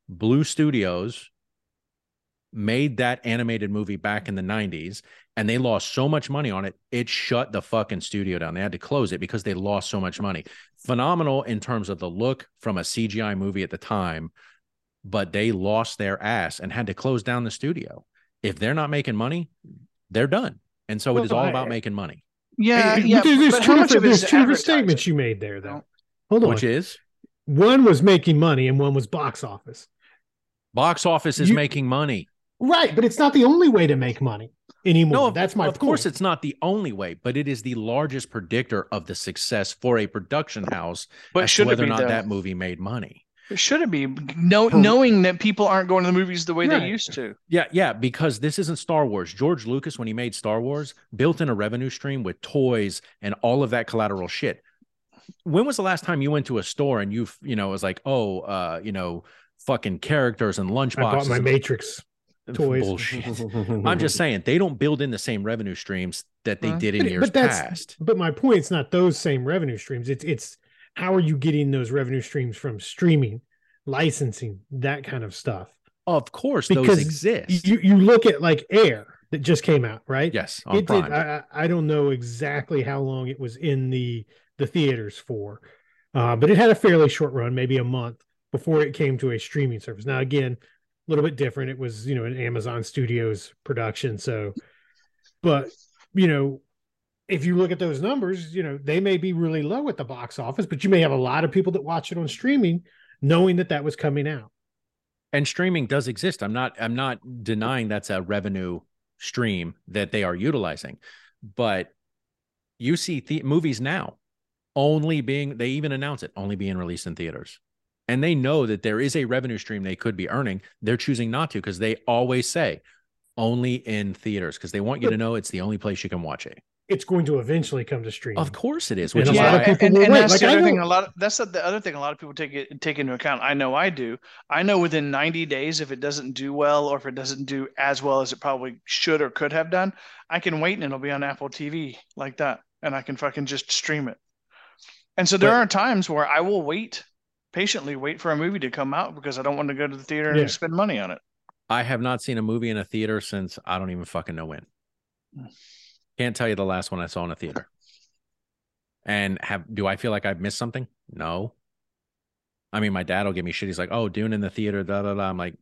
[SPEAKER 1] Blue Studios made that animated movie back in the 90s and they lost so much money on it it shut the fucking studio down they had to close it because they lost so much money phenomenal in terms of the look from a cgi movie at the time but they lost their ass and had to close down the studio if they're not making money they're done and so it is all
[SPEAKER 2] Well,
[SPEAKER 1] about
[SPEAKER 2] I-
[SPEAKER 1] making money
[SPEAKER 3] Yeah,
[SPEAKER 2] Hey,
[SPEAKER 3] Uh, yeah.
[SPEAKER 2] there's,
[SPEAKER 3] but
[SPEAKER 2] there's
[SPEAKER 3] how
[SPEAKER 2] two,
[SPEAKER 3] much
[SPEAKER 2] different-
[SPEAKER 3] of it
[SPEAKER 2] there's
[SPEAKER 3] is
[SPEAKER 2] two different
[SPEAKER 3] advertising?
[SPEAKER 2] statements you made there, though. Hold on.
[SPEAKER 1] which is
[SPEAKER 2] one was making money and one was box office.
[SPEAKER 1] box office is
[SPEAKER 2] You-
[SPEAKER 1] making money
[SPEAKER 2] Right, but it's not the only way to make money anymore.
[SPEAKER 1] No, of-
[SPEAKER 2] that's my
[SPEAKER 1] of course it's not the only way but it is the largest predictor of the success for a production house
[SPEAKER 3] But
[SPEAKER 1] as
[SPEAKER 3] should
[SPEAKER 1] to
[SPEAKER 3] it
[SPEAKER 1] whether
[SPEAKER 3] be
[SPEAKER 1] or not
[SPEAKER 3] though?
[SPEAKER 1] that movie made money
[SPEAKER 3] Should it be know,
[SPEAKER 4] For-
[SPEAKER 3] knowing that people aren't going to the movies the way they
[SPEAKER 2] Right.
[SPEAKER 3] used to?
[SPEAKER 1] Yeah, yeah, because this isn't Star Wars. George Lucas, when he made Star Wars, built in a revenue stream with toys and all of that collateral shit. When was the last time you went to a store and you, you know, it was like, oh, uh, you know, fucking characters and
[SPEAKER 2] I bought
[SPEAKER 1] lunchboxes?
[SPEAKER 2] my
[SPEAKER 1] and-
[SPEAKER 2] Matrix. toys.
[SPEAKER 1] Bullshit. I'm just saying they don't build in the same revenue streams that they
[SPEAKER 3] Mhm.
[SPEAKER 1] did in
[SPEAKER 2] But-
[SPEAKER 1] years
[SPEAKER 2] but that's-
[SPEAKER 1] past.
[SPEAKER 2] But my point's not those same revenue streams. It's it's how are you getting those revenue streams from streaming, licensing, that kind of stuff.
[SPEAKER 1] Of course, those
[SPEAKER 2] Because
[SPEAKER 1] exist.
[SPEAKER 2] You you look at like Air that just came out, right?
[SPEAKER 1] yes, on
[SPEAKER 2] it
[SPEAKER 1] Prime.
[SPEAKER 2] did. I, I I don't know exactly how long it was in the the theaters for, uh, but it had a fairly short run, maybe a month before it came to a streaming service. Now again, a little bit different. It was you know an Amazon Studios production, so, but you know. If you look at those numbers, you know they may be really low at the box office, but you may have a lot of people that watch it on streaming, knowing that that was coming out.
[SPEAKER 1] and streaming does exist i'm not i'm not denying that's a revenue stream that they are utilizing but you see the- movies now only being they even announce it only being released in theaters and they know that there is a revenue stream they could be earning they're choosing not to because they always say only in theaters because they want you to know it's the only place you can watch it
[SPEAKER 2] It's going to eventually come to streaming.
[SPEAKER 1] of course it is
[SPEAKER 2] And
[SPEAKER 1] which
[SPEAKER 2] a
[SPEAKER 1] is
[SPEAKER 2] lot
[SPEAKER 1] why
[SPEAKER 2] of people
[SPEAKER 3] and,
[SPEAKER 2] will
[SPEAKER 3] and
[SPEAKER 2] wait.
[SPEAKER 3] that's
[SPEAKER 2] Like,
[SPEAKER 3] the
[SPEAKER 2] I
[SPEAKER 3] other
[SPEAKER 2] know-
[SPEAKER 3] thing. A lot. that's the other thing. A lot of people take it take into account. I know I do. I know within 90 days, if it doesn't do well or if it doesn't do as well as it probably should or could have done, I can wait and it'll be on Apple TV like that, and I can fucking just stream it. And so there
[SPEAKER 1] But-
[SPEAKER 3] are times where I will wait patiently wait for a movie to come out because I don't want to go to the theater
[SPEAKER 2] Yeah.
[SPEAKER 3] and spend money on it.
[SPEAKER 1] I have not seen a movie in a theater since I don't even fucking know when. Can't tell you the last one I saw in a theater. And have do I feel like I've missed something? No. I mean, my dad will give me shit. He's like, "Oh, Dune in the theater." Da da da. I'm like,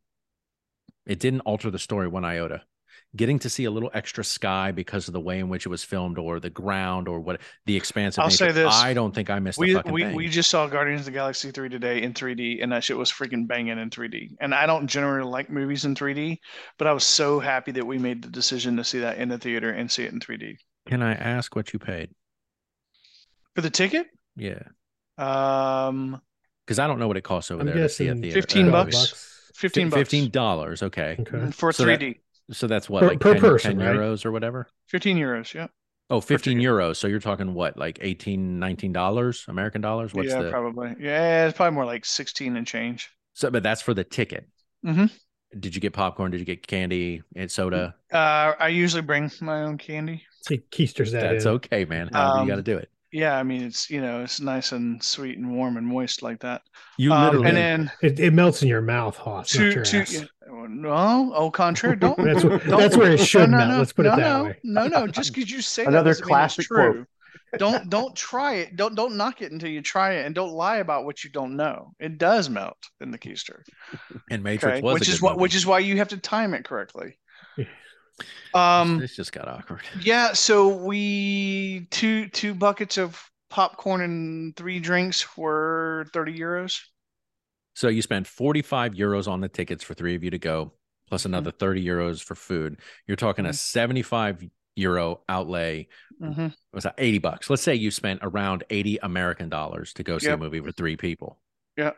[SPEAKER 1] it didn't alter the story one iota. Getting to see a little extra sky because of the way in which it was filmed, or the ground, or what the expansive.
[SPEAKER 3] I'll
[SPEAKER 1] nature,
[SPEAKER 3] say this.
[SPEAKER 1] I don't think I missed
[SPEAKER 3] we
[SPEAKER 1] a fucking
[SPEAKER 3] we,
[SPEAKER 1] thing.
[SPEAKER 3] we just saw Guardians of the Galaxy 3 today in 3D, and that shit was freaking banging in 3D. And I don't generally like movies in 3D, but I was so happy that we made the decision to see that in the theater and see it in 3D.
[SPEAKER 1] Can I ask what you paid?
[SPEAKER 3] For the ticket,
[SPEAKER 1] Yeah,
[SPEAKER 3] um,
[SPEAKER 1] because I don't know what it costs over
[SPEAKER 2] I'm
[SPEAKER 1] there to see a
[SPEAKER 2] guessing
[SPEAKER 1] theater.
[SPEAKER 3] 15
[SPEAKER 1] uh,
[SPEAKER 2] Twelve
[SPEAKER 3] bucks.
[SPEAKER 1] fi-
[SPEAKER 3] 15 bucks. Mm,
[SPEAKER 1] Fifteen dollars. Okay.
[SPEAKER 2] Okay.
[SPEAKER 3] for
[SPEAKER 1] So that-
[SPEAKER 3] 3D,
[SPEAKER 1] So that's what,
[SPEAKER 2] Per-
[SPEAKER 1] like
[SPEAKER 2] per
[SPEAKER 1] 10, 10
[SPEAKER 2] person, right?
[SPEAKER 1] euros or whatever?
[SPEAKER 3] 15 euros. Yeah,
[SPEAKER 1] Oh, 15
[SPEAKER 3] ticket.
[SPEAKER 1] euros. So you're talking what, like 18, 19 dollars, American dollars? What's
[SPEAKER 3] yeah,
[SPEAKER 1] the
[SPEAKER 3] probably. Yeah, it's probably more like 16 and change.
[SPEAKER 1] so but that's for the ticket.
[SPEAKER 3] Mhm.
[SPEAKER 1] Did you get popcorn? Did you get candy and soda?
[SPEAKER 3] Uh, I usually bring my own candy.
[SPEAKER 2] He keisters that
[SPEAKER 1] that's
[SPEAKER 2] in.
[SPEAKER 1] okay, man. However you
[SPEAKER 3] Um,
[SPEAKER 1] gotta do it.
[SPEAKER 3] Yeah, I mean it's you know it's nice and sweet and warm and moist like that.
[SPEAKER 1] You
[SPEAKER 3] Um,
[SPEAKER 1] literally
[SPEAKER 3] and then
[SPEAKER 2] It, it melts in your mouth, Hoss. not
[SPEAKER 3] two
[SPEAKER 2] your
[SPEAKER 3] two.
[SPEAKER 2] ass.
[SPEAKER 3] yeah, Oh, no, au contraire, don't
[SPEAKER 2] That's what,
[SPEAKER 3] Don't-
[SPEAKER 2] that's where it should
[SPEAKER 3] no,
[SPEAKER 2] melt.
[SPEAKER 3] no,
[SPEAKER 2] Let's put
[SPEAKER 3] no,
[SPEAKER 2] it that
[SPEAKER 3] no,
[SPEAKER 2] way.
[SPEAKER 3] No, no, just because you say that
[SPEAKER 4] Another
[SPEAKER 3] doesn't mean it's
[SPEAKER 4] classic
[SPEAKER 3] true.
[SPEAKER 4] quote.
[SPEAKER 3] Don't don't try it. Don't don't knock it until you try it, and don't lie about what you don't know. It does melt in the keister.
[SPEAKER 1] and Matrix
[SPEAKER 3] Okay,
[SPEAKER 1] was
[SPEAKER 3] which
[SPEAKER 1] a
[SPEAKER 3] is
[SPEAKER 1] good
[SPEAKER 3] what
[SPEAKER 1] movie.
[SPEAKER 3] which is why you have to time it correctly.
[SPEAKER 2] Yeah.
[SPEAKER 3] Um,
[SPEAKER 1] this just got awkward.
[SPEAKER 3] yeah. So we two two buckets of popcorn and three drinks were thirty euros.
[SPEAKER 1] So you spent 45 euros on the tickets for three of you to go, plus
[SPEAKER 3] Mm-hmm.
[SPEAKER 1] another 30 euros for food. You're talking a
[SPEAKER 3] Mhm.
[SPEAKER 1] 75 euro outlay
[SPEAKER 3] Mm-hmm.
[SPEAKER 1] was that 80 bucks let's say you spent around 80 american dollars to go see a
[SPEAKER 3] Yep.
[SPEAKER 1] movie with three people
[SPEAKER 3] Yeah.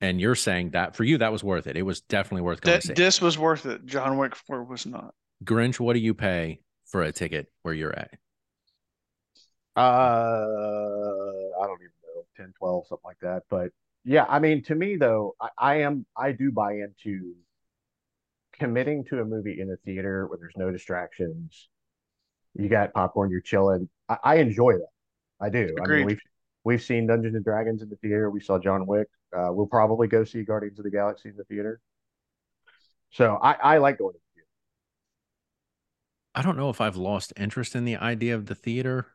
[SPEAKER 1] and you're saying that for you that was worth it it was definitely worth going
[SPEAKER 3] That
[SPEAKER 1] to see
[SPEAKER 3] this was worth it. John Wick Four was not.
[SPEAKER 1] grinch what do you pay for a ticket where you're at
[SPEAKER 4] Uh, I don't even know, 10, 12, something like that. But yeah, I mean, to me though, I, I am I do buy into committing to a movie in a theater where there's no distractions. You got popcorn, you're chilling. I, I enjoy that. I do. I
[SPEAKER 3] Agreed.
[SPEAKER 4] mean, we've we've seen Dungeons and Dragons in the theater. We saw John Wick. Uh, we'll probably go see Guardians of the Galaxy in the theater. So I, I like going to the
[SPEAKER 1] I don't know if I've lost interest in the idea of the theater,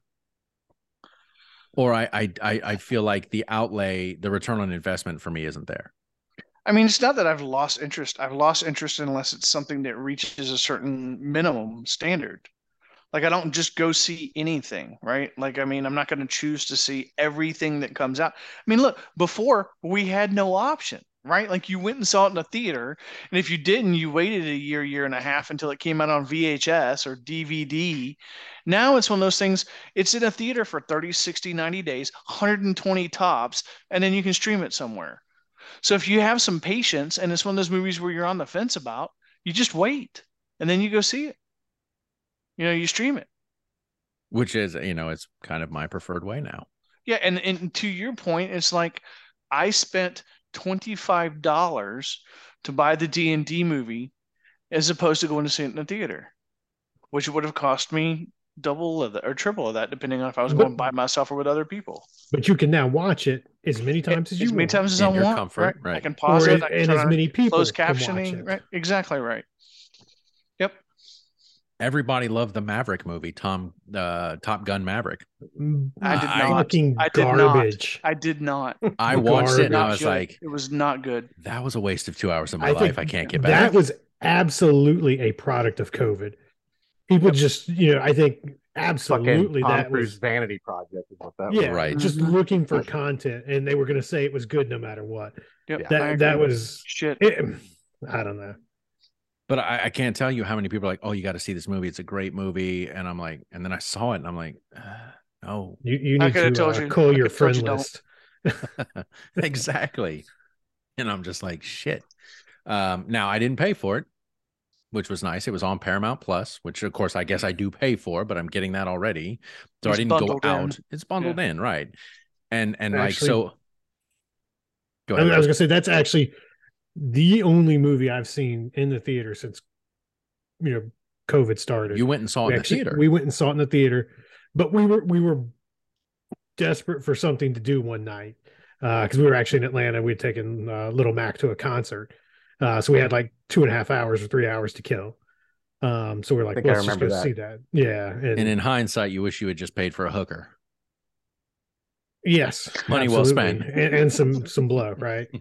[SPEAKER 1] or I I I, I feel like the outlay, the return on investment for me isn't there.
[SPEAKER 3] I mean, it's not that I've lost interest. I've lost interest unless it's something that reaches a certain minimum standard. Like I don't just go see anything, right? Like I mean, I'm not going to choose to see everything that comes out. I mean, look, before we had no option, right? Like you went and saw it in a theater, and if you didn't, you waited a year, year and a half until it came out on VHS or DVD. Now it's one of those things, it's in a theater for 30, 60, 90 days, 120 tops, and then you can stream it somewhere. So if you have some patience and it's one of those movies where you're on the fence about, you just wait and then you go see it. You know, you stream it.
[SPEAKER 1] Which is, you know, it's kind of my preferred way now.
[SPEAKER 3] Yeah, and, and to your point, it's like I spent twenty-five dollars to buy the D and D movie as opposed to going to see it in the theater, which would have cost me double of that or triple of that, depending on if I was
[SPEAKER 2] But-
[SPEAKER 3] going by myself or with other people.
[SPEAKER 2] But you can now watch it as many times as you
[SPEAKER 3] as many
[SPEAKER 2] want,
[SPEAKER 3] times as
[SPEAKER 1] In
[SPEAKER 3] I
[SPEAKER 1] your
[SPEAKER 3] want,
[SPEAKER 1] comfort,
[SPEAKER 3] right? I
[SPEAKER 1] right.
[SPEAKER 3] can
[SPEAKER 2] or
[SPEAKER 3] pause it.
[SPEAKER 2] a-
[SPEAKER 3] I can
[SPEAKER 2] and
[SPEAKER 3] turn
[SPEAKER 2] as
[SPEAKER 3] on
[SPEAKER 2] many people
[SPEAKER 3] closed
[SPEAKER 2] can watch
[SPEAKER 3] captioning,
[SPEAKER 2] it.
[SPEAKER 3] right? Exactly right.
[SPEAKER 1] Everybody loved the Maverick movie, Tom uh, Top Gun Maverick.
[SPEAKER 2] Mm,
[SPEAKER 3] I did not.
[SPEAKER 2] Fucking
[SPEAKER 3] I did not.
[SPEAKER 2] garbage.
[SPEAKER 3] I did not.
[SPEAKER 1] I watched it and I
[SPEAKER 3] not
[SPEAKER 1] was
[SPEAKER 3] good.
[SPEAKER 1] like,
[SPEAKER 3] it was not good.
[SPEAKER 1] that was a waste of two hours of my
[SPEAKER 2] I think
[SPEAKER 1] life. I can't get back.
[SPEAKER 2] That was absolutely a product of COVID. People just, you know, I think
[SPEAKER 4] Fucking
[SPEAKER 2] absolutely
[SPEAKER 4] Tom
[SPEAKER 2] that
[SPEAKER 4] Cruise
[SPEAKER 2] was
[SPEAKER 4] vanity project is what that was.
[SPEAKER 2] yeah,
[SPEAKER 1] Right.
[SPEAKER 2] just
[SPEAKER 3] Mhm.
[SPEAKER 2] looking for content, and they were going to say it was good no matter what.
[SPEAKER 3] Yep, I
[SPEAKER 2] That
[SPEAKER 3] agree.
[SPEAKER 2] that was,
[SPEAKER 3] shit.
[SPEAKER 2] it, I don't know.
[SPEAKER 1] But I, I can't tell you how many people are like, oh, you got to see this movie. It's a great movie. And I'm like, and then I saw it and I'm like, uh, no,
[SPEAKER 2] You you
[SPEAKER 3] I
[SPEAKER 2] need
[SPEAKER 3] coulda
[SPEAKER 2] to
[SPEAKER 3] told
[SPEAKER 2] uh,
[SPEAKER 3] you. I
[SPEAKER 2] call your
[SPEAKER 3] coulda told
[SPEAKER 2] friend
[SPEAKER 3] you don't.
[SPEAKER 2] list.
[SPEAKER 1] exactly. And I'm just like, shit. Um, now I didn't pay for it, which was nice. It was on Paramount Plus, which of course I guess I do pay for, but I'm getting that already. So
[SPEAKER 3] It's
[SPEAKER 1] I didn't go
[SPEAKER 3] bundled in.
[SPEAKER 1] out. It's bundled in, right? And and
[SPEAKER 2] Actually-
[SPEAKER 1] like so. Go
[SPEAKER 2] I,
[SPEAKER 1] ahead.
[SPEAKER 2] I was gonna say that's actually the only movie I've seen in the theater since you know COVID started.
[SPEAKER 1] you went and saw it
[SPEAKER 2] we
[SPEAKER 1] in
[SPEAKER 2] actually-
[SPEAKER 1] the theater.
[SPEAKER 2] we went and saw it in the theater, but we were we were desperate for something to do one night because we were actually in Atlanta. We'd taken uh, Little Mac to a concert, uh, so we had like two and a half hours or three hours to kill. Um, so we are like,
[SPEAKER 4] think I
[SPEAKER 2] let's just go
[SPEAKER 4] remember that.
[SPEAKER 2] see that. Yeah, and,
[SPEAKER 1] and in hindsight, you wish you had just paid for a hooker.
[SPEAKER 2] yes,
[SPEAKER 1] Money well
[SPEAKER 2] absolutely.
[SPEAKER 1] spent.
[SPEAKER 2] and, and some some blow, right?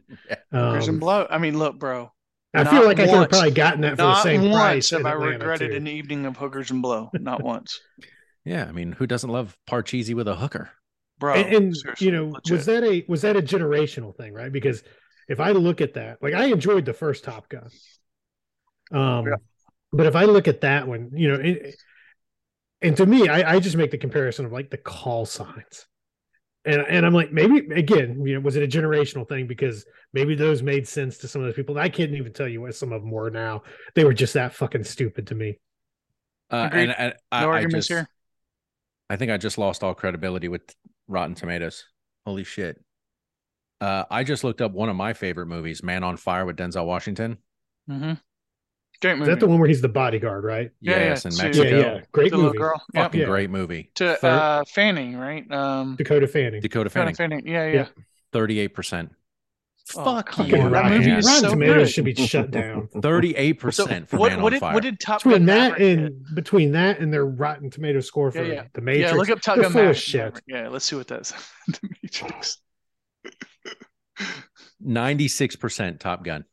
[SPEAKER 1] Yeah.
[SPEAKER 3] Hookers and
[SPEAKER 2] Um,
[SPEAKER 3] blow. I mean, look, bro.
[SPEAKER 2] I
[SPEAKER 3] Not
[SPEAKER 2] feel like I could have
[SPEAKER 3] once.
[SPEAKER 2] probably gotten that for the
[SPEAKER 3] Not
[SPEAKER 2] same
[SPEAKER 3] once
[SPEAKER 2] price.
[SPEAKER 3] have
[SPEAKER 2] in
[SPEAKER 3] I
[SPEAKER 2] Atlanta,
[SPEAKER 3] regretted
[SPEAKER 2] too.
[SPEAKER 3] an evening of hookers and blow. Not once,
[SPEAKER 1] Yeah, I mean, who doesn't love Parcheesi with a hooker?
[SPEAKER 3] bro.
[SPEAKER 2] and, and,
[SPEAKER 3] seriously,
[SPEAKER 2] you know,
[SPEAKER 3] legit.
[SPEAKER 2] was that a was that a generational thing, right? Because if I look at that, like I enjoyed the first Top Gun, um,
[SPEAKER 3] Yeah.
[SPEAKER 2] but if I look at that one, you know, it, and to me, I, I just make the comparison of like the call signs, and and I'm like, maybe again, you know, was it a generational thing? Because maybe those made sense to some of those people. I can't even tell you what some of them were now. They were just that fucking stupid to me.
[SPEAKER 1] Uh,
[SPEAKER 3] Agreed.
[SPEAKER 1] And, and
[SPEAKER 3] no
[SPEAKER 1] I, I
[SPEAKER 3] arguments
[SPEAKER 1] just,
[SPEAKER 3] here.
[SPEAKER 1] I think I just lost all credibility with Rotten Tomatoes. Holy shit. Uh, I just looked up one of my favorite movies, Man on Fire with Denzel Washington.
[SPEAKER 3] Mm-hmm. Great
[SPEAKER 2] Is
[SPEAKER 3] movie.
[SPEAKER 2] that the one where he's the bodyguard, right?
[SPEAKER 3] Yeah, yeah,
[SPEAKER 1] yes, in
[SPEAKER 3] so-
[SPEAKER 1] Mexico.
[SPEAKER 2] Yeah, yeah, great
[SPEAKER 3] The little
[SPEAKER 2] movie.
[SPEAKER 3] girl. Yeah.
[SPEAKER 1] Fucking
[SPEAKER 2] Yeah.
[SPEAKER 1] great movie.
[SPEAKER 3] To
[SPEAKER 1] Thir-
[SPEAKER 3] uh, Fanning, right? Um,
[SPEAKER 2] Dakota Fanning.
[SPEAKER 1] Dakota Fanning,
[SPEAKER 3] Dakota Fanning. Yeah, yeah.
[SPEAKER 2] Yeah.
[SPEAKER 1] 38%.
[SPEAKER 3] Oh,
[SPEAKER 1] Fuck
[SPEAKER 3] come
[SPEAKER 1] you.
[SPEAKER 3] on.
[SPEAKER 2] Fucking
[SPEAKER 3] That
[SPEAKER 2] Rotten,
[SPEAKER 1] movie
[SPEAKER 3] movie
[SPEAKER 1] is
[SPEAKER 3] is
[SPEAKER 2] Rotten
[SPEAKER 3] so
[SPEAKER 2] Tomatoes
[SPEAKER 3] good.
[SPEAKER 2] should be shut down.
[SPEAKER 1] 38% for
[SPEAKER 3] what,
[SPEAKER 1] Man on
[SPEAKER 3] what did
[SPEAKER 1] Fire.
[SPEAKER 3] what did Top
[SPEAKER 2] Between
[SPEAKER 3] Gun
[SPEAKER 2] that
[SPEAKER 3] Maverick
[SPEAKER 2] and between that and their Rotten Tomato score for
[SPEAKER 3] Yeah, yeah.
[SPEAKER 2] The
[SPEAKER 3] did?
[SPEAKER 2] Matrix,
[SPEAKER 3] yeah, look up Top
[SPEAKER 2] they're
[SPEAKER 3] Gun
[SPEAKER 2] full of
[SPEAKER 3] Maverick.
[SPEAKER 2] shit.
[SPEAKER 3] Yeah, let's see what that's. the Matrix.
[SPEAKER 1] 96% Top Gun.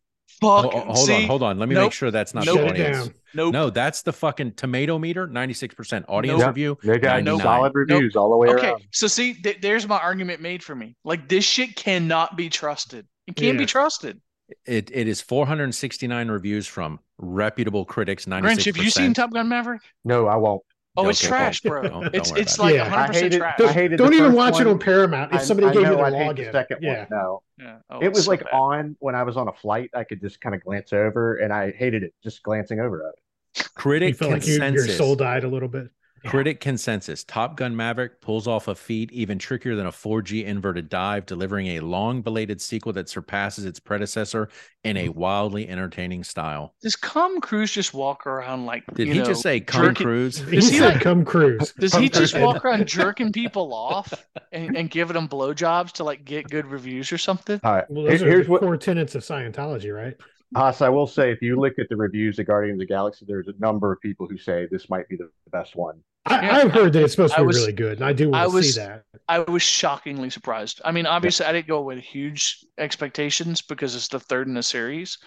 [SPEAKER 1] Ho-
[SPEAKER 3] Fuck.
[SPEAKER 1] ho- hold on, hold on. Let me
[SPEAKER 3] Nope.
[SPEAKER 1] make sure that's not
[SPEAKER 2] Shut
[SPEAKER 1] the
[SPEAKER 2] it
[SPEAKER 1] audience.
[SPEAKER 2] down.
[SPEAKER 3] Nope.
[SPEAKER 1] No, that's the fucking tomato meter, 96% audience
[SPEAKER 4] Nope.
[SPEAKER 1] review.
[SPEAKER 4] They got
[SPEAKER 1] 99.
[SPEAKER 4] solid reviews all the way
[SPEAKER 3] Okay,
[SPEAKER 4] around.
[SPEAKER 3] so see, th- there's my argument made for me. Like this shit cannot be trusted. It can't be
[SPEAKER 2] Yeah.
[SPEAKER 3] trusted.
[SPEAKER 1] It it is 469 reviews from reputable critics. 96
[SPEAKER 3] Grinch, have you seen Top Gun Maverick?
[SPEAKER 4] No, I won't.
[SPEAKER 3] Oh, it's
[SPEAKER 1] Okay,
[SPEAKER 3] trash,
[SPEAKER 2] okay.
[SPEAKER 3] bro.
[SPEAKER 1] Don't- don't
[SPEAKER 3] it's
[SPEAKER 1] worry
[SPEAKER 3] it's
[SPEAKER 1] about
[SPEAKER 3] like
[SPEAKER 2] it. Yeah.
[SPEAKER 3] 100%
[SPEAKER 4] I hated-
[SPEAKER 3] trash.
[SPEAKER 4] I hated
[SPEAKER 2] Don't
[SPEAKER 4] the
[SPEAKER 2] even
[SPEAKER 4] first
[SPEAKER 2] watch it
[SPEAKER 4] one.
[SPEAKER 2] on Paramount. If
[SPEAKER 4] I-
[SPEAKER 2] somebody
[SPEAKER 4] I
[SPEAKER 2] gave you
[SPEAKER 4] know
[SPEAKER 2] the
[SPEAKER 4] I paid the
[SPEAKER 2] login,
[SPEAKER 4] second
[SPEAKER 2] yeah,
[SPEAKER 4] one. No,
[SPEAKER 3] Yeah. Oh,
[SPEAKER 4] it
[SPEAKER 3] it's
[SPEAKER 4] was
[SPEAKER 3] so
[SPEAKER 4] like
[SPEAKER 3] bad.
[SPEAKER 4] on when I was on a flight. I could just kind of glance over, and I hated it just glancing over at it.
[SPEAKER 2] you
[SPEAKER 1] critic
[SPEAKER 2] felt like you, your
[SPEAKER 1] consensus.
[SPEAKER 2] soul died a little bit.
[SPEAKER 1] Critic consensus. Top Gun Maverick pulls off a feat even trickier than a 4G inverted dive, delivering a long belated sequel that surpasses its predecessor in a wildly entertaining style.
[SPEAKER 3] Does Tom Cruise just walk around like?
[SPEAKER 1] Did
[SPEAKER 3] you
[SPEAKER 1] he
[SPEAKER 3] know,
[SPEAKER 1] just say Tom
[SPEAKER 3] jerking-
[SPEAKER 1] Cruise?
[SPEAKER 2] He
[SPEAKER 3] Is he
[SPEAKER 2] said,
[SPEAKER 3] like-
[SPEAKER 2] "Come cruise."
[SPEAKER 3] Does he just
[SPEAKER 2] And-
[SPEAKER 3] walk around jerking people off and, and giving them blowjobs to like get good reviews or something?
[SPEAKER 4] All right,
[SPEAKER 2] Well,
[SPEAKER 4] here-
[SPEAKER 2] those are
[SPEAKER 4] here's
[SPEAKER 2] the
[SPEAKER 4] what
[SPEAKER 2] core tenets of Scientology, right?
[SPEAKER 4] Haas, I will say, if you look at the reviews of Guardians of the Galaxy, there's a number of people who say this might be the, the best one.
[SPEAKER 2] I,
[SPEAKER 3] Yeah.
[SPEAKER 2] I've heard that it's supposed
[SPEAKER 3] I
[SPEAKER 2] to be
[SPEAKER 3] was-
[SPEAKER 2] really good, and I do want
[SPEAKER 3] I
[SPEAKER 2] to
[SPEAKER 3] was-
[SPEAKER 2] see that.
[SPEAKER 3] I was shockingly surprised. I mean, obviously, I didn't go with huge expectations because it's the third in the series,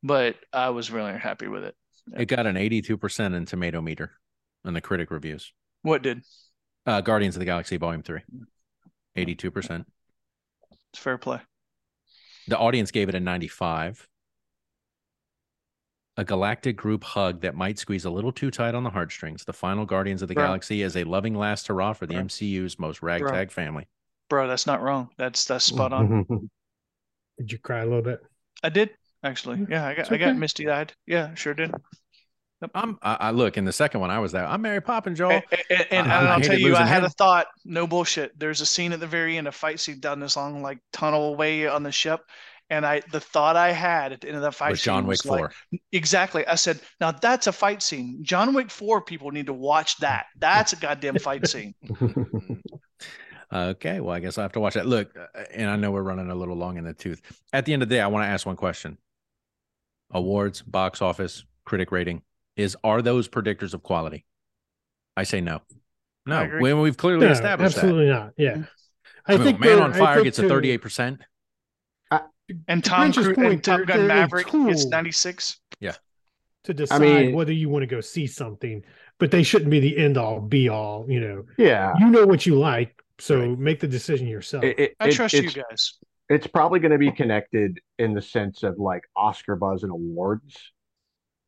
[SPEAKER 3] but I was really happy with it.
[SPEAKER 1] It got an 82% in tomato meter on the critic reviews.
[SPEAKER 3] What did?
[SPEAKER 1] Uh, Guardians of the Galaxy Volume 3, 82%.
[SPEAKER 3] It's fair play.
[SPEAKER 1] The audience gave it a 95. A galactic group hug that might squeeze a little too tight on the heartstrings. The final Guardians of the
[SPEAKER 3] Bro.
[SPEAKER 1] Galaxy is a loving last hurrah for the
[SPEAKER 3] Bro.
[SPEAKER 1] MCU's most ragtag family.
[SPEAKER 3] Bro, that's not wrong. That's that's spot
[SPEAKER 1] Mm-hmm.
[SPEAKER 3] on.
[SPEAKER 2] Did you cry a little bit?
[SPEAKER 3] I did actually. Yeah, I got
[SPEAKER 2] It's
[SPEAKER 3] I got
[SPEAKER 2] okay.
[SPEAKER 3] misty eyed. Yeah, sure did.
[SPEAKER 1] I'm, I, I look in the second one, I was there. I'm Mary Poppins, y'all.
[SPEAKER 3] And, and, and
[SPEAKER 1] I- I
[SPEAKER 3] I'll
[SPEAKER 1] hated
[SPEAKER 3] tell you, I
[SPEAKER 1] losing
[SPEAKER 3] had
[SPEAKER 1] him.
[SPEAKER 3] a thought. No bullshit. There's a scene at the very end, a fight scene down this long like tunnel away on the ship, and I the thought I had at the end of that fight
[SPEAKER 1] was
[SPEAKER 3] scene
[SPEAKER 1] John Wick
[SPEAKER 3] was like,
[SPEAKER 1] 4.
[SPEAKER 3] Exactly. I said, now that's a fight scene. John Wick 4 people need to watch that. That's a goddamn fight scene.
[SPEAKER 1] Mm-hmm. Okay, well, I guess I have to watch that. Look, uh, and I know we're running a little long in the tooth. At the end of the day, I want to ask one question: awards, box office, critic rating is are those predictors of quality? I say no.
[SPEAKER 3] I
[SPEAKER 1] No,
[SPEAKER 3] agree.
[SPEAKER 1] when we've clearly
[SPEAKER 2] No,
[SPEAKER 1] established
[SPEAKER 2] absolutely not. Yeah,
[SPEAKER 3] Mhm.
[SPEAKER 1] that. I mean, Man
[SPEAKER 2] we're-
[SPEAKER 1] on
[SPEAKER 2] I
[SPEAKER 1] Fire
[SPEAKER 2] think
[SPEAKER 1] gets a
[SPEAKER 2] to-
[SPEAKER 1] thirty-eight percent.
[SPEAKER 3] And
[SPEAKER 2] To
[SPEAKER 3] Tom
[SPEAKER 2] Grinch's
[SPEAKER 3] Cruise and
[SPEAKER 2] point,
[SPEAKER 3] Top
[SPEAKER 2] they're-
[SPEAKER 3] Gun
[SPEAKER 2] they're a
[SPEAKER 3] Maverick gets
[SPEAKER 2] tool.
[SPEAKER 3] 96.
[SPEAKER 2] to decide
[SPEAKER 4] mean-
[SPEAKER 2] whether you want to go see something, but they shouldn't be the end all be all. You know,
[SPEAKER 4] yeah.
[SPEAKER 2] you know what you like, so
[SPEAKER 1] Right.
[SPEAKER 2] make the decision yourself.
[SPEAKER 4] It- it-
[SPEAKER 3] I
[SPEAKER 4] it-
[SPEAKER 3] trust you
[SPEAKER 4] it's,
[SPEAKER 3] guys.
[SPEAKER 4] it's probably going to be connected in the sense of like Oscar buzz and awards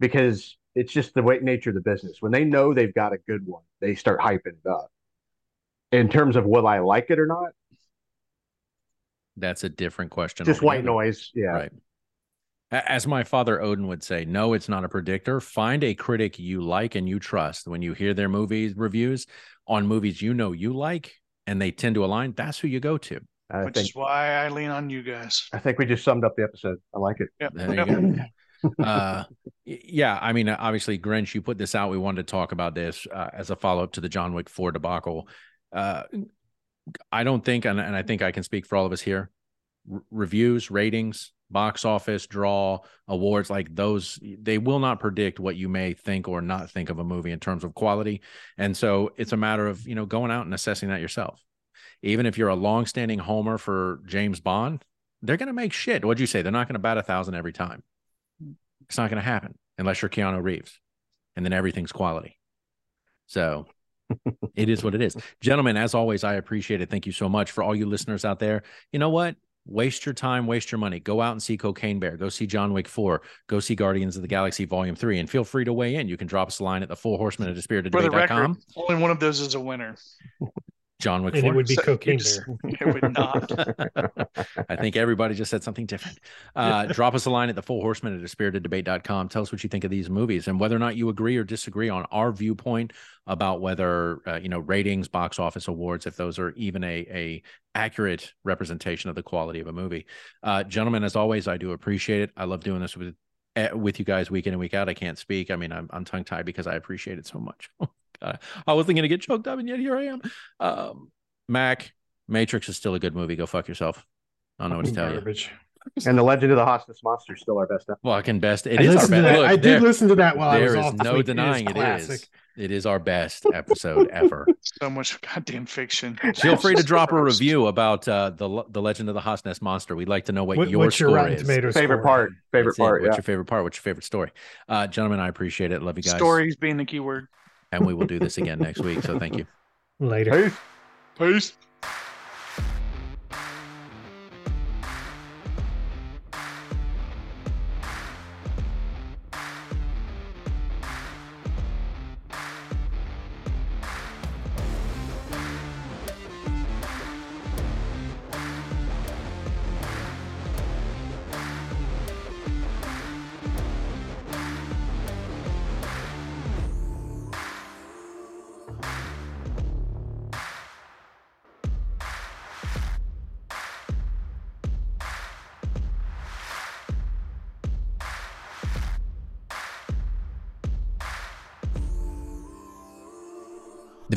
[SPEAKER 4] because it's just the way nature of the business. When they know they've got a good one, they start hyping it up. In terms of will I like it or not,
[SPEAKER 1] That's a different question.
[SPEAKER 4] just white
[SPEAKER 1] altogether.
[SPEAKER 4] noise. Yeah.
[SPEAKER 1] Right. A- As my father Odin would say, no, it's not a predictor. Find a critic you like and you trust. When you hear their movie reviews on movies you know you like and they tend to align, that's who you go to.
[SPEAKER 4] I
[SPEAKER 3] which
[SPEAKER 4] think
[SPEAKER 3] is why I lean on you guys.
[SPEAKER 4] I think we just summed up the episode. I like it.
[SPEAKER 3] Yep.
[SPEAKER 1] There you
[SPEAKER 3] Yep.
[SPEAKER 1] go. uh y- yeah i mean obviously grinch you put this out we wanted to talk about this uh, as a follow-up to the john wick 4 debacle uh i don't think and, and i think i can speak for all of us here r- reviews ratings box office draw awards like those they will not predict what you may think or not think of a movie in terms of quality and so it's a matter of you know going out and assessing that yourself even if you're a long-standing homer for james bond they're going to make shit what'd you say they're not going to bat a thousand every time it's not going to happen unless you're Keanu Reeves, and then everything's quality. So it is what it is. Gentlemen, as always, I appreciate it. Thank you so much for all you listeners out there. You know what? Waste your time, waste your money. Go out and see Cocaine Bear. Go see John Wick 4. Go see Guardians of the Galaxy Volume 3. And feel free to weigh in. You can drop us a line at the Four Horsemen at
[SPEAKER 3] For the record,
[SPEAKER 1] dispiritedebate.com.
[SPEAKER 3] only one of those is a winner.
[SPEAKER 1] John Wick
[SPEAKER 2] and
[SPEAKER 1] 4.
[SPEAKER 2] it would be
[SPEAKER 3] So you
[SPEAKER 2] cocaine
[SPEAKER 3] just-
[SPEAKER 2] bear.
[SPEAKER 3] It would not.
[SPEAKER 1] I think everybody just said something different. Uh, drop us a line at the full horseman at dispiritedDebate.com. Tell us what you think of these movies and whether or not you agree or disagree on our viewpoint about whether, uh, you know, ratings, box office awards, if those are even a, a accurate representation of the quality of a movie. Uh, gentlemen, as always, I do appreciate it. I love doing this with, eh, with you guys week in and week out. I can't speak. I mean, I'm, I'm tongue tied because I appreciate it so much. Oh, God, I wasn't going to get choked up and yet here I am. Um, Mac, Matrix is still a good movie. Go fuck yourself. I don't know what to tell you.
[SPEAKER 2] Garbage.
[SPEAKER 4] And the Legend of the Hostas Monster is still our best e-, episode.
[SPEAKER 1] Fucking best. It
[SPEAKER 2] I
[SPEAKER 1] is our
[SPEAKER 2] listened
[SPEAKER 1] best.
[SPEAKER 2] to that-
[SPEAKER 1] Look,
[SPEAKER 2] I did
[SPEAKER 1] there,
[SPEAKER 2] listen to that while I
[SPEAKER 1] there
[SPEAKER 2] was
[SPEAKER 1] is
[SPEAKER 2] off this
[SPEAKER 1] no
[SPEAKER 2] week. It is
[SPEAKER 1] denying it is.
[SPEAKER 2] classic.
[SPEAKER 1] It is our best episode ever.
[SPEAKER 3] So much goddamn fiction.
[SPEAKER 1] Feel free to drop a review about uh, the the legend of the Hos Nest Monster. We'd like to know what,
[SPEAKER 2] What-
[SPEAKER 1] your
[SPEAKER 2] what's your
[SPEAKER 1] score
[SPEAKER 2] Rotten
[SPEAKER 1] is.
[SPEAKER 2] Tomatoes
[SPEAKER 4] Favorite
[SPEAKER 2] score?
[SPEAKER 4] part. Favorite
[SPEAKER 1] That's it.
[SPEAKER 4] part.
[SPEAKER 1] What's
[SPEAKER 4] Yeah.
[SPEAKER 1] your favorite part? What's your favorite story? Uh, gentlemen, I appreciate it. Love you guys.
[SPEAKER 3] Stories being the key word.
[SPEAKER 1] And we will do this again next week. So thank you.
[SPEAKER 2] Later.
[SPEAKER 4] Peace.
[SPEAKER 3] Peace.
[SPEAKER 1] The